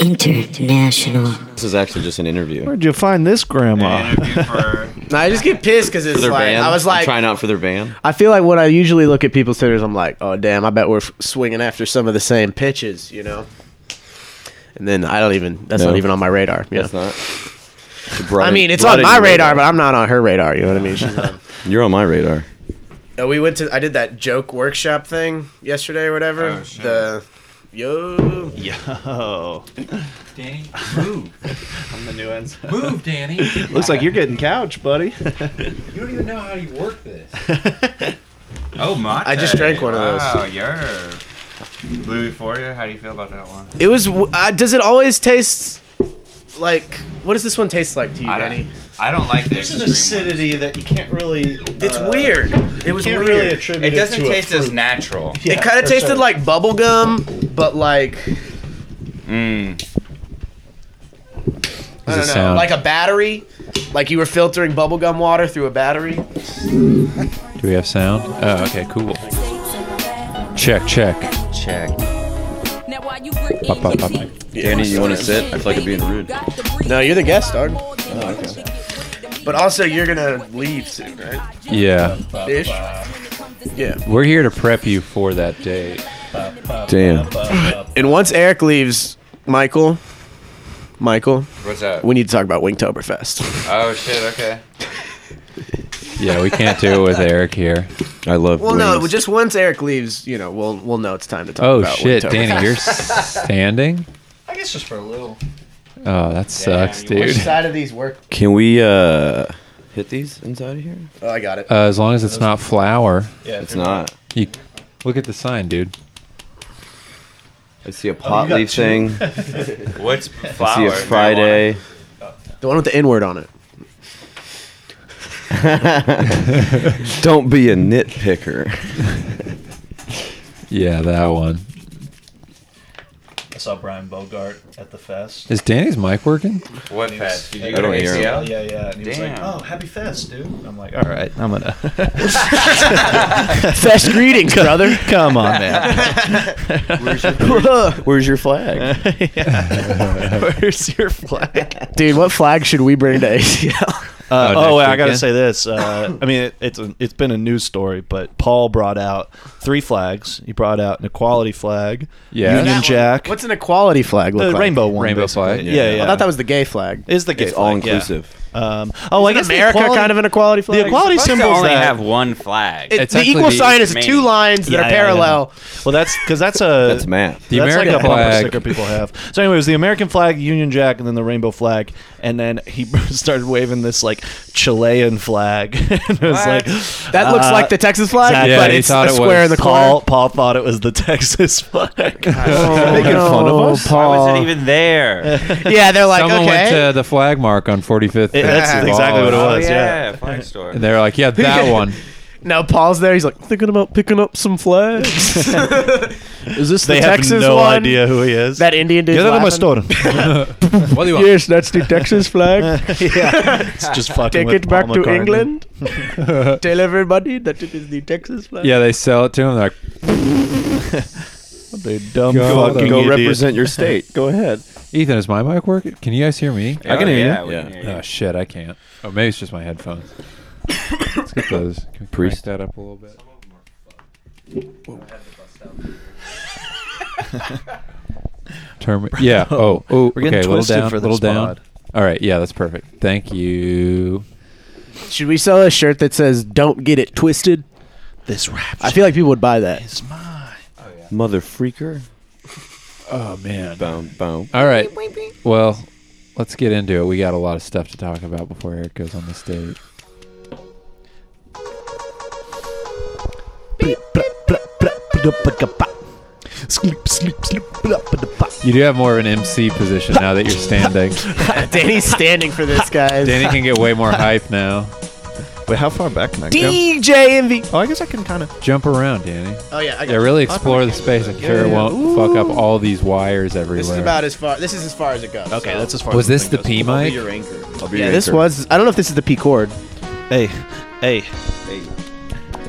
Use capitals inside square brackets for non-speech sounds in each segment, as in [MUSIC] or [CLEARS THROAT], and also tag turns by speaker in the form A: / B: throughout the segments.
A: International.
B: This is actually just an interview.
C: Where'd you find this grandma?
D: No, I just get pissed because it's
B: Their
D: like
B: band.
D: I was
B: I'm
D: like
B: trying out for their band.
D: I feel like when I usually look at people's hitters, I'm like, oh damn, I bet we're f- swinging after some of the same pitches, you know. And then I don't even. That's
B: No.
D: not even on my radar. You
B: That's
D: know?
B: not.
D: I mean, it's on my radar, but I'm not on her radar. You know what I mean? She's
B: but
D: on.
B: you're on my radar.
D: [LAUGHS] Uh, we went to. I did that joke workshop thing yesterday or whatever.
E: Oh, shit.
D: The yo.
C: [LAUGHS] Yo,
E: Danny, move.
C: I'm the new end.
E: Move, Danny. You
C: Looks like you're getting couch, [LAUGHS] buddy.
E: don't even know how you work this. Oh, my.
D: I just drank one of those.
E: Wow, you're. Louis Foria, how do you feel about that one?
D: It was. w- Uh, does it always taste like? What does this one taste like to you,
E: I
D: Danny?
E: don't, I don't like the
C: There's an
E: extreme
C: acidity that you can't really.
D: It's
C: uh,
D: weird. It
C: You
D: was
C: can't
D: weird.
C: really
E: ones.
C: attribute
E: It doesn't
C: to a
E: taste as
C: fruit.
E: natural.
C: Yeah,
D: it kind of
C: for
D: tasted
C: sure.
D: like bubble gum, but like
E: Mm.
D: I
F: Does
D: don't
F: it
D: know,
F: sound-
D: like a battery. Like you were filtering bubble gum water through a battery.
F: Do we have sound? Oh, okay, cool. Check, check.
B: Check.
F: Pop, pop, pop.
B: Danny, you wanna sit? I feel like I'm being rude.
D: No, you're the guest, dog.
B: okay.
D: But also, you're gonna leave soon, right?
F: Yeah,
D: Ish. Yeah.
F: we're here to prep you for that day.
B: Damn.
D: And once Eric leaves, Michael, Michael,
E: What's up?
D: we need to talk about Winktoberfest.
E: Oh, shit, okay.
F: Yeah, we can't do it with Eric here.
B: I love.
D: Well,
B: wings.
D: no, just once Eric leaves, you know, we'll we'll know it's time to talk
F: Oh
D: about
F: shit,
D: Winktoberfest.
F: Danny, you're standing.
C: I guess just for a little.
F: Oh, that sucks,
E: you
F: dude.
D: Which side of these work?
B: Can we uh hit these inside of here?
D: Oh, I got it.
F: Uh, as long as it's not flour,
C: Yeah,
B: It's not.
F: you look at the sign, dude.
B: I see a pot
C: got
B: leaf
C: two.
B: thing.
E: What's
B: I
E: flour?
B: see a Friday.
D: the one with the N word on it.
B: [LAUGHS] Don't be a nitpicker.
F: Yeah, that one.
C: I saw Brian Bogart at the fest. Oh,
F: Is Danny's mic working?
E: What fest? Did you
B: I
E: go to
B: don't hear him.
E: ACL?
C: Yeah, yeah. And he was like,
E: Damn.
C: "Oh, happy fest, dude." And I'm like, "All right, I'm [LAUGHS] gonna."
D: Fest greetings, [LAUGHS] brother.
C: Come on, man. [LAUGHS]
B: Where's your flag?
C: Where's your flag?
D: Dude, what flag should we bring to ACL?
C: Uh,
F: Oh,
C: oh,
F: next
C: wait, I gotta
F: weekend?
C: say this. Uh, I mean, it, it's a, it's been a news story, but Paul brought out three flags. He brought out an equality flag,
F: Yeah. That
C: Union
F: one.
C: Jack,
D: What's an equality flag look
C: the
D: like?
C: rainbow one,
F: Rainbow
C: basically.
F: flag?
C: Yeah, yeah.
D: I thought that was the gay flag.
C: is the gay
B: It's
C: flag,
B: all inclusive.
C: Yeah. Um, oh, I guess the
D: America
C: equality-
D: kind of an equality flag?
C: the equality
E: Supposed to
C: symbols
E: only
C: that-
E: have one flag.
D: It-
F: It's
D: the
F: actually
D: equal
F: the-
D: sign is
E: it's
D: two
E: main.
D: lines that
C: Yeah,
D: are
C: yeah,
D: parallel.
C: yeah. Well, that's because
F: [LAUGHS]
C: that's a
B: That's math.
F: The
C: that's
F: American
C: like a bumper
F: flag.
C: sticker people have. So, anyway, it was the American flag, Union Jack, and then the rainbow flag, and then he [LAUGHS] started waving this like Chilean flag. [LAUGHS] and it was
E: What?
C: like
D: That looks
C: uh,
D: like the Texas flag,
C: exactly.
F: Yeah,
D: but
F: he
D: it's
F: thought
D: a
F: it
D: square
F: was
D: in the
C: Paul
D: corner.
C: Paul thought it was the Texas flag.
D: [LAUGHS]
B: Making fun of us?
E: Why was it even there?
D: Yeah, they're like,
F: Someone
D: okay.
F: went to the flag mark on 45th.
C: It- that's
F: and
C: exactly what it
F: Ball,
C: was. yeah.
E: Oh, flag store.
F: And they're like, yeah, that one.
D: now Paul's there. He's like, thinking about picking up some flags. Is this
C: They
D: the
C: have
D: Texas
C: no
D: one?
C: idea who he is.
D: [LAUGHS] That Indian dude.
C: Get out of my store.
F: What do you want?
D: Yes, that's the [LAUGHS] Texas flag.
C: yeah, it's just fucking.
D: Take
C: with
D: it back
C: Paul
D: to
C: McCartney.
D: England. [LAUGHS] Tell everybody that it is the Texas flag.
F: Yeah, they sell it to him. They're like,
C: They dumb
F: Go-
C: fucking
B: Go
C: idiot.
B: represent your state. Go ahead.
F: Ethan, is my mic working? Can you guys hear me?
E: I can hear yeah,
B: you.
E: we can
B: Yeah.
E: hear you.
F: Oh shit, I can't. Oh, maybe it's just my headphones. Let's get those. Can we crank
B: Priest.
F: that up a little bit. [LAUGHS] Term. Yeah. Oh. Oh.
C: We're getting
F: okay. Little
C: twisted
F: down.
C: for this
F: little down.
C: pod.
F: All right. Yeah. That's perfect. Thank you.
D: Should we sell a shirt that says "Don't get it twisted"?
C: This rap
D: I feel like people would buy that.
C: is mine.
B: Mother freaker.
F: Oh man.
B: Boom, boom.
F: All right. Well, let's get into it. We got a lot of stuff to talk about before Eric goes on this date.
C: Sleep, sleep, sleep. blah, blah, blah.
F: You do have more of an MC position now that you're standing.
D: [LAUGHS] Danny's standing for this, guys.
F: Danny can get
C: [LAUGHS]
F: way more hype now.
C: Wait, how far back can I go?
D: DJ MV.
C: Oh, I guess I can kind of.
F: Jump around, Danny.
D: Oh yeah, I got
F: Yeah,
D: you.
F: really explore the space. I'm sure it
C: yeah.
F: won't fuck up all these wires everywhere.
D: This is about as far. This is as far as it goes.
C: Okay,
D: so.
C: that's as far.
F: was
C: as
F: this the P mic?
B: anchor.
D: yeah. This was. I don't know if this is the P chord.
C: Hey, hey,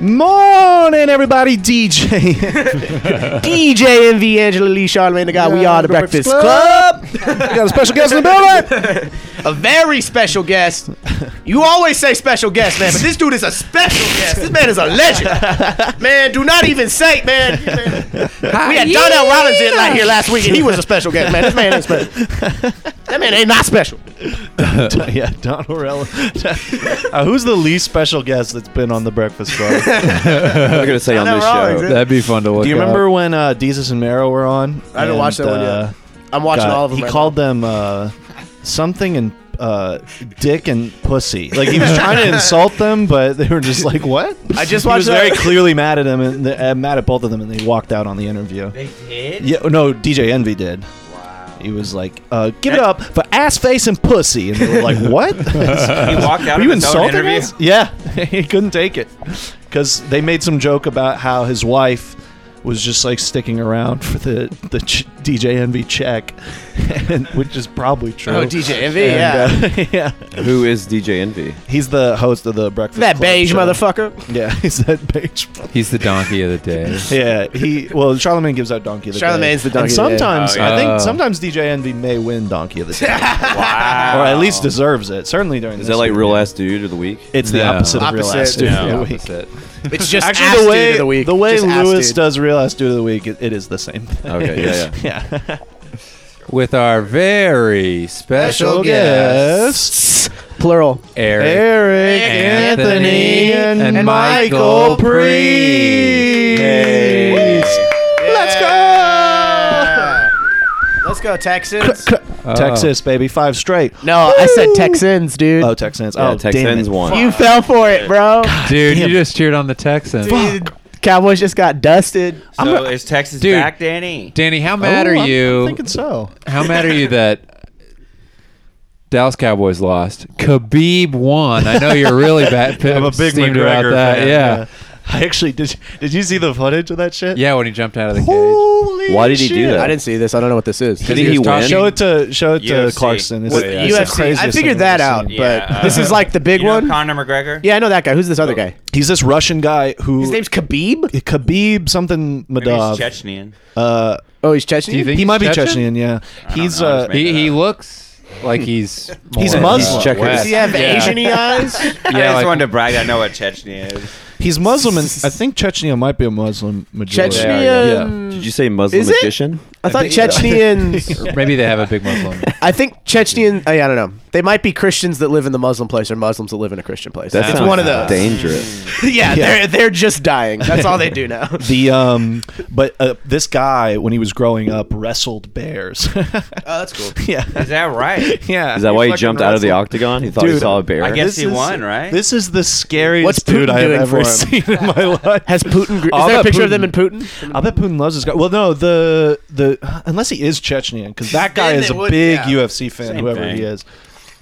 C: morning, everybody. DJ.
F: [LAUGHS]
D: DJ MV, Angela Lee, Charlemagne the Guy. We are the Breakfast Club.
C: up? We got a special guest in the building.
D: [LAUGHS] A very special guest. You always say special guest, man, but this dude is a special guest. This man is a legend. Man, do not even say,
F: [LAUGHS]
D: man. We had Donnell Rollins in like here last week, and he was a special guest, man. This man is special. That man ain't not special.
C: yeah, Don Orella. uh, who's the least special guest that's been on the Breakfast Club?
B: I'm gonna say on
D: know
B: this
D: wrong,
B: show.
D: exactly.
F: That'd be fun to look.
C: Do you
F: up.
C: remember when uh, Jesus and Mero were on?
D: I didn't
C: And,
D: watch that one yet.
C: uh,
D: I'm watching
C: God,
D: all of them.
C: He
D: right
C: called them uh, something and uh, dick and pussy. Like he was trying
D: [LAUGHS]
C: to insult them, but they were just like, "What?"
D: I just
C: he
D: watched
C: was
D: that-
C: very clearly mad at him and th- uh, mad at both of them, and they walked out on the interview.
E: They did?
C: Yeah, no, DJ Envy did.
E: Wow.
C: He was like, uh, "Give it up for ass face and pussy," and they were
D: [LAUGHS]
C: like, "What?" [LAUGHS]
E: He walked out
C: Were
E: of
C: you
E: his own
C: insulting
E: interview.
C: us? [LAUGHS] Yeah, he couldn't take it because they made some joke about how his wife was just like sticking around for the the ch- DJ Envy check, [LAUGHS] and, which is probably true.
D: now. Oh, DJ Envy,
C: And,
D: yeah.
C: uh, [LAUGHS] yeah.
B: Who is DJ Envy?
C: He's the host of the Breakfast.
D: that
C: Club
D: beige
C: show.
D: motherfucker.
C: [LAUGHS] Yeah, he's that beige. one.
F: He's the donkey of the
C: [LAUGHS]
F: day.
C: Yeah, he well, Charlemagne gives out donkey. Of the Day.
D: Charlemagne's the donkey
C: And
D: of the day.
C: sometimes
E: Oh, yeah.
C: I
F: Oh.
C: think sometimes DJ Envy may win donkey of the
D: [LAUGHS]
C: day,
E: Wow.
C: or at least deserves it. Certainly during
B: Is
C: this
B: that like
C: year.
B: real ass dude of the week? Oh,
C: It's the
F: No.
C: opposite, of
D: Opposite,
C: real ass dude.
E: yeah.
C: of the
E: Yeah,
C: week.
F: Opposite.
D: It's just
C: Actually, the way
D: of the week.
C: way
D: Just ass
C: Lewis uh,
D: dude.
C: does real ass dude of the week, it, it is the same thing.
B: Okay, yeah,
C: [LAUGHS] yeah.
F: With our very special
D: Special
F: guests,
D: plural.
F: Eric.
C: Eric, Anthony,
F: Anthony,
C: and,
F: and
C: Michael
F: Michael
C: Priest.
F: Priest. Yay.
C: Let's go,
D: Uh, Let's go, Texans.
F: Oh.
C: Texas baby, five straight.
D: No, I said Texans, dude.
C: Oh, Texans.
B: Yeah,
C: oh, damn
B: Texans
C: it.
B: won.
D: you fell for it, bro.
F: Dude, you just cheered on the Texans.
D: Dude, Cowboys just got dusted.
E: So is Texas
F: Dude.
E: back, Danny?
F: Danny, how
C: Oh,
F: mad are
C: I'm-
F: you?
C: I'm thinking so.
F: How mad
C: [LAUGHS]
F: are you that Dallas Cowboys lost? Khabib won. I know you're really bad.
C: [LAUGHS] I'm a big
F: steamed about
C: McGregor
F: that.
C: fan.
F: yeah. yeah,
C: I actually did. Did you see the footage of that shit?
F: When he jumped out of the cage,
C: Holy
B: Why did he do
C: shit.
B: that?
D: I didn't see this. I don't know what
C: [LAUGHS]
D: this is.
B: Did
F: he
B: he,
F: was
B: win?
F: talking-
C: Show it to show it to
E: UFC.
C: Clarkson. It's
E: What-
C: the-
E: Yeah,
C: it's the
E: UFC.
C: craziest
D: I
C: thing
D: figured
C: I've
D: that
C: ever
D: out,
C: seen.
D: but
E: Yeah,
D: this
E: uh,
D: is like the big
E: you know
D: one.
E: Conor McGregor?
D: yeah, I know that guy. Who's this other guy?
C: He's this Russian guy who
D: His name's Khabib.
C: Khabib something
E: Maybe he's
C: Madov.
E: Chechnyan.
C: Uh,
D: Oh, he's Chechen.
F: Do you think
C: he
F: he's
C: might be
F: Chechen?
C: Chechen. Yeah, he's
E: know, I just
C: uh,
E: made-
F: he, he looks
E: [LAUGHS]
F: like he's
C: He's
F: more
C: Muslim.
F: uh,
B: Checkers.
F: West.
D: Does he have
E: Yeah.
C: [LAUGHS]
D: Asian eyes?
E: I
F: yeah,
E: just
F: like-
E: wanted to brag. I know what Chechnya is.
C: he's Muslim, and I think Chechnya might be a Muslim majority.
D: Chechnya.
C: Yeah.
B: Did you say Muslim
D: Is it?
B: magician?
D: I thought
C: think so.
D: Chechenians.
F: Or maybe they have a
B: [LAUGHS]
F: big Muslim.
D: I think Chechenian. I, I don't know. They might be Christians that live in the Muslim place or Muslims that live in a Christian place.
B: That
D: it's
B: sounds
D: one of those.
B: Dangerous.
D: yeah,
C: Yeah.
D: they're they're just dying. That's all they do now.
C: The um, but uh, this guy when he was growing up wrestled bears.
D: [LAUGHS]
C: [LAUGHS]
D: Oh, that's cool.
C: yeah,
E: [LAUGHS] Is that right?
C: [LAUGHS] yeah.
B: Is that why he
C: fucking
B: jumped out of the
C: wrestled-
B: octagon? He thought he
C: Dude,
B: saw a bear.
E: I guess
C: This
E: he
C: is-
E: won, right?
C: This is the scariest
D: What's Putin
C: dude I have
D: doing
C: ever
D: for him?
C: seen
D: [LAUGHS]
C: in my life.
D: Has Putin? Gr-
C: I'll
D: is there a
C: bet
D: picture
C: Putin-
D: of them in Putin?
C: I bet Putin loves this guy. Well, no, the the unless he is Chechnyan because that guy
D: Then
C: is
D: they
C: a
D: would-
C: big
D: yeah.
C: UFC fan,
E: Same
C: whoever
E: thing.
C: he is.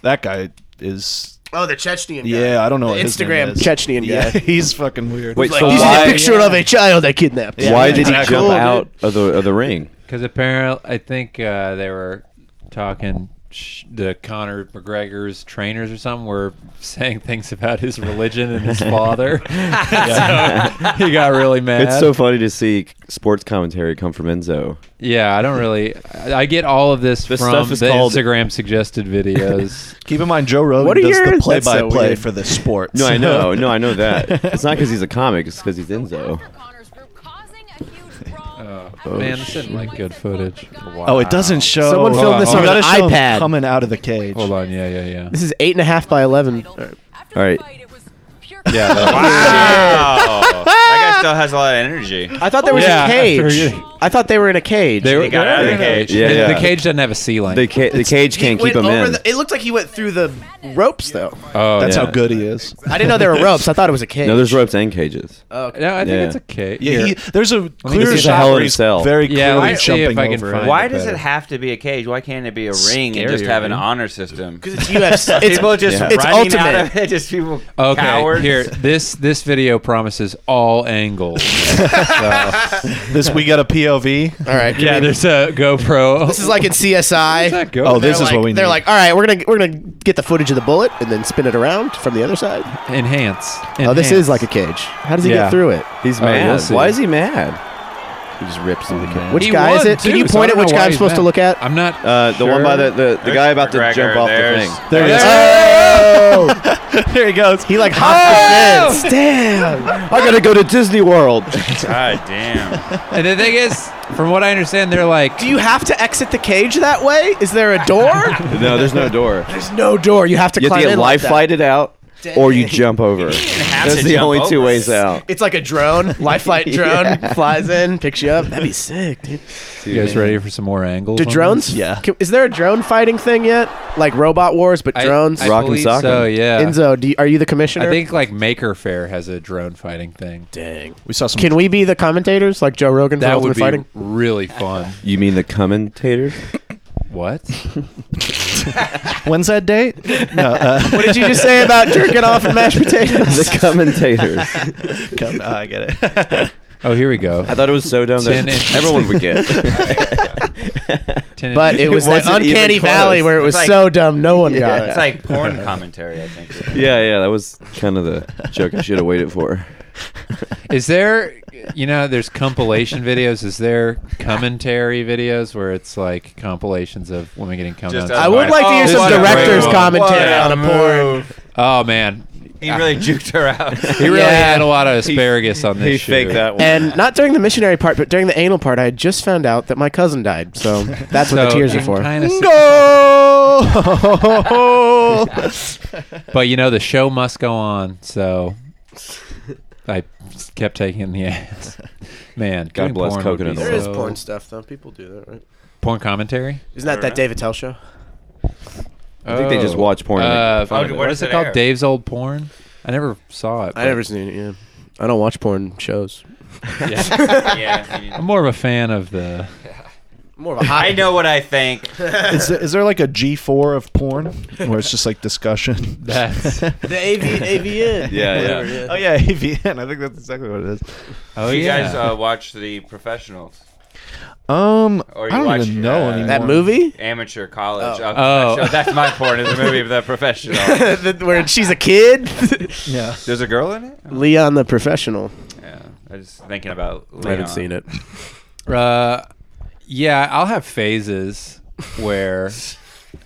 C: That guy is.
D: Oh, the Chechenian. guy.
C: Yeah, I don't know
D: The
C: what his name
D: Instagram
C: is.
D: Chechnyan
C: Yeah, [LAUGHS]
D: guy.
C: he's fucking weird.
B: Wait,
D: [LAUGHS] Like,
B: so
D: this
B: why,
D: is a picture of a child I kidnapped.
B: why did he
C: Yeah.
B: jump
C: Cool, dude.
B: out of the, of the ring?
F: Because apparently, I think uh, they were talking. sh- The Conor McGregor's trainers or something were [LAUGHS] saying things about his religion and
B: [LAUGHS]
F: his father. [LAUGHS] So, he got really mad.
B: It's so funny to see sports commentary come from Enzo.
F: yeah, I don't really. I I get all of this
B: This
F: from
B: stuff is
F: the
B: called-
F: Instagram
B: [LAUGHS]
F: suggested videos.
C: Keep in mind, Joe Rogan
D: What are
C: does
D: your-
C: the
D: That's so
C: play-by-play
D: weird.
C: for the sports.
B: No, I [LAUGHS] know. No, I know that. It's not because he's a comic. It's because he's Enzo.
F: [LAUGHS] oh,
B: Oh,
F: man, this isn't like good footage.
C: [LAUGHS] oh, it doesn't show.
D: Someone
F: filmed this
C: you
F: on
C: gotta
D: an
C: show him
D: iPad.
C: coming out of the cage.
F: Hold on, yeah, yeah, yeah.
D: This is eight and a half by eleven.
B: All right.
F: Yeah, that-
E: Wow. that guy still has a lot of energy.
D: I thought there was
F: Yeah,
D: a
F: I
D: cage.
F: forget.
D: I thought they were in a cage.
F: They, were,
E: got out of the
F: they're-
E: cage.
B: Yeah, yeah.
F: The cage doesn't have a ceiling.
B: The, ca- the cage can't keep him in.
D: it looked like he went through the ropes though.
F: oh,
C: That's
F: yeah.
C: how good he is.
D: I didn't know there were ropes. I thought it was a cage.
B: no, there's ropes and cages.
F: No, I think
B: Yeah.
F: it's a cage.
C: Yeah,
F: Here.
C: he, there's a clear
F: see the
C: shot
B: Hell
C: where
B: in a
C: he's
B: Cell.
C: very
F: Yeah,
C: clearly
F: let's see if
C: jumping
F: I can
C: over
F: find
C: it.
E: Why
F: it
E: does
F: better.
E: it have to be a cage? Why can't it be a ring and just
F: Scarier,
E: have an
F: man.
E: honor
D: [LAUGHS]
E: system? Because
D: it's UFC. it's,
E: [LAUGHS] people just
B: Yeah.
D: it's
E: running out
D: ultimate.
E: of it. Just people
F: Okay,
E: cowards.
F: here. This this video promises all angles. [LAUGHS]
C: [LAUGHS] this? We got a
D: [LAUGHS]
C: POV.
D: all right.
F: yeah, there's a [LAUGHS] GoPro.
D: This is like in CSI.
F: that go?
C: Oh,
F: Oh,
D: They're
C: this is
D: like-
C: what we need.
D: They're like, all right, we're gonna we're gonna get the footage of the bullet and then spin it around from the other side.
F: enhance.
D: Oh, this
F: Enhance.
D: is like a cage. How does he
C: Yeah.
D: get through it?
B: He's
F: Oh,
B: mad.
F: we'll see.
B: Why is he mad? He just rips
C: Oh,
B: through the kid.
D: Which
F: He
D: guy is
F: won,
D: it? Can
F: too,
D: you
F: so
D: point
F: I
D: at
F: don't
D: which
F: know
D: guy
F: why
D: I'm
F: he's
D: supposed to
F: mad.
D: look at?
F: I'm not.
B: Uh, the one by the the, the guy about to
E: McGregor,
B: jump off the
E: there's- Oh,
B: thing.
C: There he is.
D: Oh,
C: there he goes.
D: He like hopped the fence. Damn.
B: I gotta go to Disney World. [LAUGHS]
E: God damn.
F: And the thing is, from what I understand, they're like,
D: [LAUGHS] Do you have to exit the cage that way? Is there a door?
B: no, there's no door.
D: [LAUGHS] There's no door. You have to
B: You have
D: climb
B: to get
D: in
B: life
D: like that.
B: flighted out, or you jump over.
E: have
B: That's
E: to
B: the
E: jump
B: only two
E: over.
B: ways out.
D: It's like a drone, life
C: [LAUGHS]
D: flight drone flies in, picks you up. That'd be sick, dude.
F: you guys ready for some more angles?
D: Do
F: on
D: drones?
F: this?
C: Yeah.
D: Can- is there a drone fighting thing yet? Like robot wars, but
F: I-
D: drones.
F: I
B: Rock and
F: believe
B: sock 'em.
F: So yeah.
D: Enzo, do you, are you the commissioner?
F: I think like Maker Fair has a drone fighting thing.
D: Dang.
C: We saw some.
D: Can we be the commentators like Joe Rogan for
F: That
D: Ultimate
F: would be
D: Fighting? [LAUGHS]
F: really fun.
B: You mean the commentator?
F: What?
C: when's that date? No. Uh,
D: [LAUGHS] What did you just say about jerking off and mashed
C: [LAUGHS]
D: potatoes? uh,
B: the commentators.
D: [LAUGHS]
C: come, oh, I get it.
F: Oh, here we go.
B: I thought it was so dumb
F: Ten
B: that
F: inches.
B: everyone would get.
F: Ten
D: But it was that
B: wasn't even
D: uncanny
B: close.
D: valley where it was
E: It's like-
D: so dumb no one got it.
E: It's like
D: [LAUGHS]
E: porn commentary, I
B: [LAUGHS]
E: think.
B: yeah, yeah, that was kind of the joke I should have waited for.
F: [LAUGHS] Is there, you know, there's compilation videos. Is there commentary videos where it's like compilations of women getting cum?
E: Just
F: on-
D: I would like to hear
E: Oh,
D: some
E: what a
D: director's
E: great one.
D: commentary
E: What
D: on a porn.
E: move.
F: Oh man,
E: He really juked her out.
D: [LAUGHS]
F: he really
D: Yeah.
F: had a lot of asparagus on this.
B: He
F: shoe.
B: faked that one.
D: And not during the missionary part, but during the anal part, I had just found out that my cousin died. So that's what the
F: So
D: tears
F: you
D: are for.
F: kinda see-
C: no.
F: But you know, the show must go on, so I kept taking it in the ass. Man,
B: God
F: doing
B: bless
F: porn would
B: coconut
F: be
B: oil.
D: There is
F: so-
D: porn stuff though. People do that, right?
F: Porn commentary.
D: Isn't that that David Tell show?
B: I think they just watch porn and
F: Uh,
B: make fun
E: Oh,
F: what
E: where
F: is
E: does
F: it
E: it
F: called?
E: air?
F: Dave's old porn. I never saw it.
D: I never seen it. Yeah, I don't watch porn shows.
F: but- yeah.
E: yeah. he-
F: I'm more of a fan of the.
D: More of
F: [LAUGHS]
E: [LAUGHS]
D: a
E: I know what I think.
C: Is there, is there like a G4 of porn where it's just like discussion?
F: That's,
D: the AV AVN.
B: Yeah, yeah.
D: yeah.
C: Oh yeah, AVN. I think that's exactly what it is.
F: oh
E: you
F: yeah.
E: guys uh, watch the professionals,
C: Um, I
E: Or you
C: don't
E: watch,
C: even know
E: uh,
C: anymore.
D: That movie [LAUGHS]
E: amateur college.
D: Oh.
E: Uh,
F: Oh.
E: professional- that's my porn. Is a movie of the professional.
D: The- where she's a kid,
C: Yeah.
E: There's a girl in it. Oh,
D: [LAUGHS] Leon the professional.
E: yeah, I was thinking about. Leon.
D: I haven't seen it.
F: Uh, yeah, I'll have phases where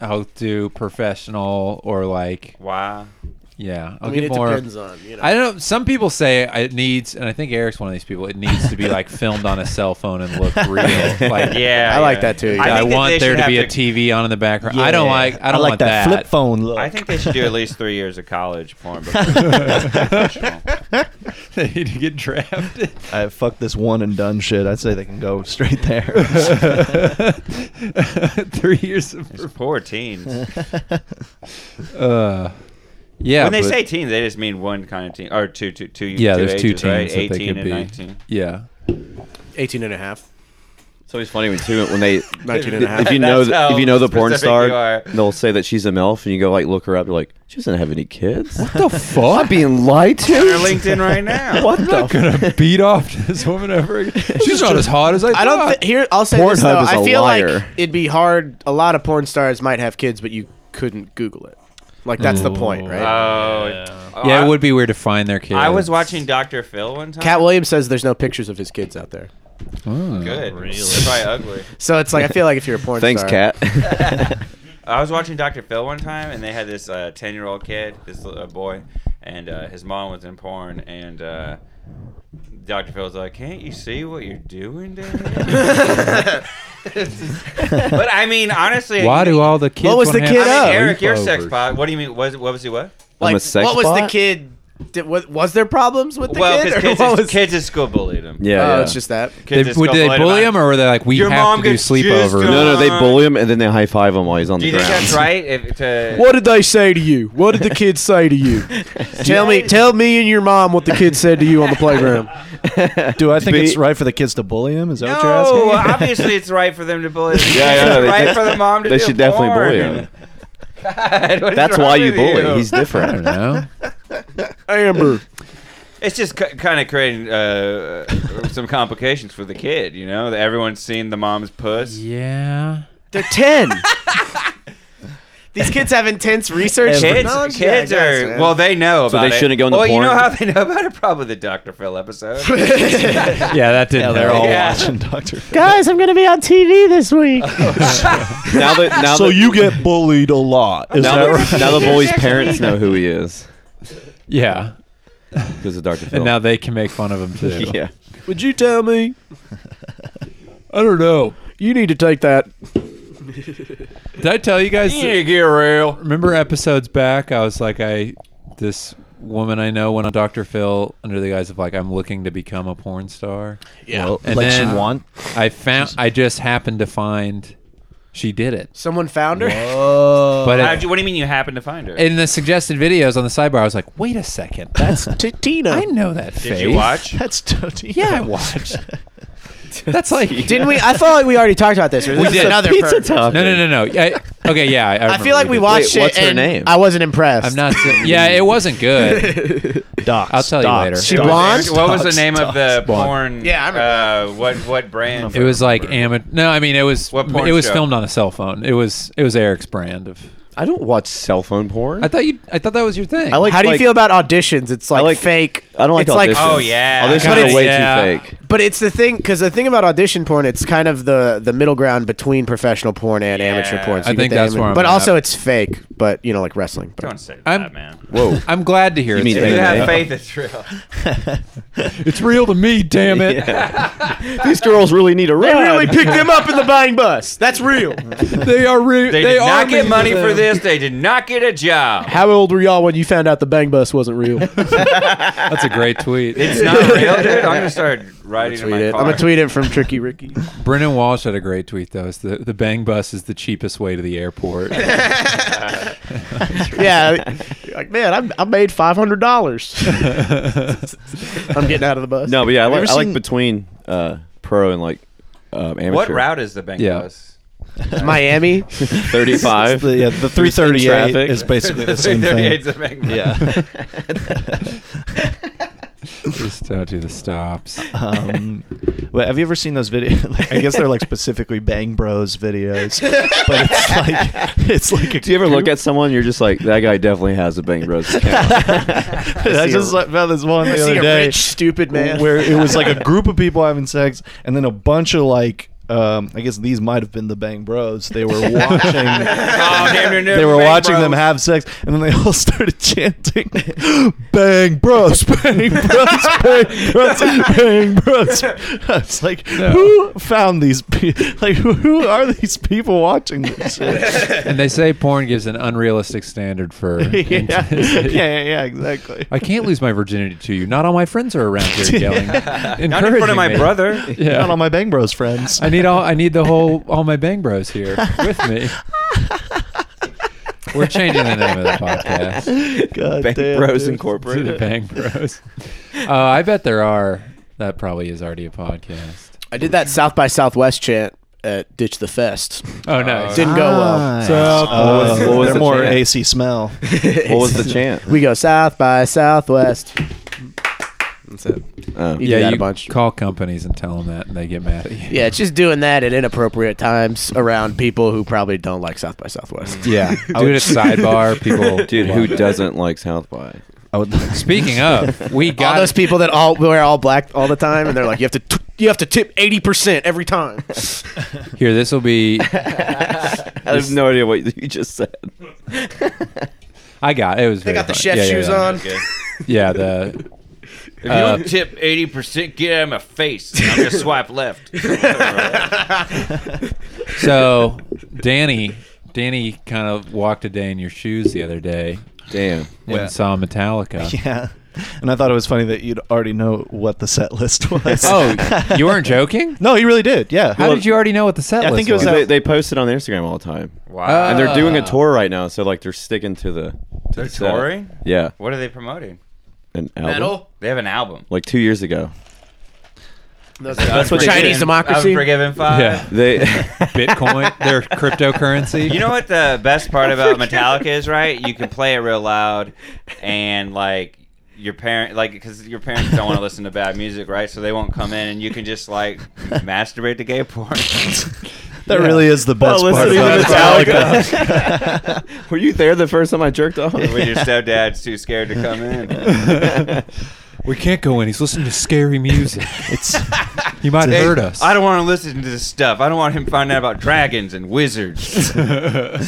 F: I'll do professional or like
E: Wow.
F: yeah. I'll
D: I mean,
F: get
D: it
F: more.
D: depends on you know.
F: I don't know. Some people say it needs, and I think Eric's one of these people. It needs to be like filmed on a cell phone and
D: [LAUGHS]
F: look real. Like,
E: Yeah,
D: I like
E: yeah.
D: that too.
E: think
F: I,
E: that they
F: want there
E: should
F: to
E: have
F: be a TV on in the background. I don't
C: Yeah.
F: like. I don't
C: like
F: want
C: that, flip
F: [LAUGHS]
C: phone look.
E: I think they should do at least three years of college porn
D: [LAUGHS]
E: before [LAUGHS] professional.
F: they need to get drafted.
C: I fuck this one and done shit. I'd say they can go straight
D: [LAUGHS]
C: there.
F: [LAUGHS] Three years of.
E: These poor teens.
D: [LAUGHS]
F: Uh, yeah.
E: when they
F: but-
E: say teens, they just mean one kind of teen or two, two, two.
F: yeah,
E: two
F: there's two
E: ages,
F: teams
E: right?
F: that they
E: eighteen
F: could
E: and
F: be.
E: nineteen.
F: Yeah.
D: 18 and a half.
B: It's always funny when two when they
D: 19 and a half.
B: if you know
E: That's
B: the, if you know the
E: how
B: porn
E: specific you
B: star,
E: are.
B: they'll say that she's a milf, and you go like look her up. You're like, she doesn't have any kids. What
F: The fuck?
B: I'm being lied
E: They're
B: to.
E: LinkedIn right
F: [LAUGHS]
E: now.
B: what the? F-
F: gonna beat off to this woman ever again. She's not as hot as I
D: I don't th- here. I'll say this
B: Pornhub
D: though.
B: is
D: I
B: a
D: feel like
B: liar.
D: it'd be hard. A lot of porn stars might have kids, but you couldn't Google it. Like that's the point,
E: Oh,
D: right?
E: oh,
F: yeah,
E: I,
F: it would be weird to find their kids.
E: I was watching Dr. Phil one time.
D: Cat Williams says there's no pictures of his kids out there.
F: Oh.
E: Good. They're probably ugly.
D: So it's like I feel like if you're a
B: [LAUGHS]
D: porn
B: Thanks,
E: [LAUGHS]
D: star,
B: cat.
E: I was watching Dr. Phil one time, and they had this uh, ten-year-old kid, this little uh, boy, and uh, his mom was in porn, and uh, Dr. Phil was like, "Can't you see what you're doing,
F: [LAUGHS]
E: Dad?" [LAUGHS] but I mean, honestly,
F: Why
E: you
F: do
E: know,
F: all the kids?
D: was
F: wanna
D: the
F: have
D: kid
E: I
D: up?
E: mean, Eric, your
F: sleepovers?
E: sex pod. What do you mean? Was what was he what?
D: Like
B: I'm a sex
D: what was the
B: bot?
D: kid? Did, what, was there problems with the
E: well,
D: kid?
E: because
D: or
E: kids,
D: what
E: at-
D: was-
E: kids at school bullied him.
B: yeah,
D: Oh,
B: yeah.
D: it's just that.
E: Kids
F: They-
E: at
F: would
E: school
F: they
E: bullied
F: bully him,
E: him
F: or were they like, we
E: Your
F: have
E: mom
F: to do
E: gets juiced
F: sleepovers?
E: up.
B: no, no, they bully him and then they high five him while he's on
E: Do
B: the
E: you think
B: ground.
E: that's right? If, to,
D: What did they say to you? What did the kids say to [LAUGHS] you? tell me, tell me and your mom what the kids said to you on the playground.
B: [LAUGHS]
C: Do I think
B: Be-
C: it's right for the kids to bully him? Is that what you're asking?
E: No, obviously [LAUGHS] it's right for them to bully. Him.
B: Yeah, yeah,
E: It's
B: they-
E: right for the mom to
B: They
E: do
B: should definitely
E: porn.
B: bully him.
E: God, [LAUGHS] what is
B: That's
E: wrong
B: why you
E: with
B: bully.
E: you?
B: He's
F: I [LAUGHS] don't
B: different.
E: [LAUGHS]
F: know.
D: Amber,
E: It's just c- kind of creating uh, some complications for the kid. You know, everyone's seen the mom's puss.
F: Yeah.
D: they're ten. [LAUGHS] These kids have intense research.
E: Kids,
D: knowledge? Yeah, I
E: kids
D: guess,
E: are
D: man.
E: well. They know about
B: So they
E: it.
B: shouldn't go into
E: Well, you
B: porn?
E: know how they know about it? Probably the Dr. Phil episode.
D: [LAUGHS]
F: yeah, that didn't.
C: Yeah, they're all
E: Yeah. [LAUGHS]
C: watching Doctor.
D: guys, I'm gonna be on TV this week.
B: now that now
C: so
B: that,
C: you get bullied a lot. Is
B: now,
C: that
B: that,
C: right?
B: now
E: [LAUGHS]
B: the boy's parents know who he is
F: Yeah,
B: because of Dr. Phil.
F: and now they can make fun of him too.
B: [LAUGHS] yeah.
G: Would you tell me?
F: I don't know.
G: You need to take that.
F: Did I tell you guys?
E: You get real.
F: Remember episodes back? I was like, I this woman I know went on Dr. Phil under the guise of like, I'm looking to become a porn star.
D: Yeah.
F: And
C: like
F: then-
C: she want.
F: I found. I just happened to find she did it.
D: Someone found her.
F: But
E: How'd
F: it,
E: you- what do you mean you happen to find her?
F: in the suggested videos on the sidebar, I was like, wait a second, that's
C: Tina.
F: I know that face.
E: Did you watch?
C: That's Tina. [LAUGHS]
F: Yeah, I watched. That's like
D: Didn't we? I felt like we already talked about this. Or this is
F: did.
D: another
B: Pizza
D: pervert.
B: topic.
F: no, no, no, no. I, okay, yeah. I,
D: I
F: remember
D: feel like we
F: did.
D: watched
B: Wait, what's
D: it.
B: her
D: and
B: name?
D: I wasn't impressed.
F: I'm not. si- yeah, it wasn't good.
C: Docs.
F: I'll tell you
C: docs,
F: later.
C: docs,
D: She
C: docs,
D: blonde?
C: docs,
E: What was the
C: docs,
E: name of the
C: docs.
E: porn?
D: Yeah, I remember
E: Uh, what what brand?
F: It was like amateur. No, I mean it was.
E: What porn
F: it was
E: show?
F: filmed on a cell phone. It was. It was Eric's brand of.
B: I don't watch cell phone porn.
F: I thought you. I thought that was your thing.
B: I like-
D: How do you feel about auditions? It's like,
B: like-
D: fake.
B: I don't like
D: it's like
B: auditions.
E: Oh, yeah.
B: Auditions are
F: But it's-
B: way
F: yeah.
B: too fake.
D: But it's the thing because the thing about audition porn, it's kind of the the middle ground between professional porn and amateur
E: Yeah.
D: porn.
F: I
D: you
F: think
D: get the
F: that's
D: amateur-
F: where I'm
D: But
F: at.
D: also, it's fake. But you know, like wrestling. But
E: Don't say
F: I'm-
E: that, man.
B: Whoa.
F: I'm glad to hear
B: You
F: it's,
B: mean
E: If you
F: real.
B: Yeah.
E: have faith, it's real.
F: it's real to me. Damn it!
B: [LAUGHS] These girls really need a ride.
D: they really picked them up in the buying bus. That's [LAUGHS] real.
F: They are real.
E: They,
F: They,
E: did
F: are
E: not get
F: me.
E: money for this. They did not get a job.
G: How old were y'all when you found out the bang bus wasn't
F: [LAUGHS]
G: real?
F: That's a great tweet.
E: [LAUGHS] [LAUGHS] It's not real, dude. I'm [LAUGHS] gonna start writing in
D: tweet
E: my
D: it.
E: car.
D: I'm gonna tweet it from Tricky
F: [LAUGHS]
D: Ricky.
F: [LAUGHS] Brennan Walsh had a great tweet though. It's the the bang bus is the cheapest way to the
E: [LAUGHS]
F: airport. [LAUGHS]
D: yeah, you're like man, I'm, I made five hundred dollars. [LAUGHS] I'm getting out of the bus.
B: [LAUGHS] No, but yeah, I like,
C: ever
B: I like
C: seen-
B: between uh, pro and like um, amateur.
E: What route is the bank
F: Yeah.
E: bus?
C: [LAUGHS]
F: [LAUGHS]
B: [LAUGHS]
D: Miami.
B: Thirty-five.
C: The, yeah, the 338
B: traffic.
C: is basically the
E: [LAUGHS]
C: same thing.
E: 338 is the bank bus.
C: Yeah.
E: [LAUGHS]
B: [LAUGHS]
F: Just don't do the stops.
C: Um, wait, have you ever seen those videos? I guess they're [LAUGHS] like specifically Bang
F: [LAUGHS]
C: Bros videos, but it's like it's like. A
B: [LAUGHS] Do you ever look at someone? You're just like, that guy definitely has a Bang Bros account.
C: [LAUGHS] I just like, found this one
D: I
C: the
D: see
C: other
D: a
C: day
D: rich, stupid man.
C: where it was like a group of people having sex, and then a bunch of like. Um, I guess these might have been the Bang Bros. They were watching.
E: Oh, damn near
C: they were watching them have sex, and then they all [LAUGHS] started chanting, "Bang Bros, Bang Bros, Bang Bros, Bang Bros." I was like, "Who found these? Pe- [LAUGHS] like, who are these people watching this?" Shit?
F: And they say porn gives an unrealistic
E: [LAUGHS]
F: standard for.
C: yeah. yeah, yeah, yeah, exactly.
F: I can't lose my virginity to you. Not all my friends are around
D: [LAUGHS]
F: here yelling, encouraging
E: Not in front of my
F: me.
E: brother.
F: Yeah.
C: Not all my Bang Bros friends.
F: I need all. I need the whole all my bang
D: [LAUGHS]
F: bros here with me. We're changing the name of the
C: [LAUGHS]
F: podcast
C: God
B: Bang
C: damn,
B: Bros
C: dude.
F: to the
B: Incorporated.
F: Bang Bros. Uh, I bet there are. That probably is already a podcast.
D: I did that South by Southwest chant at Ditch the Fest.
F: Oh no!
D: Didn't go well.
C: Uh,
B: What was- what was
C: they're
B: the
C: more
B: chant?
C: AC smell.
B: What was the chant?
D: We go South by Southwest. That's it.
B: Oh.
D: You do
F: yeah,
D: that
F: you
D: a bunch.
F: call companies and tell them that, and they get mad at you.
D: yeah, it's just doing that at inappropriate times around people who probably don't like South by Southwest.
F: [LAUGHS] Yeah, do it at sidebar. [LAUGHS] People,
B: Dude,
F: love
B: who
F: it.
B: doesn't like South by?
C: I would
F: [LAUGHS] Speaking of, we
D: all
F: got
D: those people that all wear all black all the time, and they're like, you have to t- you have to tip eighty percent every time.
F: here. This will be.
B: I have no idea what you just said.
F: I got it. was.
D: They
F: very
D: got the
F: fun.
D: chef
F: Yeah, yeah,
D: shoes
F: yeah.
D: on.
E: Okay.
F: Yeah, the
E: If you
F: Uh,
E: don't tip 80%, get out of my face. I'm going to swipe
D: [LAUGHS]
E: left.
F: so Danny, Danny kind of walked a day in your shoes the other day
B: Damn.
F: when
C: Yeah. [LAUGHS]
F: saw Metallica.
C: Yeah. And I thought it was funny that you'd already know what the set list [LAUGHS] was.
F: Oh, you
C: [LAUGHS]
F: weren't joking?
C: no, he really did. Yeah.
F: How did you already know what the set
C: I
F: list
C: think it was
F: was?
C: that-
B: They, they post it on Instagram all the time,
E: Wow.
B: and they're doing a
F: Ah.
B: tour right now. So like they're sticking to the. To
E: They're
B: the set.
E: touring?
B: Yeah,
E: What are they promoting?
B: an album.
E: They have an album.
B: Like two years ago,
D: That's
B: what they
D: Chinese
B: do.
D: democracy.
E: Unforgiven Five.
F: Yeah.
B: [LAUGHS] they.
F: Bitcoin, their cryptocurrency.
E: You know what the best part
D: [LAUGHS]
E: about Metallica is, right? You can play it real loud, and like your parent, like because your parents don't want to listen to bad music, right? [LAUGHS] So they won't come in, and you can just like masturbate to gay porn.
C: That really is the best
B: While
C: part
B: listening
C: about
B: to
C: Metallica.
B: Were you there the first time I jerked off?
E: When
B: [LAUGHS]
E: your stepdad's too scared to come in.
F: We can't go in. He's listening to scary music.
C: It's
F: He might
E: Hey,
F: hurt us.
E: I don't want to listen to this stuff. I don't want him finding out about dragons and wizards,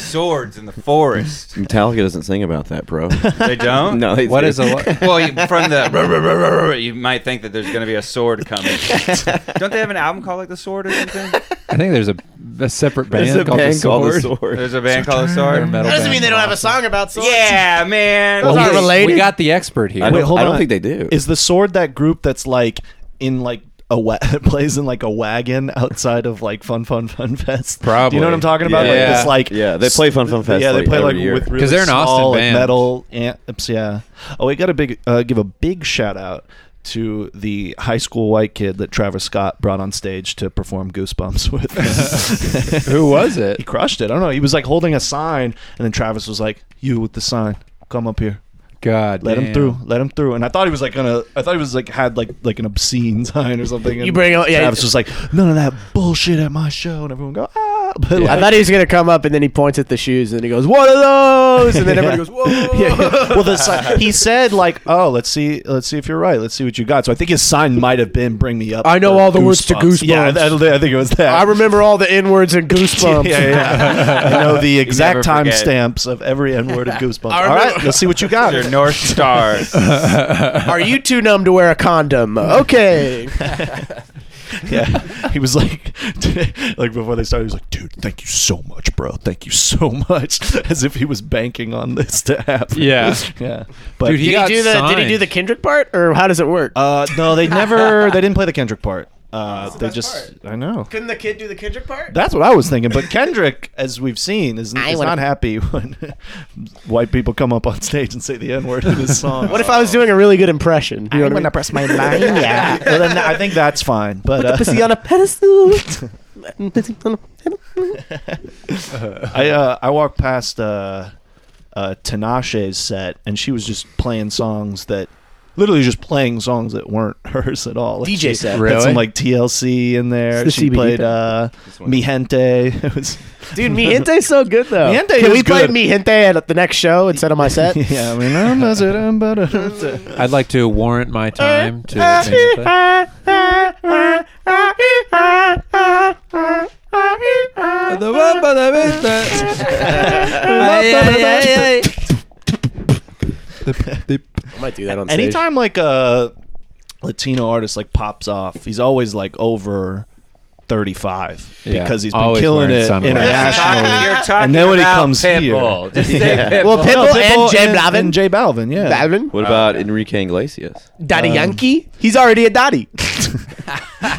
C: [LAUGHS]
D: [LAUGHS]
F: [LAUGHS]
E: swords in the forest.
B: Metallica doesn't sing about that, bro.
E: They don't.
B: no, they
F: What
B: do.
F: is a
B: [LAUGHS]
F: lo-
E: Well, you, from the [LAUGHS] you might think that there's going to be a sword coming. don't they have an album called like the Sword or something?
F: I think there's a, a separate band
B: There's a
F: called
B: band
F: the Sword.
B: called the Sword.
E: There's a band called the
F: They're a
E: Sword.
F: metal
H: That doesn't
F: band.
H: mean they don't have a song about swords.
E: Yeah, man.
H: Those
F: Well,
H: aren't
F: we-
H: related.
F: We got the expert
B: I
F: here.
B: don't,
C: Wait, hold
B: I don't
C: on.
B: think they do.
C: is the sword that group that's like in like a wa- [LAUGHS] plays in like a wagon outside of like Fun Fun Fun Fest. Do you know what I'm
F: Probably.
C: talking about?
B: Yeah.
C: Like this like
B: Yeah, they play Fun Fun
C: s-
B: Fest,
C: Yeah, they
B: like,
C: play
B: every
C: like
B: year.
C: with
B: 'Cause
C: really
F: they're an Austin
C: small like,
F: band.
C: metal amps. Yeah. Oh, we got a big uh, give a big shout out to the high school white kid that Travis Scott brought on stage to perform Goosebumps [LAUGHS] with.
F: Who was
C: he
F: it?
C: crushed it. I don't know. He was like holding a sign, and then Travis was like, "You with the sign, come up here."
F: God,
C: Let him
F: damn.
C: through. Let him through. And I thought he was like gonna. I thought he was like had like like an obscene [LAUGHS] sign or something. And
H: You bring out- yeah,
C: Travis
H: it's-
C: was like none of that bullshit at my show, and everyone go ah. [LAUGHS] But
D: I thought he was gonna come up and then he points at the shoes and he goes, "What are those?" And then
C: [LAUGHS]
D: everybody goes, "Whoa!"
C: yeah, yeah. [LAUGHS] Well, the sign, he said like, "Oh, let's see, let's see if you're right. Let's see what you got." So I think his sign might have been "Bring me up."
D: I know
C: for
D: all the words to
C: Yeah,
D: Goosebumps.
C: I, I think it was that.
D: I remember all the N words and
C: [LAUGHS]
D: goosebumps.
C: Yeah, yeah. I know the exact
E: never
C: time
E: forget.
C: stamps of every N word of Goosebumps.
D: [LAUGHS]
H: I
C: All right,
H: remember-
C: let's see what you got.
E: Your North Star.
F: [LAUGHS]
D: Are you too numb to wear a condom? Okay.
C: [LAUGHS] yeah. He was like, [LAUGHS] like before they started, he was like, dude, thank you so much, bro. Thank you so much. [LAUGHS] As if he was banking on this to happen.
F: Yeah.
C: [LAUGHS] Yeah. But
F: Dude,
H: Did he,
F: got
H: do the? Did he do
F: signed.
H: the Kendrick part, or how does it work?
C: uh, no, they never, they didn't play the Kendrick part. Uh, they just, I know.
H: Couldn't the kid do the Kendrick part?
C: That's what I was thinking. But Kendrick, as we've seen, is,
H: I
C: is
H: wanna-
C: not happy [LAUGHS] when white people come up on stage and say the N word in his song.
D: what if I was doing a really good impression? You know what I mean?
C: press my line. [LAUGHS]
D: [LAUGHS]
C: Yeah. Well, then I think that's fine. But uh,
D: Pussy on
C: [LAUGHS]
D: a pedestal.
C: I uh, I walked past uh, uh, Tinashe's set, and she was just playing songs that, literally just playing songs that weren't [LAUGHS] hers at all. Like,
H: DJ
C: she
H: set.
C: had
F: Really?
C: some like TLC in there.
D: It's the
C: she
D: CBD
C: played
D: thing.
C: uh,
B: one.
C: Mi Gente. [LAUGHS] It was
D: Dude, Mi Gente's so good though.
C: Mi Gente
D: Can we
C: is
D: play
C: good.
D: Mi Gente at the next show instead of my
C: [LAUGHS]
D: set? [LAUGHS]
C: yeah. I mean, I'm not sure, I'm but- uh,
F: [LAUGHS] I'd like to warrant my time
H: [LAUGHS]
F: to.
C: [LAUGHS]
D: I might do that
C: [LAUGHS]
D: on
C: Anytime like a Latino artist like pops off, he's always like over. 35
F: Yeah.
C: because he's been
F: Always
C: killing
F: wearing
C: it
F: sunglasses.
E: [LAUGHS]
C: internationally.
E: You're talking
C: And then when he
E: about
C: comes here-
E: Pitbull. Just say Pitbull.
D: Well, Pitbull, and Jay Blavin.
C: and Jay Balvin, yeah.
D: Blavin.
B: What about Enrique Iglesias?
D: Daddy Yankee. He's already a daddy.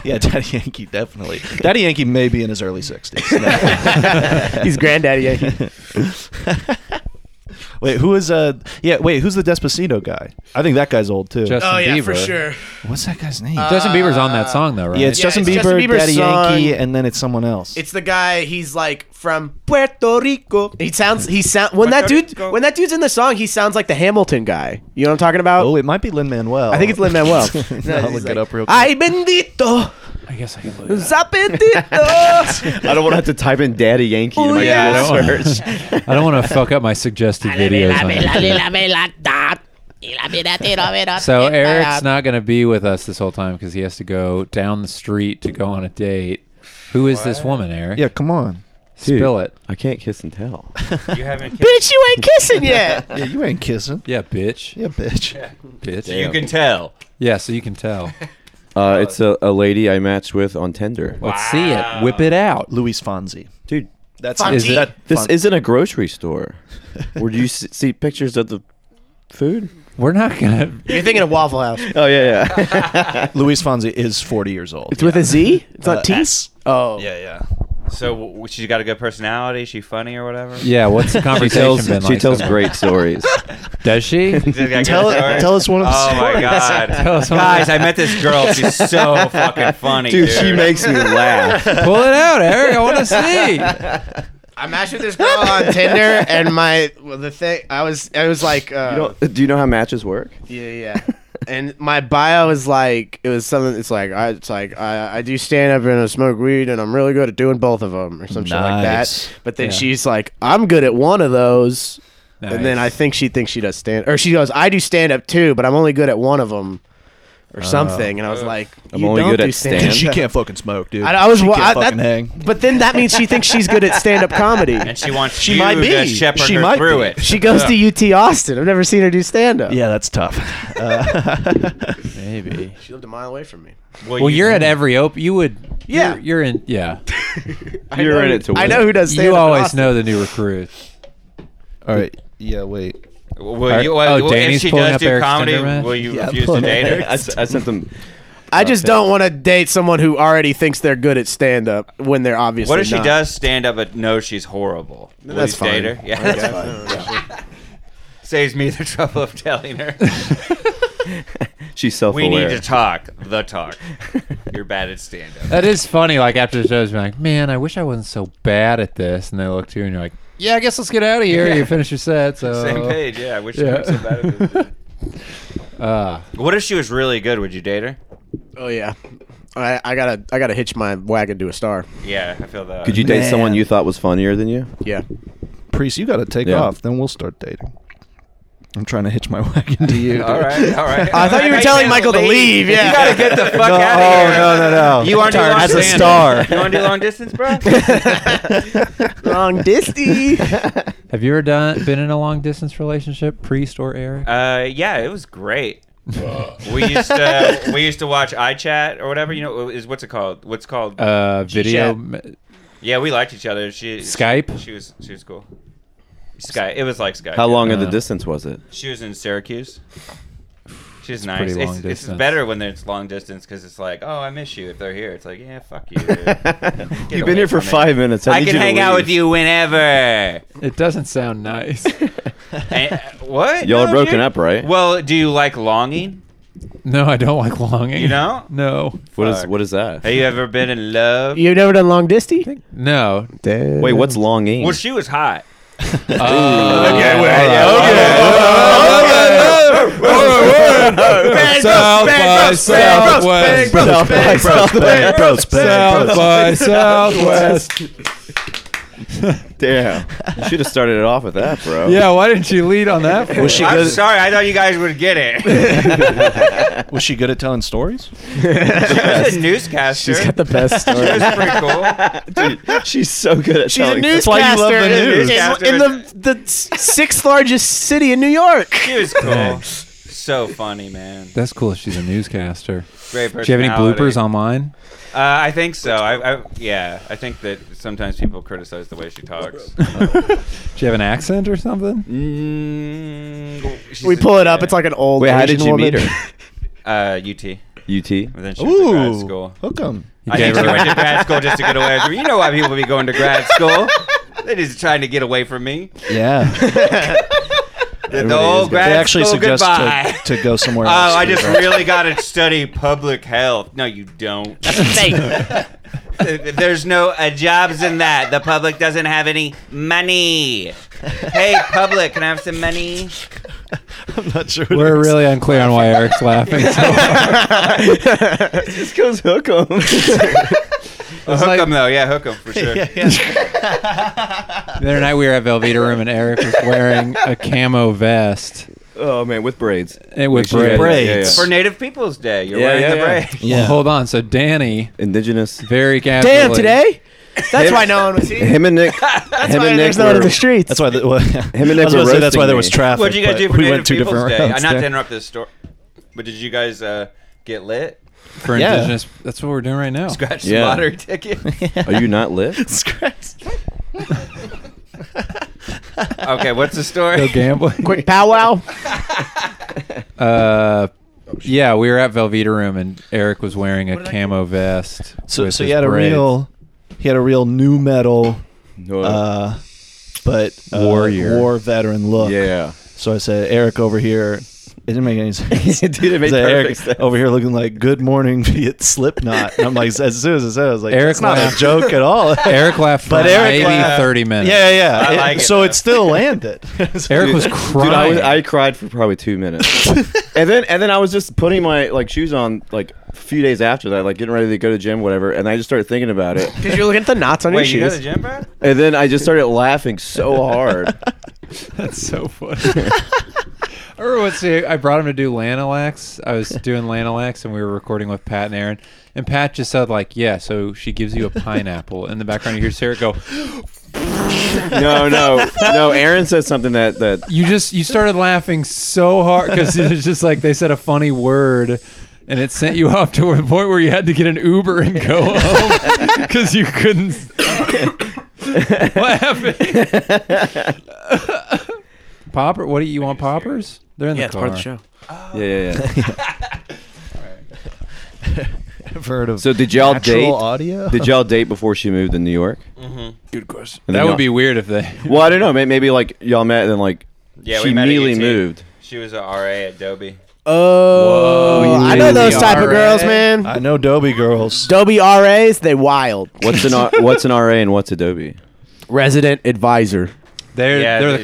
C: Yeah, Daddy Yankee definitely. Daddy Yankee may be in his early sixties.
D: [LAUGHS] He's granddaddy Yankee.
C: wait, who is uh? Yeah, wait, who's the Despacito guy? I think that guy's old too.
F: Justin
H: oh yeah, for
F: Bieber.
H: sure.
C: What's that guy's name?
F: Justin Bieber's on that song though, right?
C: yeah, it's
H: Yeah,
C: Justin
H: it's
C: Bieber,
H: Justin Bieber's
C: Daddy Yankee,
H: song.
C: and then it's someone else.
H: It's the guy. He's like from Puerto Rico. He sounds. He sound when that
E: Puerto
H: dude
E: Rico.
H: when that dude's in the song. He sounds like the Hamilton guy. You know what I'm talking about?
C: oh, it might be Lin Manuel.
H: I think it's Lin
C: [LAUGHS]
H: Manuel.
C: no, I'll look it up real quick.
H: Ay bendito,
F: I guess I could look it
D: [LAUGHS]
B: [LAUGHS]
H: zapetito.
B: I don't want to have to type in Daddy Yankee in
H: Ooh,
B: my
H: yeah.
B: Google
F: I don't
B: [LAUGHS]
F: wanna-
B: search.
F: up. I don't want to fuck up my suggested videos. on it. so Eric's not going to be with us this whole time because he has to go down the street to go on a date. Who is this woman, Eric?
C: yeah, come on.
F: Spill it.
B: I can't kiss and tell.
E: You haven't kissed.
H: Bitch, you ain't kissing yet.
C: Yeah, you ain't kissing.
F: Yeah, bitch.
C: Yeah, bitch.
F: Bitch.
E: You can tell.
F: Yeah, so you can tell.
B: [LAUGHS] Uh, it's a, a lady I matched with on Tinder.
F: Let's see it. Whip it out.
C: Luis Fonzi.
B: Dude,
C: That's
H: Fonzie. Is it-
C: that-
B: this
C: Fon-
B: isn't a grocery [LAUGHS] store. Where you s- see pictures of the food?
F: We're not gonna.
H: You're thinking of Waffle House.
B: Oh yeah, yeah.
C: Luis Fonzi is forty years old.
D: It's with a Z. It's
C: Uh,
D: not T.
C: S.
D: Oh.
C: Yeah, yeah.
E: So w- she's got a good personality. She funny or whatever.
F: Yeah, what's
B: [LAUGHS]
F: the
B: she
F: conversation
B: tells
F: been like?
B: she tells
F: so far?
B: great stories. [LAUGHS]
F: Does she?
E: She's got a good
C: Tell,
E: story.
C: tell us one of the
E: Oh my
C: stories. [LAUGHS]
E: god,
F: Tell us one of
E: guys!
F: the-
E: I met this girl. She's so fucking funny, dude.
B: Dude, she makes me laugh.
F: Pull it out, Eric. I want to see.
H: I matched with this girl on Tinder, and my well, the thing I was I was like, uh,
B: You don't- do you know how matches work?
H: yeah, yeah.
D: and my bio is like it was something. It's like I, it's like I, I do stand up and I smoke weed, and I'm really good at doing both of them, or some shit like
C: Nice.
D: that. But then
F: Yeah.
D: she's like, I'm good at one of those, and then I
F: Nice.
D: think she thinks she does stand, or she goes, I do stand up too, but I'm only good at one of them, or something. And I was like,
B: I'm
D: you
B: only
D: don't
B: good
D: do
B: at
D: stand-up.
B: stand-up.
C: she can't fucking smoke, dude.
D: I, I was
C: she
D: wa-
C: can't
D: I-
C: fucking
D: that-
C: hang.
D: [LAUGHS] but then that means she thinks she's good at stand up comedy.
E: and she wants
C: She
E: you
C: might be.
E: to shepherd
C: She
E: her
C: might
E: through
C: be.
E: it.
D: She goes to UT Austin. I've never seen her do stand up.
C: Yeah, that's [LAUGHS] tough. Uh,
F: maybe.
D: she lived a mile away from me.
F: Well, you're at every open. You would.
D: Yeah.
F: You're, you're in. Yeah.
B: You're in it to win.
D: I know who does stand up.
F: you always know the new recruits.
C: all right. Yeah, wait.
E: Will you,
F: Oh,
E: well, well,
F: Danny's
E: if she
F: pulling
E: does
F: up
E: do
F: Eric's
E: comedy,
F: Tinder match?
E: will you
C: Yeah,
E: refuse to
C: pulling
E: date
C: Eric's
B: [LAUGHS]
E: her?
B: I, s- I sent them.
D: I just don't want to date someone who already thinks they're good at stand up when they're obviously
E: What if she
D: not.
E: does stand up but knows she's horrible? Will
D: that's
E: you date
D: fine.
E: her? Yeah, that's fine. [LAUGHS] Saves me the [LAUGHS] trouble of telling her.
B: She's self
E: we
B: aware.
E: need to talk. The talk. You're bad at stand up.
F: That is funny. Like after the shows, you're like, man, I wish I wasn't so bad at this. And they look to you and you're like, yeah, I guess let's get out of here. You finish your set. So
E: Same page. Yeah, I wish
F: Uh, yeah.
E: I was so bad at this.
F: Uh,
E: What if she was really good? Would you date her?
D: Oh yeah, I, I gotta I gotta hitch my wagon to a star.
E: Yeah, I feel that.
B: Could you date
C: Man.
B: someone you thought was funnier than you?
D: Yeah,
C: Priest, you got to take
B: Yeah.
C: off. Then we'll start dating. I'm trying to hitch my [LAUGHS] wagon to you.
E: All
C: dude.
E: right, all right.
D: I thought you were telling Michael to leave. Yeah,
E: You gotta get the fuck
C: No,
E: out of here.
C: oh, no, no, no.
E: You want to do long
C: As a
E: distance?
C: star.
E: You want to do long distance, bro?
D: long disty.
F: have you ever done been in a long distance relationship, priest or Eric?
E: Uh, yeah, it was great. we used to we used to watch iChat or whatever you know is what's it called? What's it called?
F: Uh, video me-
E: yeah, we liked each other. She
F: Skype?
E: She was she was cool. Skype. It was like Skype.
B: How
E: yeah.
B: long of the
F: Uh,
B: distance was it?
E: She was in Syracuse. She's
F: pretty
E: nice. It's,
F: long
E: it's
F: distance.
E: better when it's long distance because it's like, oh, I miss you. If they're here, it's like, yeah, fuck you.
B: [LAUGHS] You've been here for five minutes. I,
E: I
B: need
E: can
B: you to
E: hang out
B: leave.
E: with you whenever.
F: It doesn't sound nice.
E: Eh, what?
B: Y'all are broken
E: dude.
B: up, right?
E: Well, do you like longing?
F: no, I don't like longing.
E: You don't?
F: No.
B: What is
E: Fuck.
B: what is that?
E: Have you ever been in love?
D: [LAUGHS] You've never done long disty?
F: No.
D: Damn.
B: Wait, what's longing?
E: Well, she was hot.
F: Uh,
E: Okay, wait, yeah,
F: South by Southwest.
C: South by Southwest. Bros,
F: South by Southwest.
B: Damn. You should have started it off with that,
D: [LAUGHS]
B: bro.
F: Yeah, why didn't you lead on that? For?
C: she
E: I'm
C: good-
E: sorry. I thought you guys would get it.
C: [LAUGHS] Was she good at telling stories?
E: she was a newscaster.
D: She's got the best story.
E: It [LAUGHS] was pretty cool.
B: [LAUGHS] Dude, she's so good at
D: She's a
B: telling
D: newscaster
C: why you love the
D: in-
C: news.
D: in, in the the s- sixth largest city in New York.
E: She was cool. So funny, man.
F: That's cool. if She's a newscaster.
E: Great personality.
F: Do you have any bloopers online?
E: Uh, I think so. I, I, yeah, I think that sometimes people criticize the way she talks.
D: [LAUGHS]
F: Do you have an accent or something?
E: Mm, she's
D: We
E: a-
D: pull it up. It's like an old.
B: Wait, how
D: Asian
B: did you
D: woman.
B: meet
D: [LAUGHS]
B: her?
E: uh, UT.
B: [LAUGHS] UT?
E: And then she went to grad
C: Ooh,
E: school.
C: Hook 'em.
E: I
F: gave
E: think she
F: her-
E: went to grad school just to get away. From, you know why people be going to grad school? They're just trying to get away from me.
C: [LAUGHS] Yeah.
E: The,
C: Everybody
E: whole
C: is good.
E: grad
C: They actually
E: school
C: suggest
E: goodbye.
C: to, to go somewhere
E: Oh,
C: else.
E: I
C: to
E: just
C: do that.
E: really got to study public health. No,
C: [LAUGHS]
E: you don't. There's no uh, jobs in that. The public doesn't have any money. Hey, public, can I have some money?
C: I'm not sure. what it
F: We're
C: is.
F: really unclear on why Eric's laughing. So [LAUGHS]
B: This goes hook 'em. [LAUGHS]
E: Hook 'em though, yeah, hook 'em for sure.
F: the other night we were at Velveeta Room and Eric was wearing a camo vest
B: oh man, with braids.
F: and with
B: Actually, yeah,
F: braids.
B: yeah, yeah, yeah.
E: For Native Peoples Day, you're
B: Yeah,
E: wearing
B: yeah,
E: the
B: yeah.
E: [LAUGHS] braid.
F: Well, hold on. So Danny,
B: Indigenous.
F: very casually.
D: Damn, today. That's
B: Him-
D: why no one was here.
B: Him and
D: [LAUGHS]
B: Nick. That's him
D: Why
B: and Nick
D: there's no one in
B: were-
D: the streets.
C: That's why. The, well, yeah.
B: Him and Nick
C: I was
B: were
C: gonna say that's why there
B: roasting
C: was
B: me.
C: traffic.
E: What did you guys
C: but
E: do for
C: we
E: Native
C: went two
E: Peoples
C: different
E: Day?
C: routes.
E: I'm not to
C: [LAUGHS] there.
E: interrupt this story, but did you guys uh, get lit? [LAUGHS]
F: for
C: Yeah.
F: indigenous. That's what we're doing right now.
E: Scratch some
B: Yeah.
E: lottery ticket.
C: [LAUGHS]
B: Are you not
D: [LAUGHS]
B: lit?
E: [LAUGHS] okay, what's the
F: Go [LAUGHS]
E: story?
F: gambling.
D: Quick
E: [LAUGHS]
D: powwow.
F: Uh, yeah, we were at Velveeta Room and Eric was wearing a camo vest.
C: So,
F: with
C: so he
F: his
C: had a
F: braids.
C: real, he had a real new metal,
B: No.
C: uh, but uh,
F: Warrior.
C: war veteran look.
B: yeah.
C: So I said, Eric over here, It didn't make any sense.
B: [LAUGHS] Dude, it made
C: So Eric
B: perfect sense.
C: over here looking like "Good Morning [LAUGHS] Viet Slipknot," and I'm like, as soon as I said, it, I was like,
F: Eric
C: "It's not
F: laughed.
C: a joke
B: [LAUGHS]
C: at all."
F: Eric laughed
C: [LAUGHS]
F: for
C: But Eric
F: maybe
C: laughed.
F: 30 minutes.
C: Yeah, yeah.
E: I
C: It-
E: like it,
C: so
E: though.
C: it still [LAUGHS] landed.
F: Eric
B: [LAUGHS]
F: was
B: Dude, I, was,
F: crying.
B: I cried for probably two
D: [LAUGHS]
B: minutes, and then and then I was just putting my like shoes on like a few days after that, like getting ready to go to gym, whatever. And I just started thinking about
D: [LAUGHS]
B: it,
D: Because you're looking at the knots on
E: Wait, you
D: your
E: go
D: shoes.
E: to the gym, bro?
B: and then I just started laughing so hard.
F: That's so funny. or what's the, I brought him to do Lanolax. I was doing Lanolax and we were recording with Pat and Aaron. And Pat just said, like, yeah, so she gives you a pineapple. In the background, you hear Sarah go,
B: [LAUGHS] No, no, no. Aaron said something that that
F: you just, you started laughing so hard because it was just like they said a funny word. And it sent you off to a point where you had to get an Uber and go home because you couldn't stop laughing. Popper, what do you, you want? Poppers? They're in
D: Yeah,
F: the
D: it's
F: car.
D: part of the show.
B: yeah yeah. yeah.
C: [LAUGHS] I've heard of
B: So did y'all
C: natural
B: date?
C: audio.
B: Did y'all date before she moved to New York?
D: Good question.
B: And
F: That
B: then
F: would be weird if they.
B: y'all- Well, I don't know. may- Maybe like y'all met and then like
E: Yeah,
B: she
E: we met at
B: immediately
E: UT.
B: moved.
E: She was a RA at Adobe.
D: Oh,
F: Whoa,
D: I
F: you
D: know
F: really
D: those type of
F: are
D: girls,
F: right.
D: man.
C: I know Dobie girls.
E: E
D: Adobe RAs, they wild.
B: What's an R- what's an RA and what's Adobe?
D: Resident advisor.
E: [LAUGHS]
F: They're
E: Yeah,
F: they're
E: they-
F: the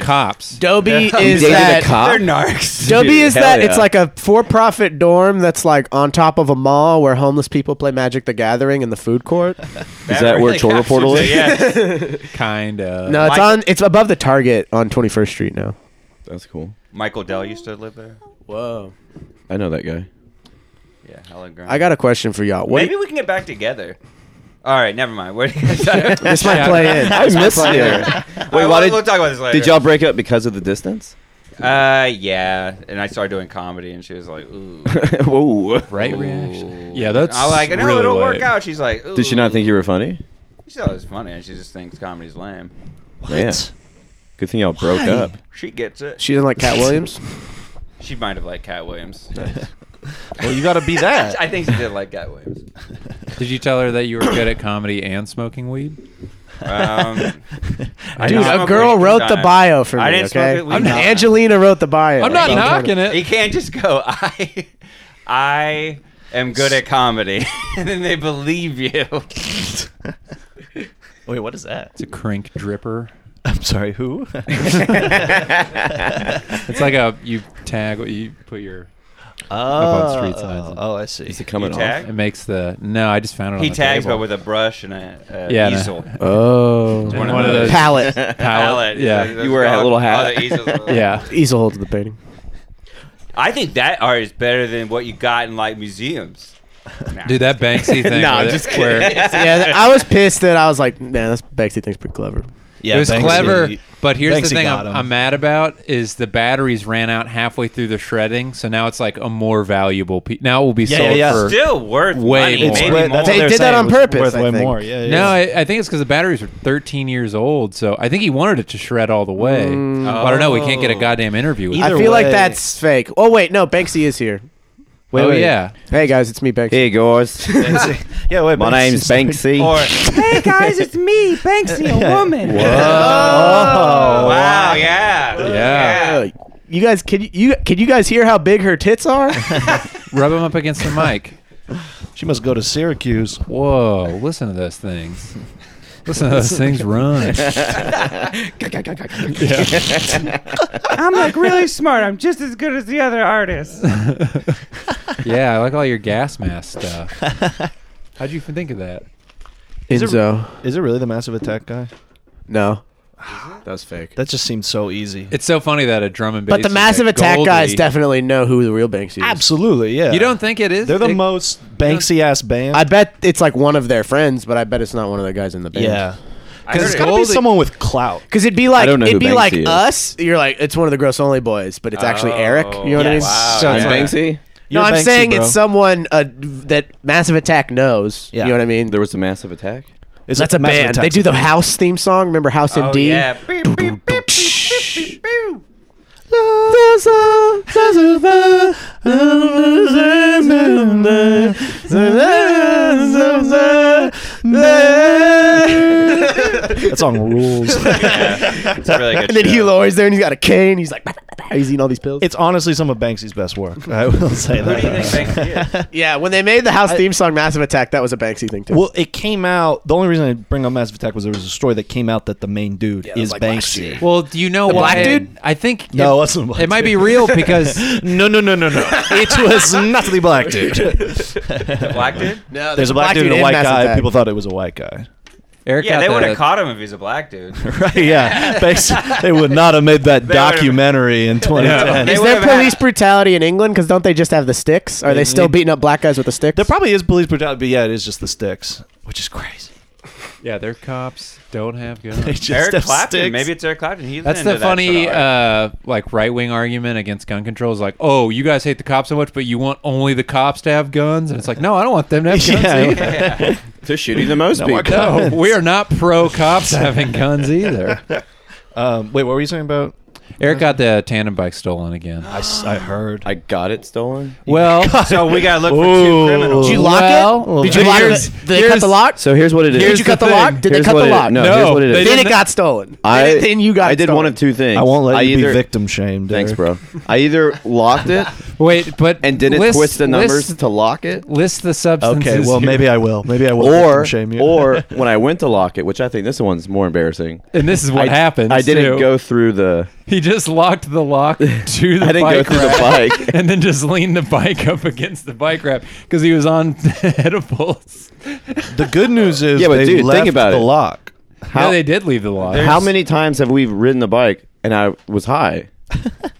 D: [LAUGHS]
F: cops.
D: Adobe is
B: dated a
D: that
B: cop? They're
D: [LAUGHS]
E: narcs.
D: Adobe
B: Dude,
D: is
B: hell
D: that
B: yeah.
D: it's like a for-profit dorm that's like on top of a mall where homeless people play Magic the Gathering in the
E: [LAUGHS]
D: food court.
B: Is that where Chortle Portal is?
E: yeah.
F: kind of.
D: No, it's
E: Michael-
D: on it's above the Target on 21st Street now.
B: That's cool.
E: Michael Dell used to live there.
D: Whoa.
B: I know that guy.
E: Yeah, hella grown.
D: I got a question for y'all. What
E: Maybe we can get back together. All right, never mind. [LAUGHS] What do
B: [LAUGHS]
E: you guys Wait,
D: this might
E: [LAUGHS]
D: play in.
B: I missed you.
E: why
B: [LAUGHS] why
E: we'll,
B: did-
E: we'll talk about this later.
B: Did y'all break up because of the distance? [LAUGHS]
E: Uh, yeah. And I started doing comedy, and she was
B: [LAUGHS]
E: like, "Ooh."
B: Whoa.
F: right reaction. Yeah, that's.
E: I like, no,
F: really
E: it'll work
F: lame.
E: out. She's like, Ooh.
B: Did she not think you were funny?
E: She thought it was funny, and she just thinks comedy's lame.
C: What?
B: Yeah. Good thing y'all broke up.
E: She gets it.
D: She doesn't
E: [LAUGHS]
D: like Cat Williams.
E: She might have liked Cat Williams.
B: [LAUGHS]
C: Well, you got
E: [LAUGHS]
C: to be that.
E: I think she did like Cat Williams.
F: Did you tell her that you were
E: [CLEARS THROAT]
F: good at comedy and smoking weed?
E: Um, I
D: Dude,
E: didn't
D: a [LAUGHS]
E: smoke
D: girl
E: weed.
D: wrote the
E: I-
D: bio for me.
E: I didn't smoke
D: okay?
E: it. We knocked.
D: Angelina wrote the bio.
F: I'm not
D: So trying to-
F: knocking
E: You
F: it.
E: can't just go. I, I am good at comedy, [LAUGHS] and then they believe you.
C: Wait, what is that?
F: It's a crink dripper.
C: I'm sorry, [LAUGHS] who?
F: It's like a you tag what you put your. on street signs.
C: Oh, oh, I see.
B: Is it coming
E: You
B: off?
E: tag?
F: It makes the no. I just found it.
E: He
F: on the
E: tags,
F: table.
E: but with a brush and a, a
F: Yeah, no.
E: easel.
D: Oh.
F: one, of those
D: Palette.
F: [LAUGHS] palette. Yeah,
E: That's
B: You wear a
E: called-
B: little hat.
E: Oh, the easel.
F: [LAUGHS] yeah.
D: Easel holds
E: [LAUGHS]
D: the painting.
E: I think that art is better than what you got in like museums. Nah.
F: Dude, that Banksy
D: [LAUGHS]
F: thing.
D: Nah,
F: with it,
D: just
F: [LAUGHS] where
D: yeah, I was pissed that I was like, man, that's Bexy thinks pretty clever.
C: Yeah,
F: it was
C: Banksy-
F: clever, but here's
C: Banksy
F: the thing
C: got
F: I'm,
C: 'em.
F: I'm mad about is the batteries ran out halfway through the shredding, so now it's like a more valuable piece. Now it will be
C: Yeah,
F: sold
C: yeah, yeah.
F: for
E: still worth
F: Way
E: money,
F: more.
E: maybe
C: way-
E: more.
C: that's what
D: They
C: they're
D: did
C: saying,
D: that on
C: it was
D: purpose,
C: Worth
D: I
C: way
D: think.
C: more. Yeah, yeah.
F: No, I, I think it's because the batteries are 13 years old. So I think he wanted it to shred all the way. But I don't know. We can't get a goddamn interview with
D: I
C: Mm. Either
F: him.
D: feel like
C: way-
D: that's fake. Oh wait, no, Banksy is here. Wait,
F: oh
D: wait.
F: yeah,
D: Hey guys, it's me, Banksy.
B: Hey guys,
C: yeah, wait.
B: my
C: Banksy's
B: name's
C: like-
B: Banksy.
E: Or
I: Hey guys, it's me, Banksy,
D: [LAUGHS]
I: a woman.
E: oh wow, yeah,
F: Yeah.
D: Uh, you guys, can you- you can you guys hear how big her tits are?
F: rub him up against the mic.
C: She must go to Syracuse.
F: Whoa! Listen to those things. Listen to
I: [LAUGHS]
F: those
E: [LAUGHS]
F: things run.
I: [LAUGHS] I'm like really smart. I'm just as good as the other artists.
F: [LAUGHS] Yeah, I like all your gas mask
I: [LAUGHS]
F: stuff. How'd you even think of that?
C: Is it-
D: Enzo,
C: Is it really the Massive Attack guy?
D: no, that's fake.
C: That just seems so easy.
F: It's so funny that a drum and bass.
D: But the
F: is
D: massive
F: like
D: attack
F: Goldie.
D: guys definitely know who the real Banksy is.
C: Absolutely, yeah.
F: You don't think it is?
C: They're the
F: It-
C: most Banksy ass band.
D: I bet it's like one of their friends, but I bet it's not one of the guys in the band.
C: yeah.
E: I
C: Because
E: heard
C: it's
E: it.
C: got to be someone with clout.
D: Cause it'd be like
B: don't know who
D: it'd be
B: Banksy
D: like
B: is.
D: us. You're like it's one of the gross only boys, but it's actually
E: Oh,
D: Eric. You know what I mean?
C: yes. Wow,
D: So
B: I'm
D: it's
E: yeah.
D: like-
B: Banksy.
D: no,
C: You're
D: I'm
C: Banksy,
D: saying
C: bro.
D: it's someone uh, that Massive Attack knows.
C: Yeah.
D: You know what I mean?
B: There was a massive attack.
C: It's
D: That's a
C: Massive
D: band. They
C: Attack's
D: do
C: a
D: the
C: band.
D: House theme song. Remember House in
E: Oh,
D: D? [LAUGHS]
E: yeah. Beep, beep, beep, beep, beep, beep, beep.
D: There's a- there's a fire under the moon.
C: That song rules.
E: It's a really good.
D: And then
E: show.
D: [LAUGHS] Hugh Laurie's there, and he's got a cane. He's like, [LAUGHS] Are you eating all these pills?
C: It's honestly some of Banksy's best work. I will say
E: Who
C: that.
E: do you think Banksy is?
D: yeah, when they made the house theme song Massive Attack, that was a Banksy thing too.
C: Well, it came out. The only reason I bring up Massive Attack was there was a story that came out that the main dude
D: that
C: is
D: was like last year.
C: Banksy.
F: Well, do you know
D: The
F: why?
D: black dude?
F: I think
C: No, it
F: it,
C: wasn't a black
F: it might be
C: dude.
F: real
C: [LAUGHS]
F: because
C: No, no, no, no, no. It was not the black dude.
E: The black dude?
D: no,
C: There's a black, dude and a
D: in
C: white
D: Massive
C: guy.
D: Attack.
C: People thought it was a white guy.
F: Eric
E: Yeah,
F: got
E: they would
F: the-
E: have caught him if he's a black dude.
C: right? [LAUGHS] Yeah. Banks, they would not have made that
E: They would've-
C: documentary in 2010.
E: They
D: is
E: would
D: there
E: have had-
D: police brutality in England? Because don't they just have the sticks? Are they still beating up black guys with the sticks?
C: There probably is police brutality, but yeah, it is just the sticks, which is crazy.
F: Yeah, their cops don't have
C: They [LAUGHS]
F: guns.
C: just
E: Eric
C: have
E: Clapton.
C: sticks.
E: Maybe it's Eric Clapton. He's
F: That's
E: into
F: the
E: that
F: funny,
E: sort of art.
F: uh, like right wing argument against gun control is like, oh, you guys hate the cops so much, but you want only the cops to have guns, and it's like, no, I don't want them to have
E: [LAUGHS]
F: guns.
C: Yeah.
F: either.
B: They're shooting the
C: Oh
B: most people.
F: No, [LAUGHS] we are not pro cops having guns either.
C: Um, wait, what were you saying about?
F: Eric got the tandem bike stolen again.
C: I, s- I heard.
B: I got it stolen.
F: Well,
E: so we gotta look for
C: Ooh.
E: two criminals.
D: Did you lock
F: Well,
D: it? Did you lock
F: here's-
D: it? Did they cut
F: here's-
D: the lock?
B: So here's what it is.
D: Did you cut the lock? Did they
B: Here's
D: cut
B: what
D: the
B: it-
D: lock?
B: no,
F: No,
B: here's what it
F: they
B: is.
D: Then it
F: didn't-
D: got stolen.
B: I-
D: then you got.
B: I did
D: stolen.
B: one of two things.
C: I won't let
B: I
C: you
B: either,
C: be victim shamed.
B: Thanks,
C: Eric.
B: bro. I either locked it
F: wait, but
B: and didn't
F: list,
B: twist the numbers
F: List,
B: to lock it,
F: list the substances.
C: Okay, well
F: here.
C: maybe I will. Maybe I will victim
B: or
C: shame you. [LAUGHS]
B: or when I went to lock it, which I think this one's more embarrassing.
F: and this is what
B: I,
F: happened.
B: I didn't
F: too.
B: go through the.
F: He just locked the lock to the
B: I didn't go
F: bike
B: through
F: rack.
B: [LAUGHS] the bike.
F: [LAUGHS] and then just leaned the bike up against the bike rack because he was on [LAUGHS] edibles.
C: the good news is
B: Yeah, but
C: they
B: dude, think
C: left
B: about
C: the
B: it.
C: lock.
F: How they did leave the lock.
B: How many times have we ridden the bike and I was high?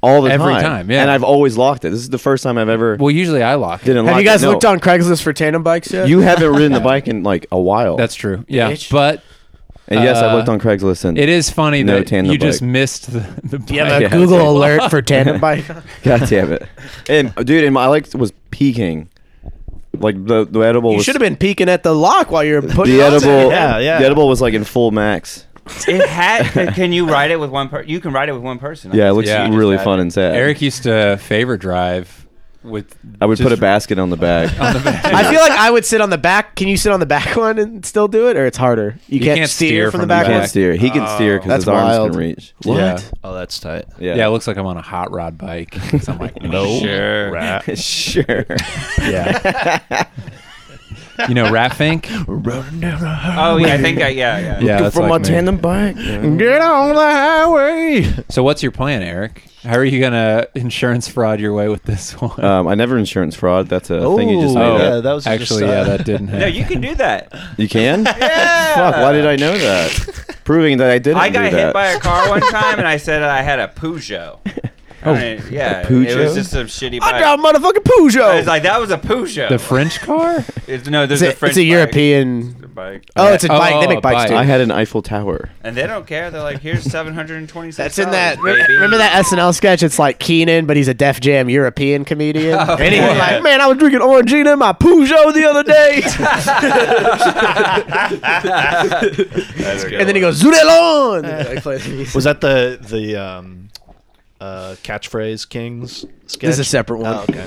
B: All the
F: Every
B: time.
F: time, yeah.
B: And I've always locked it. This is the first time I've ever
F: Well, usually I lock. It.
B: didn't lock
D: Have you guys
B: it. No.
D: looked on Craigslist for tandem bikes yet?
B: You haven't ridden the bike in like a while.
F: That's true. Yeah,
D: Bitch.
F: but
B: and yes, I
F: uh,
B: looked on Craigslist and
F: it is funny
B: No
F: that
B: tandem
F: you just
B: bike.
F: missed the, the bike.
D: You
F: [LAUGHS]
D: have a
B: Yeah.
D: Google alert for tandem bike.
B: [LAUGHS] God damn it. And dude, and my like was peaking. Like the the edible
D: You
B: was
D: should have been peeking at the lock while you're putting.
B: the
D: it on there.
B: edible
C: Yeah, yeah.
B: The edible was like in full max.
E: It had. Can you ride it with one person? You can ride it with one person.
B: Yeah, it looks
F: Yeah.
B: really fun and sad.
F: Eric used to favor drive with.
B: I would put a
F: just-
B: basket on the back.
D: [LAUGHS] I feel like I would sit on the back. Can you sit on the back one and still do it, or it's harder? You, can't, steer, from the back,
B: He
D: one.
B: can't steer. He can steer because
D: That's
B: his arms
D: wild.
B: can reach.
F: Yeah.
C: Oh, that's tight.
B: Yeah.
F: Yeah. it looks like I'm on a hot rod bike. 'Cause I'm like, no,
E: Sure.
B: [LAUGHS] sure.
C: Yeah.
B: [LAUGHS]
F: you know, Rat Fink.
E: Oh yeah, I think I yeah yeah.
F: Yeah, that's
B: From
F: like
B: my
F: me.
B: tandem bike.
C: Get on the highway.
F: So, what's your plan, Eric? How are you gonna [LAUGHS] insurance fraud your way with this one?
B: Um, I never insurance fraud. That's a thing you just made
F: Oh,
B: up.
C: yeah, that was just,
F: actually
C: uh,
F: yeah, that [LAUGHS] didn't happen.
E: No, you can do that.
B: You can?
E: [LAUGHS] Yeah.
B: Fuck, why did I know
E: [LAUGHS]
B: that? Proving that I didn't
E: I
B: do
E: got
B: that.
E: hit by a car one time, and I said I had a Peugeot. Oh, yeah, it
B: Peugeot?
E: was just some shitty
D: I
E: bike.
D: drive a motherfucking
E: I was
D: Peugeot.
E: like, that was a Peugeot.
F: the French car?
E: it's, no, there's
D: It's
E: a
D: a,
E: French.
D: it's a
E: bike.
D: European.
E: bike,
D: Oh, it's a
F: Oh,
D: bike. They
F: oh,
D: make bikes
F: a
D: too.
B: I had an Eiffel Tower.
E: and they don't care. They're like, here's seven hundred and twenty-six.
D: That's in that. re-
E: Baby.
D: Remember that SNL sketch? It's like Keenan, but he's a Def Jam European comedian. and he's
E: yeah.
D: like, "Man, I was drinking Orangina in my Peugeot the other day." [LAUGHS]
E: That's
D: and then he goes, "Zudelon." Like, plays the music.
C: Was that the the um, uh, catchphrase Kings sketch?
D: This is a separate one.
C: Oh, okay.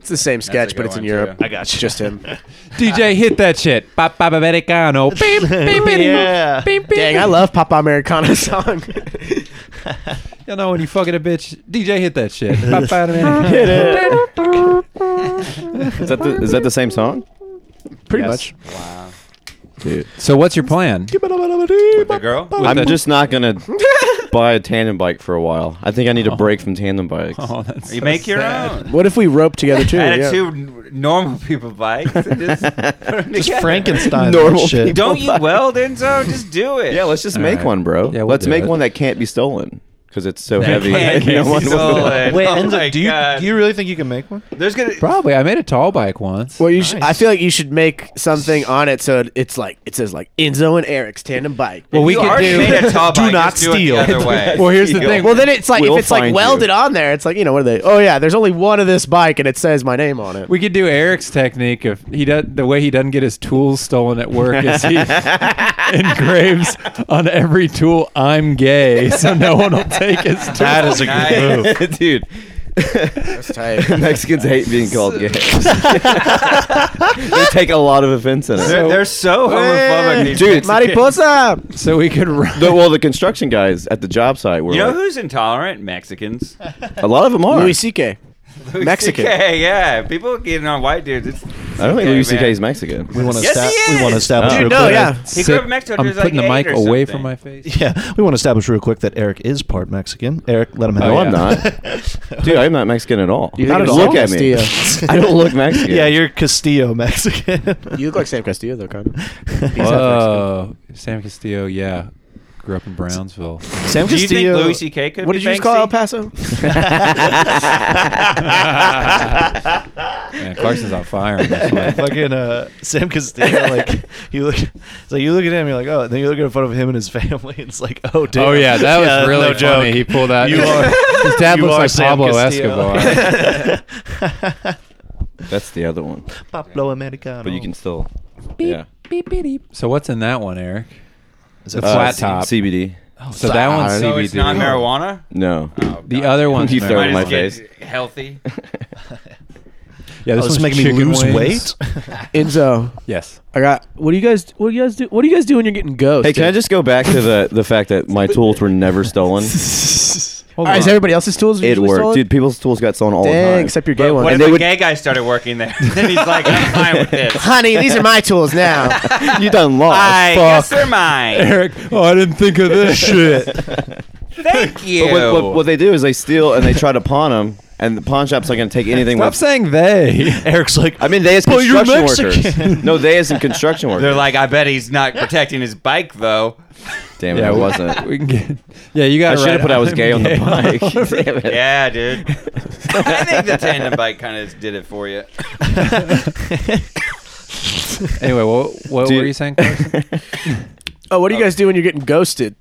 D: It's the same sketch,
E: good
D: but it's in
E: one,
D: Europe.
E: too.
C: I got you.
D: Just him.
E: [LAUGHS]
F: DJ, hit that shit. Ba ba ba americano. Beep beep beep.
C: Yeah.
F: Beep beep.
D: Dang, I love Papa Americana [LAUGHS] song.
F: You know when you fucking a bitch, DJ, hit that shit. Ba ba americano. Hit it.
B: Is that the, is that the same song?
D: Pretty
B: Yes.
D: much.
E: wow.
B: Dude.
F: So what's your plan?
E: The girl.
B: I'm
F: the-
B: just not
E: [LAUGHS]
B: going to buy a tandem bike for a while. I think I
E: Oh.
B: need a break from tandem bikes. [LAUGHS]
F: Oh, that's
E: You
F: so
E: make your
F: sad.
E: own.
D: What if we rope together
E: [LAUGHS]
D: too?
E: I had
D: Yeah.
E: two n- normal people bikes. and
B: [LAUGHS]
E: Just, put 'em
C: Just
E: together.
C: Frankenstein.
B: Normal
C: Normal shit.
B: people.
E: Don't you weld, Enzo? Just do it.
B: Yeah, let's just
F: All
B: make
F: right.
B: one, bro.
F: Yeah, we'll
B: let's
F: do
B: make
F: it.
B: one that can't be stolen because it's so heavy. [LAUGHS]
E: can't
B: No
E: be
B: one will-
E: stolen.
C: Wait,
E: Oh my
C: Enzo, do you
E: God.
C: do you really think you can make one?
E: There's gonna.
F: Probably. I made a tall bike once.
D: Well, you should, I feel like you should make something on it so it- it's like it says like Enzo and Eric's tandem bike.
F: Well,
D: [LAUGHS]
F: we
E: you
F: could
E: already
F: [LAUGHS] do-
E: made a tall
C: Do
E: bike,
C: not
E: just do it
C: steal.
E: the other way.
F: Well, here's the
B: Yo.
F: thing.
D: Well, then it's like
B: We'll
D: if it's like
B: find
D: welded
B: you.
D: on there, it's like you know what are they? Oh yeah, there's only one of this bike and it says my name on it.
F: We could do Eric's technique of he does the way he doesn't get his tools stolen at work is
E: [LAUGHS]
F: he engraves on every tool "I'm gay" so no one will take his tool.
C: That is a good
E: Nice.
C: move.
B: [LAUGHS] Dude,
D: That's tight.
B: [LAUGHS] Mexicans hate being
D: [LAUGHS]
B: called gay. [LAUGHS] they take a lot of offense in it.
E: They're, they're so homophobic, these
B: Dude,
E: Mexicans. [LAUGHS]
D: Mariposa.
F: So we could run. [LAUGHS]
B: The- well, the construction guys at the job site were
E: You know
B: like-
E: who's intolerant? Mexicans.
B: a lot of them are.
D: Louis C.K. Mexican.
E: CK, yeah. People getting on white dudes. It's,
B: I don't think
E: Okay,
B: Louis C.K.
E: man.
B: is Mexican.
C: We want to
E: Yes,
C: esta-
E: he
C: we want to
E: is!
C: establish
B: Dude,
C: real
D: no,
C: quick-
D: yeah.
E: he grew up in Mexico.
F: I'm
E: till he was,
F: putting the
E: like,
F: mic
E: eight or
F: away
E: something.
F: from my face.
C: [LAUGHS]
E: [LAUGHS]
C: Yeah, we want to establish real quick that Eric is part Mexican. Eric, let him have
B: No,
F: Oh,
C: it.
B: I'm
C: [LAUGHS]
B: not. Dude, I'm not Mexican at all.
D: You Not think at
B: look
D: all?
B: at me. [LAUGHS]
D: Castillo.
B: I
D: [LAUGHS]
B: don't look Mexican.
C: Yeah, you're Castillo Mexican. [LAUGHS]
D: You look like Sam Castillo though, kind of.
F: [LAUGHS] Whoa. Sam Castillo, yeah. Grew up in Brownsville.
C: Sam
E: Do you think
C: Castillo.
E: Louis C.K. could
D: What
E: be
D: did you just call El
E: Banksy? [LAUGHS]
D: Paso?
F: Man, Clarkson's on fire. on this one.
C: fucking uh, Sam Castillo, like you look, so you look at him, you're like, oh, and then you look at a photo of him and his family, and it's like, oh, damn.
F: Oh yeah, that was really
C: no
F: funny.
C: joke.
F: He pulled out.
C: You are-
F: [LAUGHS] his dad
C: You
F: looks
C: are
F: like
C: Sam
F: Pablo
C: Castillo.
F: Escobar.
C: [LAUGHS]
B: That's the other one.
C: Pablo Americano.
B: But you can still. yeah.
F: so what's in that one, Eric?
C: Is
F: the
B: Uh,
C: it
F: flat
C: C-
F: top.
B: CBD.
C: Oh.
F: so that
C: [LAUGHS]
F: one's
D: So
E: So
F: CBD.
E: it's not marijuana. Oh,
B: No.
F: The other one's
B: You throw it
E: Might
B: in
F: marijuana.
B: my
E: as get
B: face.
E: Healthy.
F: Yeah,
C: Oh, this
F: this one's
C: is making me
F: chicken
C: lose
F: wings.
C: weight.
D: Enzo,
F: Yes. [LAUGHS]
D: I got. What do you guys? What do you guys do? What do you guys do when you're getting ghosted?
B: [LAUGHS] Hey, can I just go back to the the fact that my tools were never stolen?
C: [LAUGHS]
F: [LAUGHS]
D: All right, is everybody else's tools?
B: It
D: usually
B: worked,
D: stolen?
B: dude. People's tools got stolen all the
D: Dang,
B: time.
D: except your gay
E: But
D: one.
E: what if
B: they
E: the
B: would-
E: gay guy started working there? [LAUGHS] then he's like, I'm fine with
D: [LAUGHS]
E: this.
D: Honey, these are my tools now.
B: you [LAUGHS] done lost.
E: I guess they're
F: [LAUGHS]
E: mine.
F: Eric, oh, I didn't think of this shit.
E: Thank you.
B: But what, what, what they do is they steal and they try to pawn them, and the pawn shop's not going to take anything.
F: Stop
B: with,
C: [LAUGHS]
F: saying they.
C: Eric's like,
B: I mean, they as
C: Well, you're
B: construction workers. No, they as in construction workers.
E: They're like, I bet he's not protecting his bike though.
B: damn it, it
F: we-
B: wasn't.
F: We can get, yeah, you got.
B: I should have put I was gay on
F: [LAUGHS]
B: the bike. [LAUGHS] Damn it.
E: Yeah, dude. I think the tandem bike kind of did it for you.
F: Anyway, what, what
B: Dude.
F: were you saying? [LAUGHS] Carson?
D: [LAUGHS] oh, what do you guys do when you're getting ghosted?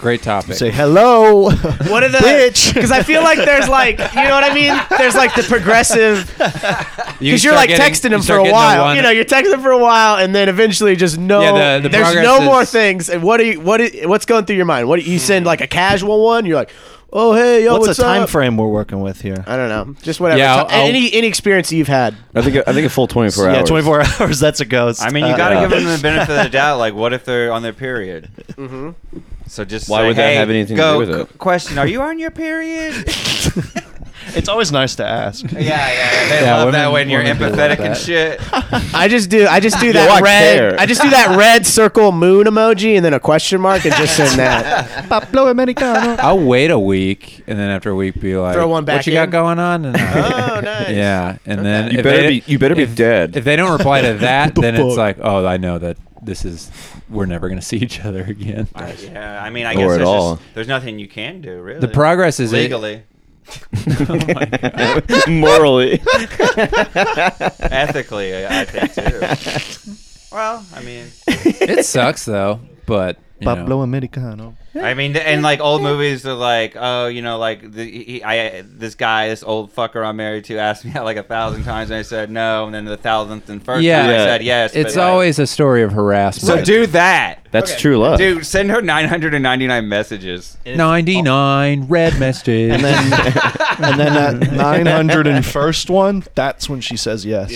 F: Great topic.
C: say hello. [LAUGHS]
D: What are the?
C: Bitch.
D: [LAUGHS] Because I feel like there's like, you know what I mean? There's like the progressive because you are
F: start
D: like
F: getting-
D: texting
F: you
D: him for
F: start
D: a
F: getting the
D: while.
F: one-
D: you know, you're texting him for a while, and then eventually, just no.
F: Yeah, the- the
D: there's
F: progress
D: no more
F: is-
D: things. And what do you, what do- what's going through your mind? What do you
F: Hmm.
D: send like a casual one? You're like, oh hey, yo,
C: What's
D: what's
C: the time
D: up?
C: frame we're working with here?
D: I don't know, just whatever.
F: Yeah,
D: Yeah,
F: I'll-
D: any any experience you've had.
B: I think I think a full 24 hours.
C: Yeah, 24 [LAUGHS] hours. That's a ghost.
E: I mean, you
C: Uh,
E: got to
B: yeah.
E: give them the benefit of the doubt. Like, what if they're on their period? Mm-hmm. So just
B: Why
E: say,
B: would that
E: "Hey,
B: have anything to
E: go
B: do with
E: qu-
B: it?"
E: Question: Are you on your period?
C: It's always nice to [LAUGHS] ask.
E: yeah, yeah. yeah. They
F: Yeah,
E: love that
F: women-
E: when you're
F: women do love
E: empathetic and
F: that.
E: shit.
D: I just do I
F: [LAUGHS]
D: just do that
B: I
D: red
B: care.
D: I just do that red circle moon emoji and then a question mark and just send
F: [LAUGHS]
D: that.
C: Pablo Americano.
F: I'll wait a week, and then after a week, be like,
D: "Oh, Throw one back
F: What you got
D: in."
F: going on? And I-
D: [LAUGHS] Oh, nice.
F: Yeah, and then
B: You
F: if
B: better
F: they-
B: be. You better be
F: if-
B: dead.
F: If they don't reply [LAUGHS] to that,
C: the
F: then it's
C: fuck?
F: like, oh, I know that this is we're never gonna see each other again.
E: yeah, I mean, I
B: Or
E: guess
B: at
E: there's,
B: all.
E: Just, there's nothing you can do really.
F: The progress is
E: legally,
B: [LAUGHS] morally.
E: ethically, I I think
B: [LAUGHS]
E: too. Well, I mean,
F: [LAUGHS] It, sucks though, but you know.
C: Pablo Americano.
E: I mean, th- and like old movies are like, oh, you know, like the, he, I, this guy, this old fucker I'm married to, asked me out like a thousand times, and I said no, and then the thousandth and first
F: Yeah.
E: time I
B: Yeah.
E: said yes.
F: it's
E: but, like-
F: always a story of
E: so
F: harassment.
E: do that,
B: That's true love.
E: dude. Send her 999 messages.
F: ninety nine red messages.
C: And then, and then that [LAUGHS] 901st one, that's when she says yes.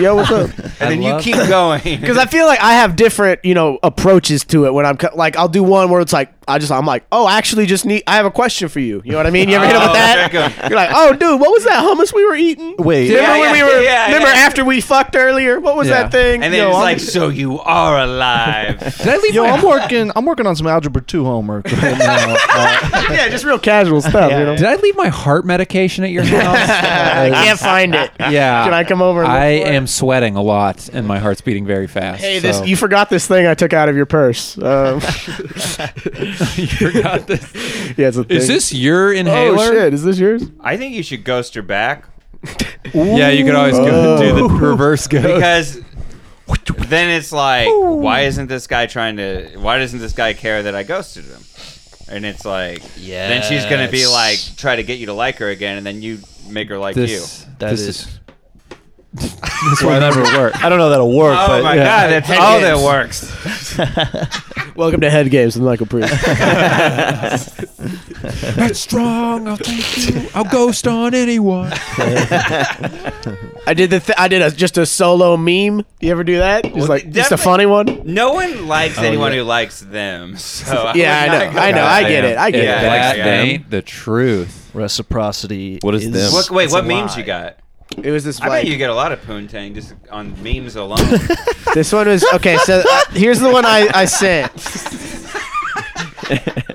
D: Yo, what's up?
E: And then you
F: love-
E: keep going.
D: Because I feel like I have different, you know, approaches to it when I'm co- like, I'll do one where it's like, I just, I'm like, oh, I actually just need, I have a question for you. You know what I mean? You ever hit up
E: [LAUGHS]
D: with
E: Oh,
D: that?
E: there you go.
D: You're like, oh, dude, what was that hummus we were eating?
C: Wait.
D: Remember
E: Yeah,
D: when
E: yeah,
D: we were,
E: yeah,
D: remember
E: yeah.
D: after we fucked earlier? What was
F: Yeah.
D: that thing?
E: and then
D: Yo,
E: it's
D: I'm-
E: like, so you are alive.
F: Did I leave
C: Yo,
F: my
C: I'm working. I'm working on some algebra two homework right [LAUGHS] now. Uh,
D: [LAUGHS] yeah, just real casual stuff, you know?
F: Did I leave my heart medication
D: [LAUGHS]
F: at your
D: I
F: house?
D: can't find [LAUGHS] it.
F: yeah.
D: Can I come over? And look
F: I
D: for it?
F: am sweating a lot, and my heart's beating very fast.
D: Hey, this
F: so-
D: you forgot this thing I took out of your purse. [LAUGHS] Um,
F: You forgot this.
D: yeah, it's a thing.
F: Is this your
D: Oh
F: inhaler?
D: shit! Is this yours?
E: I think you should ghost her back
F: Yeah, you could always go
D: Oh.
F: do the reverse go. [LAUGHS]
E: because then it's like, why isn't this guy trying to? Why doesn't this guy care that I ghosted him? And it's like, yeah. Then she's gonna be like, try to get you to like her again, and then you make her like you.
F: this,
C: That
F: this
C: is-
F: this will never
C: [LAUGHS]
F: work.
C: I don't know that'll work,
E: Oh
C: but
E: my
C: yeah. Oh,
E: god, that's all that works.
D: Welcome to Head Games with Michael Priest.
F: That's strong. I'll thank you. I'll ghost on anyone.
E: [LAUGHS]
D: [LAUGHS] I did the th- I did a, just a solo meme. Do you ever do that? Just like just a
E: definitely-
D: funny one.
E: No one likes anyone who likes them. [LAUGHS] So Oh, I
D: Yeah,
E: would
D: I
E: not
D: know,
E: go
D: I know,
E: back
D: I
E: there.
D: get it, I get
E: Yeah, yeah,
D: it.
F: [LAUGHS] that
E: yeah.
F: ain't the truth.
C: Reciprocity.
B: [LAUGHS] What is them?
E: What, wait,
D: It's
E: what
D: a
E: memes
D: lie.
E: you got?
D: It was this.
E: I
D: like,
E: bet you get a lot of poontang just on memes alone. [LAUGHS]
D: This one was okay. So uh, here's the one I, I sent. [LAUGHS]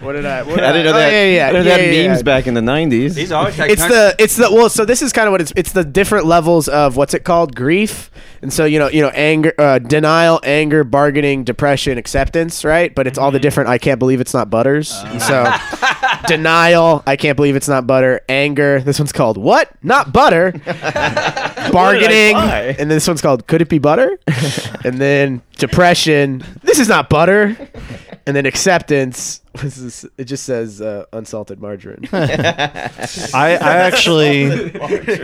D: what did I? What did
B: I didn't know
D: oh,
B: that.
D: Yeah, yeah,
B: I didn't know
D: yeah,
B: that
D: yeah,
B: memes
D: yeah.
B: back in the '90s.
E: He's always like,
D: It's the it's the well. So this is kind of what it's it's the different levels of what's it called grief, and so you know you know anger, uh, denial, anger, bargaining, depression, acceptance, right? But it's all the different. I can't believe it's not butters. And so [LAUGHS] denial, I can't believe it's not butter. Anger, this one's called [LAUGHS] what? Not butter. bargaining,
B: buy?
D: and this one's called could it be [LAUGHS] butter? and then depression, this is not butter. And then acceptance, this is, it just says uh, unsalted [LAUGHS] margarine.
C: I,
E: [LAUGHS]
C: I actually,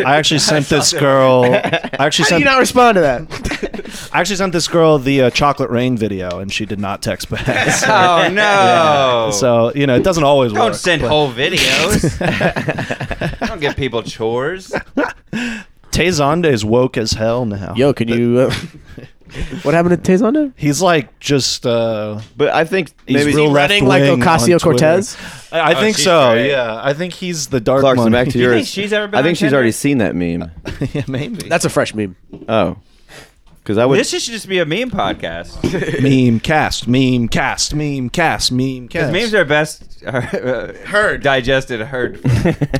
C: I actually sent this girl. I actually
E: [LAUGHS]
D: How do
C: sent,
D: you not respond to that?
C: I actually sent this girl the uh, chocolate rain video, and she did not text back. So,
E: [LAUGHS] oh
C: [LAUGHS]
E: no!
C: so, you know, it doesn't always
E: Don't
C: work.
E: send
C: but-
E: whole
C: [LAUGHS]
E: videos. Don't give people chores.
C: Tezonde's woke as hell now.
D: [LAUGHS] Yo, can you? Uh, [LAUGHS] what happened to Tezonda?
C: He's like just uh,
B: but I think
C: he's
B: maybe
C: real
D: running like
C: left-wing on Twitter.
D: Ocasio-Cortez?
C: I, I think
E: Oh, she's
C: so.
E: great.
C: Yeah, I think he's the dark
B: Clarkson.
C: money.
B: Back to
E: You
B: yours.
E: think she's ever been
B: I think
E: on
B: she's
E: Tinder?
B: already seen that
E: [LAUGHS]
B: meme.
C: [LAUGHS] yeah, maybe
D: That's a fresh meme.
B: Oh, because I would. [LAUGHS]
E: This should just be a meme podcast. 'Cause
C: meme cast, meme cast, meme cast, meme cast.
E: [LAUGHS] Memes are best heard, digested, heard.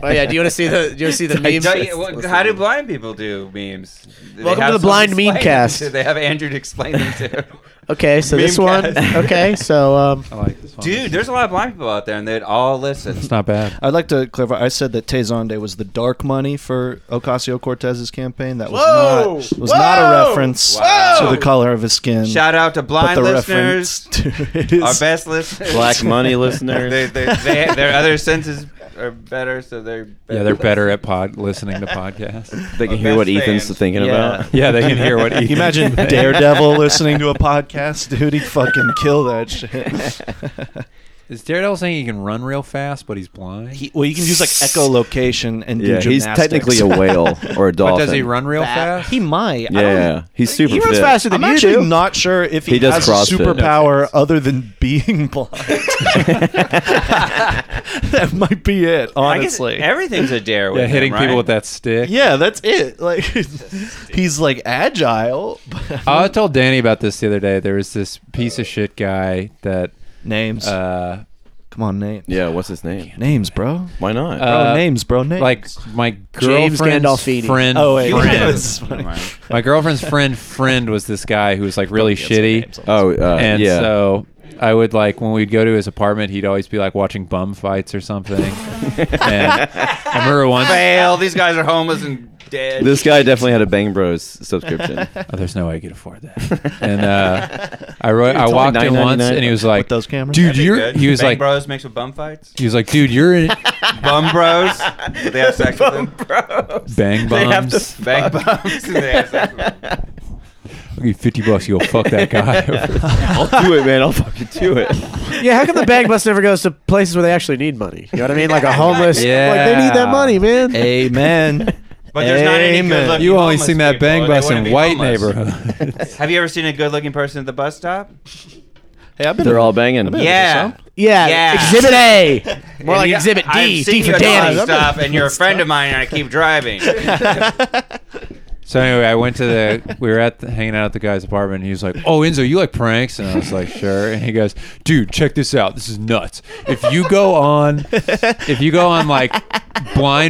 D: Oh yeah, do you want to see the? Do you want to [LAUGHS] see the memes?
E: Don't you- well, how do blind people do memes? Do they
D: Welcome
E: have
D: to the blind
E: someone
D: meme
E: explain them
D: cast.
E: to? [LAUGHS] They have Andrew to explain them to.
D: Okay, so this one.
E: Memecast.
D: [LAUGHS] Okay, so [LAUGHS] um,
F: I like this one.
E: Dude, there's a lot of blind people out there, and they'd all listen.
F: it's not bad.
C: I'd like to clarify. I said that Tezonde was the dark money for Ocasio Cortez's campaign. That was
D: Whoa!
C: not was not
D: Whoa!
C: a reference
E: Wow.
C: to the color of his skin.
E: Shout out to
C: but
E: blind
C: the
E: listeners, [LAUGHS]
C: reference to it is-
E: our
C: [LAUGHS]
E: best
B: [LAUGHS]
E: listeners. [LAUGHS]
B: Black money listeners.
E: they, they, [LAUGHS] they, their other senses are better, so they're better.
F: Yeah, they're better at pod listening to podcasts.
B: They can
E: Our
B: hear what
E: best
B: Ethan's
E: fans.
B: thinking
C: Yeah.
B: about.
F: [LAUGHS] Yeah, they can hear what.
C: Can you [LAUGHS] imagine Daredevil listening to a podcast, dude. He'd fucking kill that shit.
F: Is Daredevil saying he can run real fast, but he's blind?
C: well, you can use like echolocation
B: [LAUGHS]
C: and
B: Yeah,
C: do
B: he's
C: gymnastics.
B: technically a whale or
D: [LAUGHS]
B: a
F: but
B: dolphin.
F: does he run real
C: [LAUGHS]
F: fast?
C: He might. I
B: Yeah,
C: don't-
B: yeah. he's super.
D: he runs
B: fit.
D: faster than
C: I'm
D: you
C: actually
D: do.
C: not sure if he,
B: He does
C: has a
B: CrossFit.
C: superpower other than being [LAUGHS] blind. that might be it,
E: I guess
C: honestly.
E: everything's a dare. With
F: yeah, hitting
E: them, right?
F: people with that stick.
C: yeah, that's it. Like [LAUGHS] he's like agile. but- [LAUGHS]
F: I told Danny about this the other day. There was this piece of shit guy that
C: names.
F: uh,
C: Come on, names.
B: [LAUGHS] Yeah, what's his name?
C: Names, bro.
B: Why not?
C: Bro,
F: Uh,
C: names, bro. Names.
F: like my
D: James
F: girlfriend's
D: Gandolfini.
F: friend.
C: oh wait,
F: friend.
C: That's funny.
E: Never mind.
F: my girlfriend's friend friend was this guy who was like really
C: Don't get some
F: shitty.
C: names on
B: oh, uh,
F: and
B: yeah. [LAUGHS]
F: so I would like when we'd go to his apartment, he'd always be like watching bum fights or
C: [LAUGHS]
F: something. and [LAUGHS] I remember once.
E: Fail. These guys are homeless and dead.
B: this
E: [LAUGHS]
B: guy definitely had a Bang Bros
D: [LAUGHS]
B: subscription.
F: Oh, there's no way I could afford that. And
C: [LAUGHS]
F: uh, I wrote, I
B: only
F: walked in once,
B: $9.99
F: and he was like,
C: with those cameras.
F: "Dude, you're."
E: Good.
F: He was
E: Bang
F: like,
E: bros mix with bum fights.
F: "He was like, dude,
C: [LAUGHS]
F: you're in
E: Bum bros. they
F: [LAUGHS]
E: have sex with them.
F: bang
B: They have
F: bums.
B: to-
E: Bang bums. they have sex with them.
F: I'll give you fifty bucks. You'll fuck
D: [LAUGHS]
F: that guy."
B: I'll do it, man. I'll fucking do it.
D: yeah, how come the bag bus never goes to places where they actually need money? You know what I mean? [LAUGHS] Like a homeless. Like they need that
F: Yeah.
D: money, man.
C: Amen.
E: But there's not any
C: Amen.
E: good-looking
F: you only
E: homeless
F: seen that
E: people,
F: bang
E: and they
F: bus
E: wouldn't
F: in
E: be
F: white
E: homeless.
D: [LAUGHS]
F: neighborhoods.
E: Have you ever seen a good-looking person at the bus stop?
C: Hey, I've been.
B: They're all banging.
E: Yeah.
D: Yeah,
E: Yeah.
D: Exhibit [LAUGHS] A. More like
E: Yeah,
D: Exhibit D.
E: I've
D: D
E: seen
D: for
E: you at the
D: Danny.
E: bus stop, and you're a friend of mine, and I keep driving.
F: so anyway, I went to the. We were at the, hanging out at the guy's apartment. and He was like, "Oh, Enzo, you like pranks?" And I was like, "Sure." And he goes, "Dude, check this out. This is nuts. If you go on, if you go on like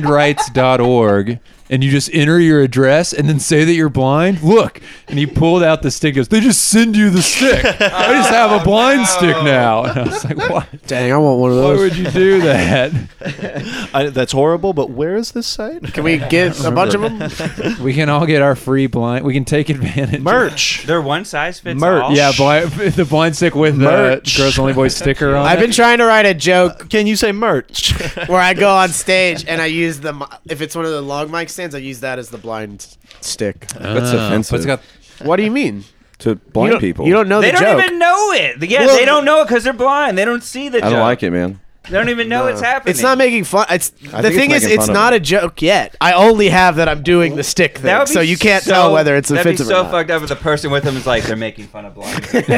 F: blindrights.org." And you just enter your address and then say that you're blind. Look, and he pulled out the stick. Goes, they just send you the stick. I just have a blind stick now. And I was like, what?
D: Dang, I want one of
F: Why
D: those.
F: would you do that?
C: I, that's horrible. But where is this site?
D: Can we get a bunch of them?
F: We can all get our free blind. We can take advantage. of-
C: [LAUGHS] merch?
E: They're one size fits
C: Merch.
E: all.
F: Yeah, blind, [LAUGHS] the blind stick with the
C: Merch.
F: girls only boy sticker on.
D: I've
F: it.
D: been trying to write a joke
C: Can you say merch?
D: where I go on stage and I use the mi- if it's one of the long mic stands, I use that as the blind stick.
B: That's
F: Ah, but
B: offensive.
F: it's got
D: What do you mean?
B: to
D: You
B: blind
D: don't-
B: people.
D: You don't know
E: They
D: the
E: don't
D: joke.
E: even know it. Yeah,
D: Well-
E: they don't know it because they're blind. They don't see the
B: I
E: joke.
B: don't like it, man.
E: They don't even know it's happening.
D: it's not making fun. It's
B: I
D: the
B: think it's
D: thing is,
B: making
D: it's
B: fun of
D: not
B: it.
D: a joke yet. I only have that I'm doing the stick
E: That
D: thing,
E: would be
D: so you can't
E: so-
D: tell whether it's
E: That'd
D: offensive
E: be so
D: or not. [LAUGHS]
E: fucked up if the person with them is like, they're making fun of blind. people.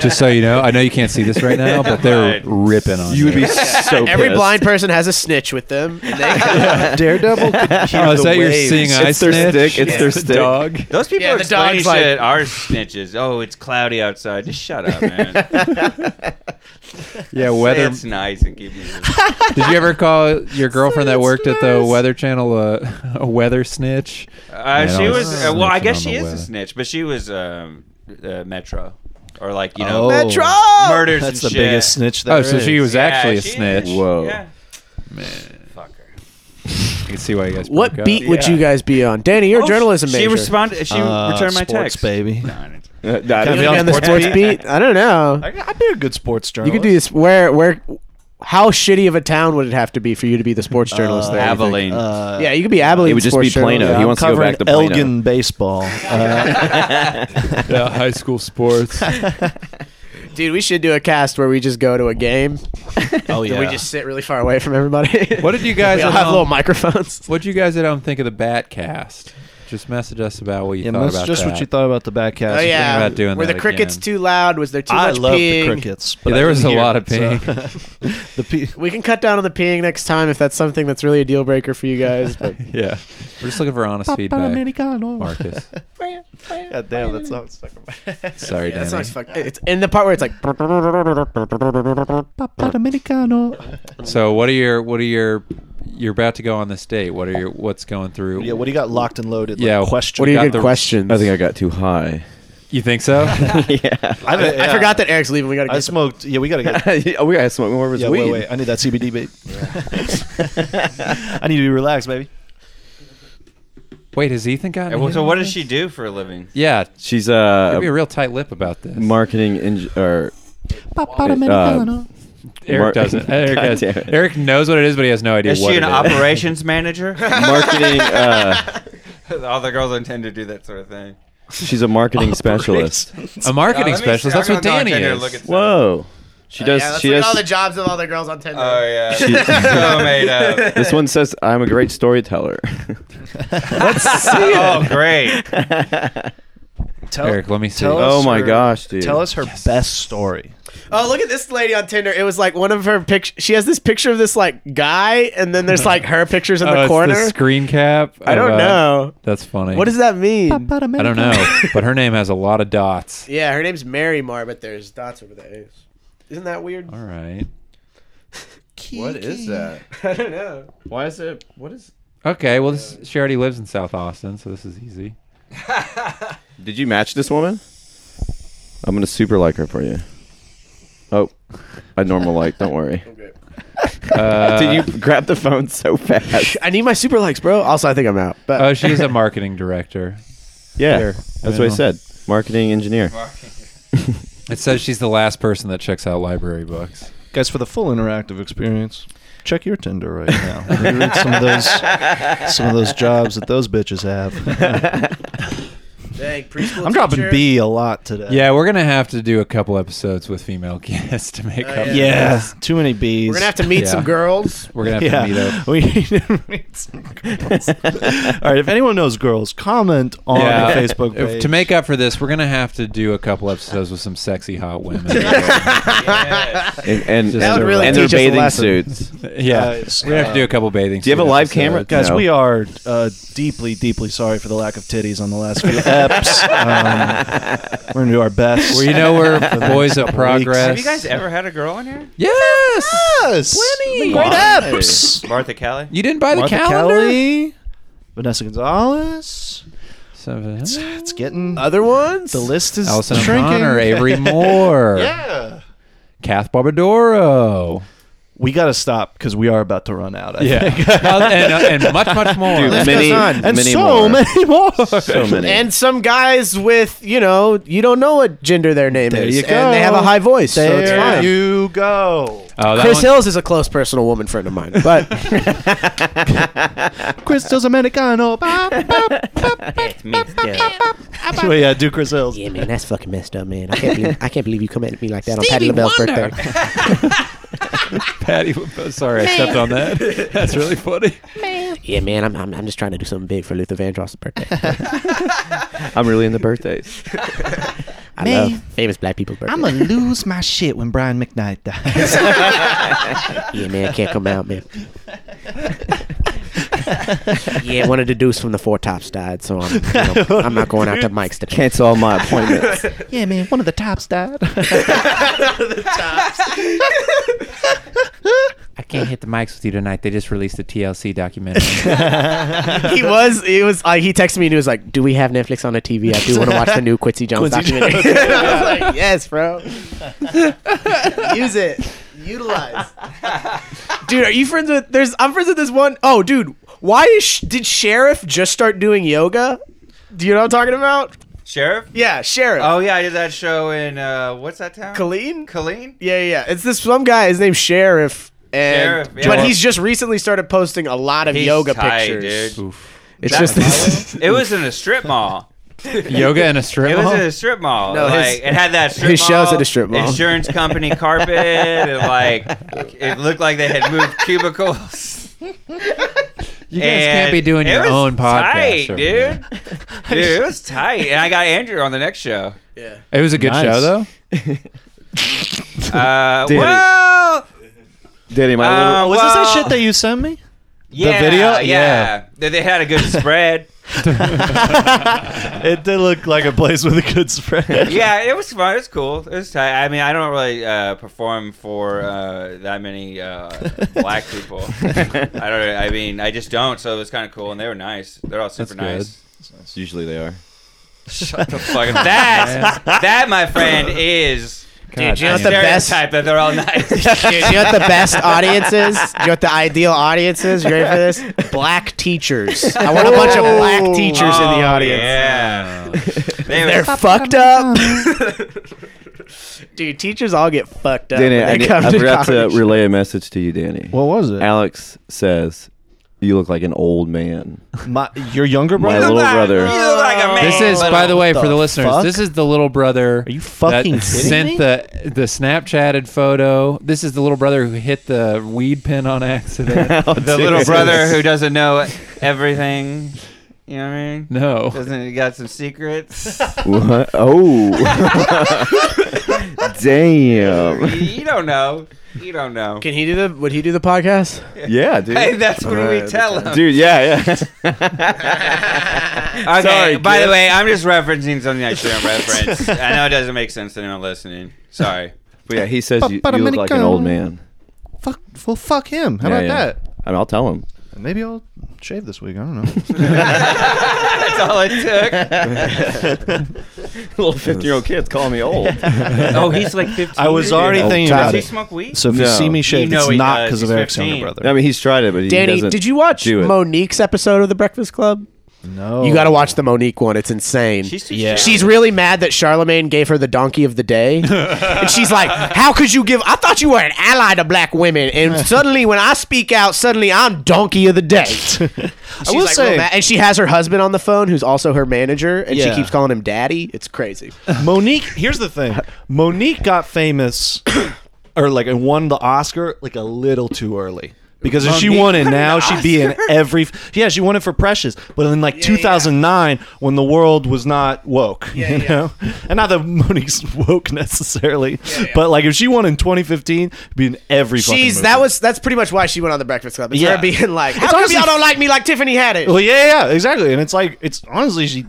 F: Just so you know, I know you can't see this right now, but
E: Right.
F: they're ripping on you.
B: You would be so
D: Every
B: pissed. [LAUGHS]
D: blind person has a snitch with them. and
E: [LAUGHS]
D: they- [LAUGHS]
B: Daredevil. could
F: [LAUGHS]
B: hear
F: Oh, is
B: the
F: that your
B: waves.
F: seeing eye
B: It's their
F: snitch?
B: stick. It's their stick.
F: [LAUGHS] Dog.
E: Those people
D: Yeah,
E: are
D: the
E: explaining
D: dog's like-
E: shit are snitches. Oh, it's cloudy outside. Just shut up, man.
F: Yeah,
E: Weather.
F: weather.
E: It's nice and keep Uh, you.
F: Did you ever call your girlfriend that worked at the Weather Channel a, [LAUGHS] a weather snitch?
E: Uh,
F: Man,
E: she
F: I was
E: was. Uh, well, I
F: snitching
E: guess
F: on
E: she
F: the
E: is
F: weather.
E: a snitch, but she was um, uh, Metro, or like you know,
D: Metro.
E: murders
C: That's the
E: and shit.
C: biggest snitch there
F: Oh, so she
C: is.
F: was
E: Yeah,
F: actually a
E: she is.
F: snitch.
B: Whoa.
E: Yeah. Fuck her.
F: I can see why you guys. broke
D: What
F: up.
D: beat would you guys be on, Danny? You're a
E: Oh,
D: journalism
E: she
D: major.
E: responded. She
C: Uh,
E: returned my
C: sports,
E: text.
C: baby.
E: No, I didn't.
B: Uh, that-
C: Can I be
D: on the sports beat? I don't know.
C: I, I'd be a good sports
D: You
C: journalist.
D: could do this. Where where? How shitty of a town would it have to be for you to be the sports journalist there? you think?
E: Abilene.
C: Uh,
D: Yeah, you could be Abilene.
B: It would just
D: sports
B: be Plano.
D: journalist.
B: He wants to go
C: covering
B: back to Plano.
C: Elgin [LAUGHS] baseball. Uh,
F: Yeah, high
D: [LAUGHS]
F: school sports.
D: Dude, we should do a cast where we just go to a game. [LAUGHS]
C: oh
D: and We just sit really far away from everybody.
F: What did you guys
D: we all have
F: um,
D: little microphones.
F: [LAUGHS] What would you guys at home think of the Batcast? Just message us about what you
C: yeah,
F: thought
C: that's
F: about
C: just
F: that.
C: what you thought about the back cast.
D: Oh yeah,
F: about doing
D: were
F: that
D: the crickets
F: again.
D: too loud? Was there too
C: I
D: much
C: love
D: peeing?
C: the crickets. But
F: Yeah,
C: I
F: there was
C: didn't
F: a
C: hear
F: lot
C: it,
F: of peeing.
C: so- [LAUGHS] the pe-
D: We can cut down on the peeing next time if that's something that's really a deal breaker for you guys. But
F: [LAUGHS] Yeah, we're just looking for honest feedback. Marcus,
C: God damn, that song stuck in my head.
F: sorry,
D: that
F: Danny.
D: sounds fucked. It's in the part where it's like
F: So, what are your what are your you're about to go on this date? What are your what's going through?
C: Yeah, what do you got locked and loaded? like,
F: Yeah,
C: question.
D: What are your
F: got
D: good [LAUGHS]
F: the-
D: questions?
B: I think I got too high.
F: you think so?
B: yeah.
C: I,
B: [LAUGHS]
D: I,
C: haven't- [LAUGHS] yeah.
D: forgot that Eric's leaving. We gotta. Get
C: I smoked. Yeah, we gotta get.
F: [LAUGHS]
B: oh, we gotta smoke more of his
C: Yeah,
B: weed.
C: wait, wait. I need that CBD, babe. I need to be relaxed, baby.
F: Wait, has Ethan got?
E: Well, Uh, so what does she do for a living?
F: Yeah,
B: She's
F: give
B: uh,
F: me a real tight lip about this.
B: marketing eng- or uh,
D: Uh,
C: Americano.
F: Eric
B: Mar- [LAUGHS]
F: doesn't. Eric,
B: God
F: has,
B: damn it.
F: Eric knows what it is, but he has no idea
E: Is
F: what
E: she an
F: it is.
E: operations [LAUGHS] manager?
B: marketing. Uh,
E: All the girls intend to do that sort of thing.
B: she's a marketing specialist.
F: [LAUGHS] A
E: Now,
F: marketing
E: let me
F: specialist.
E: see.
F: That's
E: I'm gonna
F: what
E: go on
F: Danny
E: Tinder
F: is.
E: and look at some-
B: Whoa. She does.
D: Uh, yeah, let's
B: she
D: look
B: does.
D: at all the jobs of all the girls on Tinder.
E: Oh yeah,
B: She-
E: so made up. [LAUGHS]
B: this one says, "I'm a great storyteller."
C: [LAUGHS]
E: Oh
B: [LAUGHS]
E: great.
C: Tell,
F: Eric, let me see.
C: tell
B: oh
C: us
B: my
C: her-
B: gosh, dude!
C: Tell us her best story.
D: Oh, look at this lady on Tinder. It was like one of her pictures. She has this picture of this like guy, and then there's like
C: [LAUGHS]
D: her pictures in
F: Oh,
D: the
F: it's
D: corner.
F: the screen cap.
D: I don't
F: of, uh,
D: know.
F: That's funny.
D: What does that mean?
F: I don't know, but her name has a lot of dots.
D: Yeah, her name's Mary Mar, but there's dots over the A's. Isn't that weird?
F: All right.
B: What is that?
D: I don't know.
B: Why is it? What is?
F: Okay. Well, this, she already lives in South Austin, so this is easy.
B: Did you match this woman? I'm gonna super like her for you. Oh, I normal like. Don't worry.
F: Uh,
B: Did you grab the phone so fast?
D: I need my super likes, bro. Also, I think I'm out. But
F: [LAUGHS] Oh, she's a marketing director.
B: Yeah,
F: Here,
B: that's what I
F: know.
B: said. Marketing engineer.
F: It says she's the last person that checks out library books.
C: Guys, for the full interactive experience, check your Tinder right now. Let me read some of those some of those jobs that those bitches have.
D: [LAUGHS] dang, preschool.
C: I'm dropping
D: teacher.
C: B a lot today.
F: Yeah, we're gonna have to do a couple episodes with female [LAUGHS] guests to
E: Oh,
F: make up.
D: yeah.
F: for
C: Yeah.
F: this.
C: Too many B's.
D: We're gonna have to meet
F: Yeah.
D: some girls.
F: we're gonna have
C: yeah.
F: to meet up.
C: We need to [LAUGHS] meet some girls. All right, if anyone knows girls, comment on
F: Yeah.
C: the Facebook
F: If-
C: page.
F: to make up for this, we're gonna have to do a couple episodes with some sexy hot
E: [LAUGHS]
F: women.
E: Yes.
B: And, and,
F: That would
B: and
F: really
B: their
D: teach us a
B: bathing
D: lesson.
B: suits.
F: yeah,
C: Guys,
F: we're gonna have to do a couple bathing.
B: Do you have a
F: suit
B: live camera?
F: episodes.
C: Guys,
B: No.
C: we are uh, deeply, deeply sorry for the lack of titties on the last few eps. Um, we're gonna do our best.
F: Well, you know we're
C: [LAUGHS] For the
F: boys of
C: next couple weeks.
F: progress.
E: Have you guys ever Ah! had a girl on here?
F: Yes.
C: Yes,
F: Plenty.
C: Great
B: Why?
C: eps.
E: Martha Kelly.
F: You didn't buy the
C: Martha
F: calendar.
C: Kelly, Vanessa Gonzalez.
F: Seven.
C: It's, it's getting
D: Other ones.
C: the list is [LAUGHS]
F: Alison
C: shrinking.
F: O'Connor, Avery Moore,
C: yeah.
F: Kath Barbadoro.
C: we got to stop because we are about to run out. I
F: Yeah.
C: think.
F: [LAUGHS] and, and much, much more.
D: Dude,
B: many,
D: goes on.
C: and
B: many
C: so
B: more.
C: many [LAUGHS] more.
B: So many.
D: And some guys with, you know, you don't know what gender their name
C: There
D: is,
C: you
D: and they have
C: go.
D: a high voice, so it's
C: There
D: fine.
C: you go.
F: Oh, that
D: Chris
F: one-
D: Hills is a close personal woman friend of mine, but
C: [LAUGHS]
D: [LAUGHS]
C: Crystal's Americano.
E: It's me, Steph.
C: so yeah, do Chris Hills.
D: yeah, man, that's fucking messed up, man. I can't, believe, I can't believe you come at me like that on Patty LaBelle's birthday.
F: [LAUGHS] Patty. LaBelle- Sorry, I stepped on that. That's really funny.
D: yeah, man, I'm, I'm, I'm just trying to do something big for Luther Vandross's birthday.
C: [LAUGHS]
B: I'm really into birthdays.
D: I
C: Man.
D: love famous black people's birthday.
C: I'm gonna lose my shit when Brian McKnight [LAUGHS] dies.
D: [LAUGHS] yeah, man, can't come out, man. yeah, one of the dudes from the Four Tops died, so I'm, you know, I'm not going out to Mike's today.
B: Cancel all my appointments.
C: yeah, man, [LAUGHS] one of the tops
F: [LAUGHS]
C: died.
F: I can't hit the mics with you tonight. They just released the
C: [LAUGHS]
F: TLC documentary.
D: [LAUGHS] he was he was uh, he texted me and he was like, "Do we have Netflix on the TV? I do want to watch the new Quincy Jones
C: Quincy
D: documentary."
C: Jones.
D: And [LAUGHS] I was like, "Yes, bro. Use it. Utilize." dude, are you friends with? There's I'm friends with this one oh dude, why is sh- did Sheriff just start doing yoga? Do you know what I'm talking about?
E: [LAUGHS] Sheriff?
D: Yeah, Sheriff.
E: Oh, yeah, I did that show in, uh, what's that town?
D: Colleen.
E: Colleen?
D: Yeah, yeah, yeah. It's this some guy. His name's Sheriff. And,
E: Sheriff, yeah.
D: But he's just recently started posting a lot of
E: He's
D: yoga
E: tight,
D: pictures.
E: dude.
D: It's just this.
E: It was in a strip mall. [LAUGHS]
F: Yoga and a strip
E: It was
F: mall?
E: in a strip mall.
D: No,
E: like
D: his-
E: it had that strip
D: Uh-huh. his
E: mall.
D: show's at a strip mall.
E: Insurance
D: [LAUGHS]
E: company carpet and like it looked like they had
D: [LAUGHS]
E: moved cubicles.
F: you guys can't be doing
E: it
F: your
E: was
F: own podcast.
E: tight,
F: over there.
E: dude. dude, it was tight. And I got Andrew on the next
D: [LAUGHS]
E: show.
F: It was a good
C: Nice.
F: show, though.
E: Uh,
B: Did it.
E: well,
B: Danny, my
E: uh,
C: Was this that
E: well,
C: shit that you sent me?
E: yeah,
C: video?
E: Yeah,
C: Yeah.
E: They, they had a good
D: [LAUGHS]
E: spread.
C: [LAUGHS] It did look like a place with a good spread.
E: yeah, it was fun. It was cool. It was tight. I mean, I don't really uh, perform for uh, that many uh, black people. I don't. I mean, I just don't. So it was kind of cool, and they were nice. They're all super
F: That's
E: nice.
D: [LAUGHS]
B: little, usually they are.
E: Shut the fuck up. That that my friend is.
F: God
D: you know what
F: damn.
D: the best-
E: stereotype that they're all nice.
D: Dude, [LAUGHS] you know what the best audience is? You know what the ideal audience is? You ready for this? Black teachers. I want a bunch of black teachers in the
E: Oh,
D: audience.
E: Yeah. They
D: [LAUGHS] They're
E: were
D: fucked up. [LAUGHS] Dude, teachers all get fucked up.
B: Danny,
D: when
B: I,
D: they
B: did,
D: come
B: I
D: to
B: forgot
D: college.
B: to relay a message to you, Danny.
C: What was it?
B: Alex says, "You look like an old man."
C: My, your younger
B: My
C: brother?
B: little brother.
E: You look like a man.
F: This is, by the way, for the
C: the
F: listeners,
C: fuck?
F: this is the little brother.
C: Are you fucking
F: that
C: kidding
F: sent
C: me?
F: the the Snapchatted photo. This is the little brother who hit the weed pin
C: [LAUGHS]
F: on accident.
E: the
B: [LAUGHS]
E: little brother who doesn't know everything. You know what I mean?
F: no,
E: Doesn't he got some
D: [LAUGHS]
E: secrets?
B: What? [LAUGHS] Oh, damn!
E: you don't know. You don't know.
D: Can he do the? Would he do the podcast?
B: Yeah, dude.
E: [LAUGHS] Hey, that's what we
B: Alright.
E: tell him.
B: [LAUGHS] Dude, yeah, yeah. [LAUGHS]
E: Okay,
B: Sorry,
E: by
B: kid.
E: the way, I'm just referencing something I shouldn't reference. I know it doesn't make sense to anyone listening. Sorry.
B: But yeah, he says you, you look like an old man.
C: Fuck, well, fuck him. How
B: Yeah,
C: about
B: yeah.
C: that?
B: I mean, I'll tell [LAUGHS] him.
C: Maybe I'll shave this week. I don't know.
E: That's all it
B: [LAUGHS]
D: [LAUGHS]
B: Little fifty-year-old kids call me old.
E: took. oh, he's like 15.
C: I was already
B: Old
C: thinking
B: time.
E: Does
C: about
E: he
C: it.
E: smoke weed?
C: [LAUGHS] So if you
B: No.
C: see me shave,
E: You know
C: it's
E: he
C: not
E: does.
C: because of
E: He's
C: Eric's younger
E: 15.
C: brother.
B: I mean, he's tried it, but he
D: Danny,
B: doesn't
D: did you watch
B: do it.
D: Monique's episode of The Breakfast Club?
C: no,
D: You got to watch the Monique one. It's insane.
E: She's too
C: Yeah.
E: young.
D: She's really mad that Charlemagne gave her the donkey of the day. and she's like, How could you give I thought you were an ally to black women and
C: [LAUGHS]
D: suddenly when I speak out, suddenly I'm donkey of the day. She's
C: I will
D: like, real
C: say,
D: mad. and she has her husband on the phone who's also her manager and
C: Yeah.
D: she keeps calling him daddy. It's
C: [LAUGHS]
D: crazy.
C: Monique. Here's the thing: Monique got famous, [COUGHS] or like and won the Oscar like a little too early. Because if she won it now, she'd be in every. Yeah, she won it for Precious, but in like 2009, when the world was not woke, [LAUGHS] you know, and not that Monique's [LAUGHS] woke necessarily, but like if she won in 2015, it'd be in every. fucking
D: She's
C: movie.
D: that was that's pretty much why she went on the Breakfast Club. It's
C: Yeah.
D: her being like, How
C: It's
D: come
C: honestly-
D: y'all don't like me like Tiffany had it?
C: Well, yeah, yeah, exactly. And it's like it's honestly she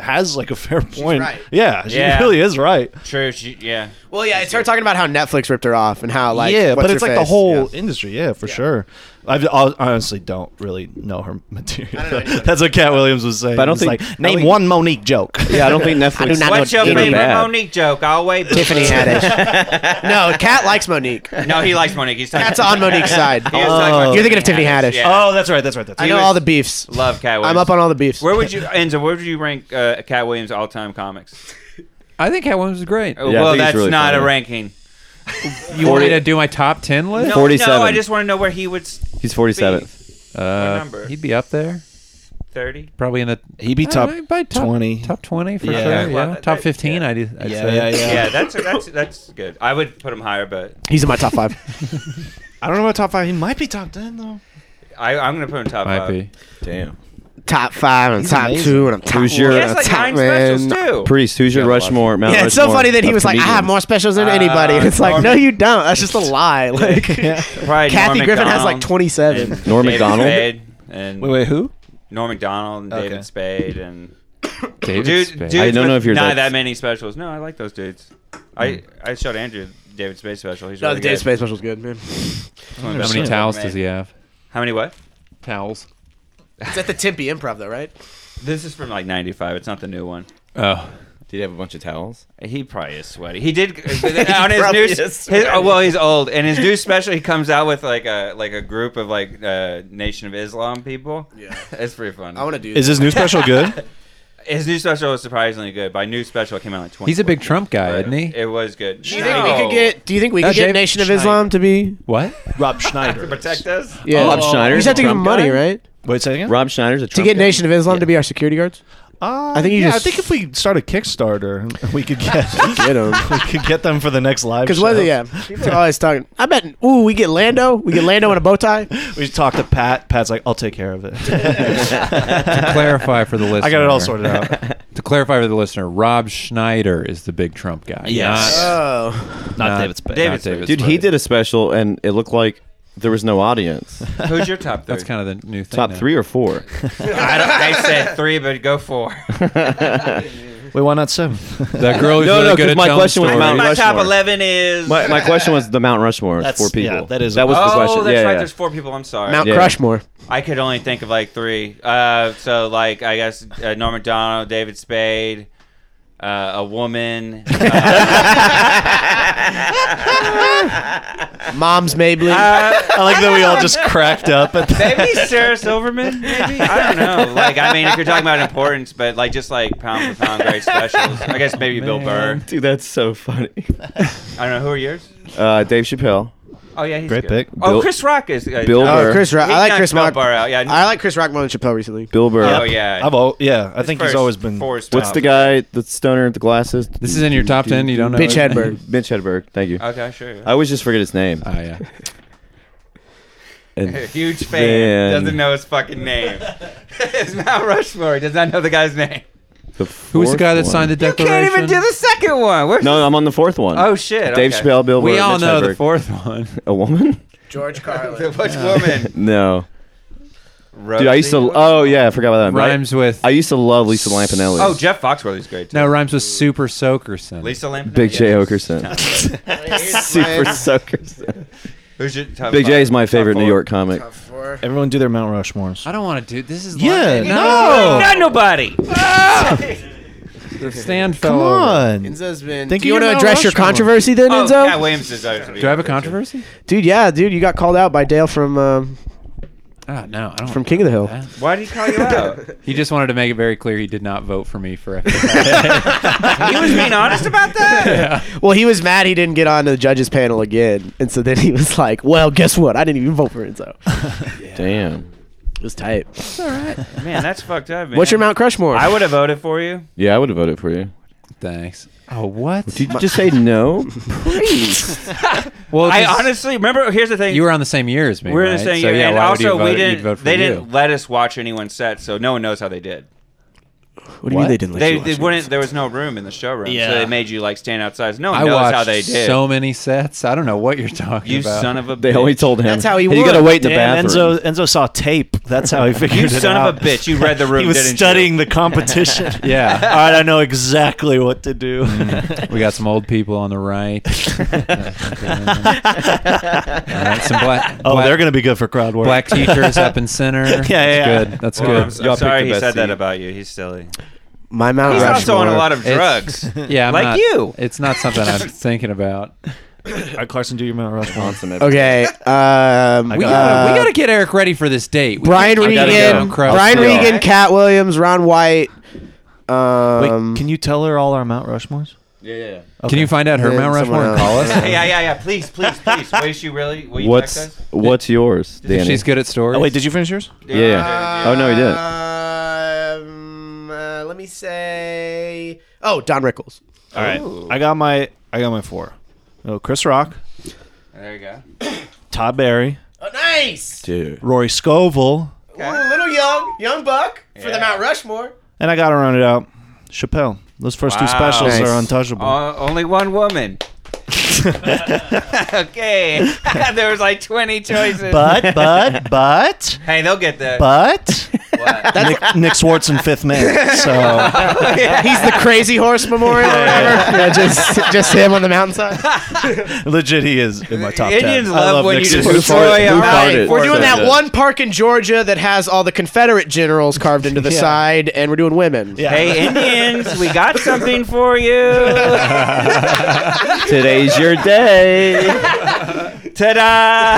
C: has like a fair point.
D: right.
C: Yeah, she
E: Yeah.
C: really is right.
E: True. She, yeah.
D: Well, yeah, it's her talking about how Netflix ripped her off and how like
C: yeah,
D: what's
C: but it's
D: her
C: like the
D: face-
C: whole
D: yeah.
C: industry. Yeah, for sure. I've, I honestly don't really know her [LAUGHS] material.
D: don't know anything.
C: [LAUGHS] That's what Cat Williams was saying.
B: But I don't
C: It's
B: think- I
C: like,
B: don't
C: name
B: think-
C: one Monique joke.
B: Yeah, I don't think Netflix.
D: I do not know
E: What's your
D: any
E: favorite
B: bad.
E: Monique joke? I'll wait.
D: Tiffany Haddish. [LAUGHS] no, Cat likes [LAUGHS] Monique.
E: No, he likes Monique. He's talking
D: Cat's on Monique's side. Oh.
E: He was talking about
D: You're thinking of Tiffany Haddish.
E: Yeah.
C: [LAUGHS] Oh, that's right. That's right. That's
D: I
C: right.
D: know
E: was-
D: all the beefs.
E: Love Cat. Williams.
D: I'm up on all the beefs.
E: Where would you, Enzo? Where would you rank uh, Cat Williams' all-time comics?
F: I think Cat Williams is great.
E: Oh
B: Yeah, I
E: well,
B: think it's
E: that's
B: really
E: not
B: funny.
E: a ranking.
F: You want me to do my top ten list?
E: No,
B: 47.
E: No, I just want to know where he would. s-
B: He's 47th.
F: Uh,
E: number?
F: He'd be up there,
E: Thirty.
F: probably in the
C: He'd Uh, be
F: I don't
C: top
F: know, probably top
C: 20.
F: top twenty for
C: Yeah.
F: sure.
E: Okay,
F: yeah,
E: well, that-
F: top
E: that-
F: fifteen.
E: yeah.
F: I'd, I'd
C: Yeah,
F: say.
C: yeah, yeah.
E: Yeah, that's that's that's good. I would put him higher, but
D: He's in my top five.
C: I don't know about top five. He might be top ten though.
E: I, I'm gonna put him top
F: Might
E: five.
F: be.
B: Damn.
D: [LAUGHS] top five and
C: He's
D: top
C: amazing.
D: two and I'm top
B: Who's your- uh,
D: one
E: He has
D: and I'm
E: like
D: top
E: nine
D: man.
E: specials too.
B: Priest, who's your Rushmore? Mount
D: Yeah, it's so
B: Rushmore
D: funny that he
B: of
D: was like, I have
B: comedians?
D: more specials than
E: Uh,
D: anybody. [LAUGHS] And it's like,
E: Norm-
D: no, you don't. That's just a [LAUGHS] lie. Like,
E: Probably
D: Kathy
E: Norm
D: Griffin has like
E: Macdonald
D: 27.
E: and
B: Norm
E: David
B: Macdonald?
E: Spade and
C: Wait, wait, who?
E: Norm Macdonald and
C: Okay.
E: David Spade and
F: David
E: dude,
F: Spade.
E: dudes
B: I don't know
E: with
B: if you're
E: not
B: that-
E: that many specials. No, I like those dudes. I I showed Andrew David Spade special. He's
D: no,
E: really
D: the Dave
E: good.
D: Space special's good, man.
E: It's one of the
F: How
E: best
F: many
E: ones
F: towels
E: ever
F: does
E: made.
F: he have?
E: How many what?
F: Towels.
D: [LAUGHS] It's at the Tempe Improv, though, right?
E: This is from like '95. It's not the new one.
F: Oh,
B: Did he have a bunch of towels?
E: He probably is sweaty. He did [LAUGHS] on his
B: probably
E: new
B: is
E: his,
B: sweaty.
E: oh, well, he's old, and his new special he comes out with like a like a group of like uh, Nation of Islam people.
D: Yeah.
E: it's pretty fun.
D: I want to do
C: Is his new special good?
E: His new special was surprisingly good. By new special, it came out like twenty.
F: he's a big Trump guy, isn't he?
E: It was good.
D: Do you think we could get? Do you think we
F: No,
D: could get
F: Dave
D: Nation of
F: Schneider.
D: Islam to be?
F: What?
C: Rob
D: [LAUGHS]
C: Schneider.
E: protect us?
D: Yeah, Oh.
B: Rob Schneider.
D: You just have to give him
B: Trump
D: money,
B: guy?
D: right?
C: Wait, say again.
B: Rob Schneider's a
D: To
B: Trump
D: get
B: guy?
D: Nation of Islam to be our security guards.
C: Uh,
D: I think you
C: yeah,
D: just-
C: I think if we start a Kickstarter, [LAUGHS] we could get
D: Get him.
C: [LAUGHS] we could get them for the next live.
D: Because
C: show.
D: whether yeah, people are always talking. I bet. Ooh, we get Lando. We get Lando in a bow [LAUGHS] tie.
C: [LAUGHS] We should talk to Pat. Pat's like, I'll take care of it. [LAUGHS]
F: to clarify for the listener,
C: I got it all sorted
F: [LAUGHS]
C: out.
F: To clarify for the listener, Rob Schneider is the big Trump guy.
C: Yes.
F: not-
E: Uh,
D: Oh,
F: Not-
C: Spade.
E: David
F: not
E: Spade.
F: David
B: Dude, he
F: Spade.
B: did a special and it looked like there was no [LAUGHS] audience.
E: Who's your top three?
F: That's kind of the new thing.
B: Top
F: now.
B: three or [LAUGHS] four?
F: [LAUGHS]
E: I don't, I said three, but go four.
C: Wait, why not seven?
F: That girl who's
B: No,
F: Oh, really
B: no,
F: good
B: 'cause
F: at
B: my
F: telling
B: question was
F: stories.
B: Mount
E: My top
B: Rushmore.
E: eleven is.
B: My, my question was the Mount Rushmore. It's
C: That's-
B: four people.
C: yeah, that is-
B: that was the
E: oh,
B: question.
E: that's
B: yeah,
E: right.
B: yeah.
E: There's four people. I'm sorry.
D: Mount
B: Yeah.
D: Crushmore.
E: I could only think of like three. Uh, so like I guess uh, Norm Macdonald, David Spade, uh, a woman. Uh,
D: Moms
C: [LAUGHS]
D: Mabley.
C: I like that we all just cracked up at that.
E: maybe Sarah Silverman. Maybe I don't know. Like I mean, if you're talking about importance, but like just like pound for pound great specials. I guess maybe Bill Burr.
B: Dude, that's so funny.
E: [LAUGHS] I don't know who are yours.
B: Uh, Dave Chappelle.
E: Oh yeah,
C: [LAUGHS]
E: he's
C: Great
E: good.
C: pick.
E: Oh,
B: Bill-
E: Chris Rock is uh,
B: Bill
D: oh,
B: Burr.
D: Chris Rock.
E: He
D: I like
E: knocked
D: Chris
E: Bill
D: Rock.
E: Burr out, yeah.
D: I like Chris Rock more than Chappelle recently.
B: Bill Burr.
E: Oh yeah.
C: I've all, yeah, I think he's
E: First
C: always been.
E: four is
B: What's
E: top.
B: the guy, the stoner with the glasses?
F: This is in your top ten. You don't know.
D: Bitch
B: [LAUGHS]
F: it?
D: Hedberg.
B: Mitch Hedberg. Thank you.
E: Okay, sure. yeah.
B: I always just forget his name.
E: Uh,
F: Oh yeah.
B: And
E: [LAUGHS] Huge fan.
B: Then-
E: Doesn't know his fucking name. [LAUGHS] it's Mount Rushmore. He does not know the guy's [LAUGHS] name.
B: the
F: Who's the guy that
B: fourth
F: signed the
B: one-
F: declaration?
E: the second one. Where's
B: No, I'm on the fourth one.
E: Oh shit.
B: Dave
E: okay. [LAUGHS]
B: Chappelle, Bill Burr,
F: We all
B: Mitch
F: know
B: Hedberg.
F: the fourth one.
B: A
F: [LAUGHS]
B: woman?
D: [LAUGHS] George
E: The
D: Carlin.
E: Butch woman. [LAUGHS]
B: No. Dude, I used to. Oh yeah, I forgot about that. But I-
F: Rhymes with.
B: I used to love Lisa Lampanelli.
E: Oh, Jeff Foxworthy's great too.
F: no, rhymes with Super Soakerson.
E: Lisa Lampanelli.
B: Big J
E: yeah. [LAUGHS]
B: Okerson. Super suckers.
E: Who's your top
B: Big
E: five?
B: J is my
E: Top
B: favorite
E: four.
B: New York comic.
C: Everyone do their Mount Rushmores.
F: I don't want to do this. Is
C: Yeah,
F: like-
C: no.
E: Not nobody.
F: no. Stand
C: Come
F: fellow.
C: on. Think
D: Do you
C: of
D: want to
C: your Mount
D: address your
C: Rushmore.
D: controversy then,
E: Oh,
D: Enzo?
E: Cat Williams deserves to be.
F: Do I have
E: number
F: a
E: two.
F: controversy?
D: Dude, yeah, dude, you got called out by Dale from um,
F: Ah, no, I don't.
D: from King of the Hill.
F: that.
E: Why did [LAUGHS] he call you out?
F: He just wanted to make it very clear he did not vote for me for FBI.
E: he was being honest about that.
F: [LAUGHS]
D: Well, he was mad he didn't get on the judges panel again, and so then he was like, "Well, guess what? I didn't even vote for Enzo."
B: Damn.
D: It was tight.
E: [LAUGHS] Man, that's fucked up. Man.
D: What's your Mount Crushmore?
E: I would have voted for you.
B: Yeah, I would have voted for you.
F: Thanks. Oh, what?
B: Did you just say [LAUGHS] no? Please.
F: well,
E: I
F: just-
E: honestly remember. Here's the thing.
F: you were on the same year as me.
E: We're
F: right?
E: the same
F: So,
E: year,
F: yeah,
E: and
F: why would you
E: also we
F: vote- you'd
E: didn't.
F: vote for
E: They
F: you.
E: didn't let us watch anyone's set, so no one knows how they did.
D: What do you mean they didn't let
E: They,
D: you watch
E: they
D: it?
E: wouldn't. There was no room in the showroom,
H: Yeah.
E: so they made you like stand outside. No one
F: I
E: knows
F: watched
E: how they did.
F: so many sets. I don't know what you're talking
E: you
F: about. [LAUGHS]
E: son of a.
B: They
E: bitch.
B: only told him.
D: That's how he
B: You gotta
D: won.
B: wait in the
C: Yeah, and
B: bathroom.
C: Enzo, Enzo saw tape. That's
F: [LAUGHS]
C: how he figured
E: You
C: it
E: son
C: out.
E: of a bitch! You read the
C: [LAUGHS]
E: room.
C: he was
E: didn't
C: studying
E: You?
C: the
F: [LAUGHS]
C: competition. [LAUGHS] All
F: Yeah.
C: right, I know exactly what to do.
F: Mm.
C: Mm.
F: We
C: [LAUGHS]
F: got some old people on the right. All right, some black,
C: oh,
F: black,
C: they're going to be good for crowd work.
F: black teachers
C: [LAUGHS]
F: up in center. That's
C: yeah, yeah.
F: good. That's
E: Well, I'm,
F: good.
E: s-
B: Y'all
E: I'm sorry
B: picked
E: he
B: the
E: said
B: best
E: that
B: seat.
E: about you. He's silly.
D: My Mount
E: He's also
D: Rushmore.
E: on a lot of
F: It's-
E: drugs.
F: Yeah, I'm
E: like
F: not-
E: you.
F: It's not something [LAUGHS] I'm thinking about.
C: All right, Carson, do your Mount Rushmore.
D: Okay. Um,
F: We gotta, we gotta get Eric ready for this date. We
D: Brian
F: can't- I gotta go.
D: Regan,
F: I'm crushed.
D: Brian
B: I'll see y'all.
D: Regan, Cat Williams, Ron White. Um,
C: Wait, can you tell her all our Mount Rushmores?
E: Yeah, yeah.
F: Can you find out her
D: Yeah,
F: Mount
D: someone
F: Rushmore and call
D: else.
E: [LAUGHS]
F: us?
E: Yeah, yeah, yeah, yeah. Please, please, please. Wait, is she really? Will you
B: What's
E: text us?
B: what's yours,
F: If
B: Danny?
F: She's good at stories.
C: Oh, wait, did you finish yours?
B: Yeah. yeah. oh no, he
D: Uh,
B: didn't.
D: Um, uh, let me say. Oh, Don Rickles.
C: All right, I got my I got my four. Oh, Chris Rock,
E: There you go.
C: Todd Barry,
D: Oh, nice.
B: Dude.
C: Rory Scovel,
D: Ooh, little young, young buck for
E: Yeah.
D: the Mount Rushmore.
C: and I got to round it out. Chappelle. Those first two
E: Wow.
C: specials
D: Nice.
C: are untouchable. [LAUGHS]
E: Uh, only one woman. [LAUGHS] okay. [LAUGHS] there was like 20 choices.
C: but but but
E: hey, they'll get that.
C: but [LAUGHS]
E: What? [LAUGHS]
C: Nick, Nick Swartz and Fifth Man. So
D: He's the Crazy Horse Memorial. or whatever. [LAUGHS] yeah, just, just him on the
C: [LAUGHS]
D: mountainside.
C: legit, he is in my top
E: Indians
C: ten. I
E: love
C: love
E: when
C: Nick
E: you just
C: Swartz.
E: destroy a-
B: Who
E: All right,
B: farted?
D: We're doing that
B: Yeah.
D: one park in Georgia that has all the Confederate generals carved into the
C: Yeah.
D: side, and we're doing women.
C: Yeah.
E: Hey, Indians, we got something for
F: [LAUGHS]
E: you.
B: Today's your
D: [LAUGHS]
B: day.
E: Ta-da!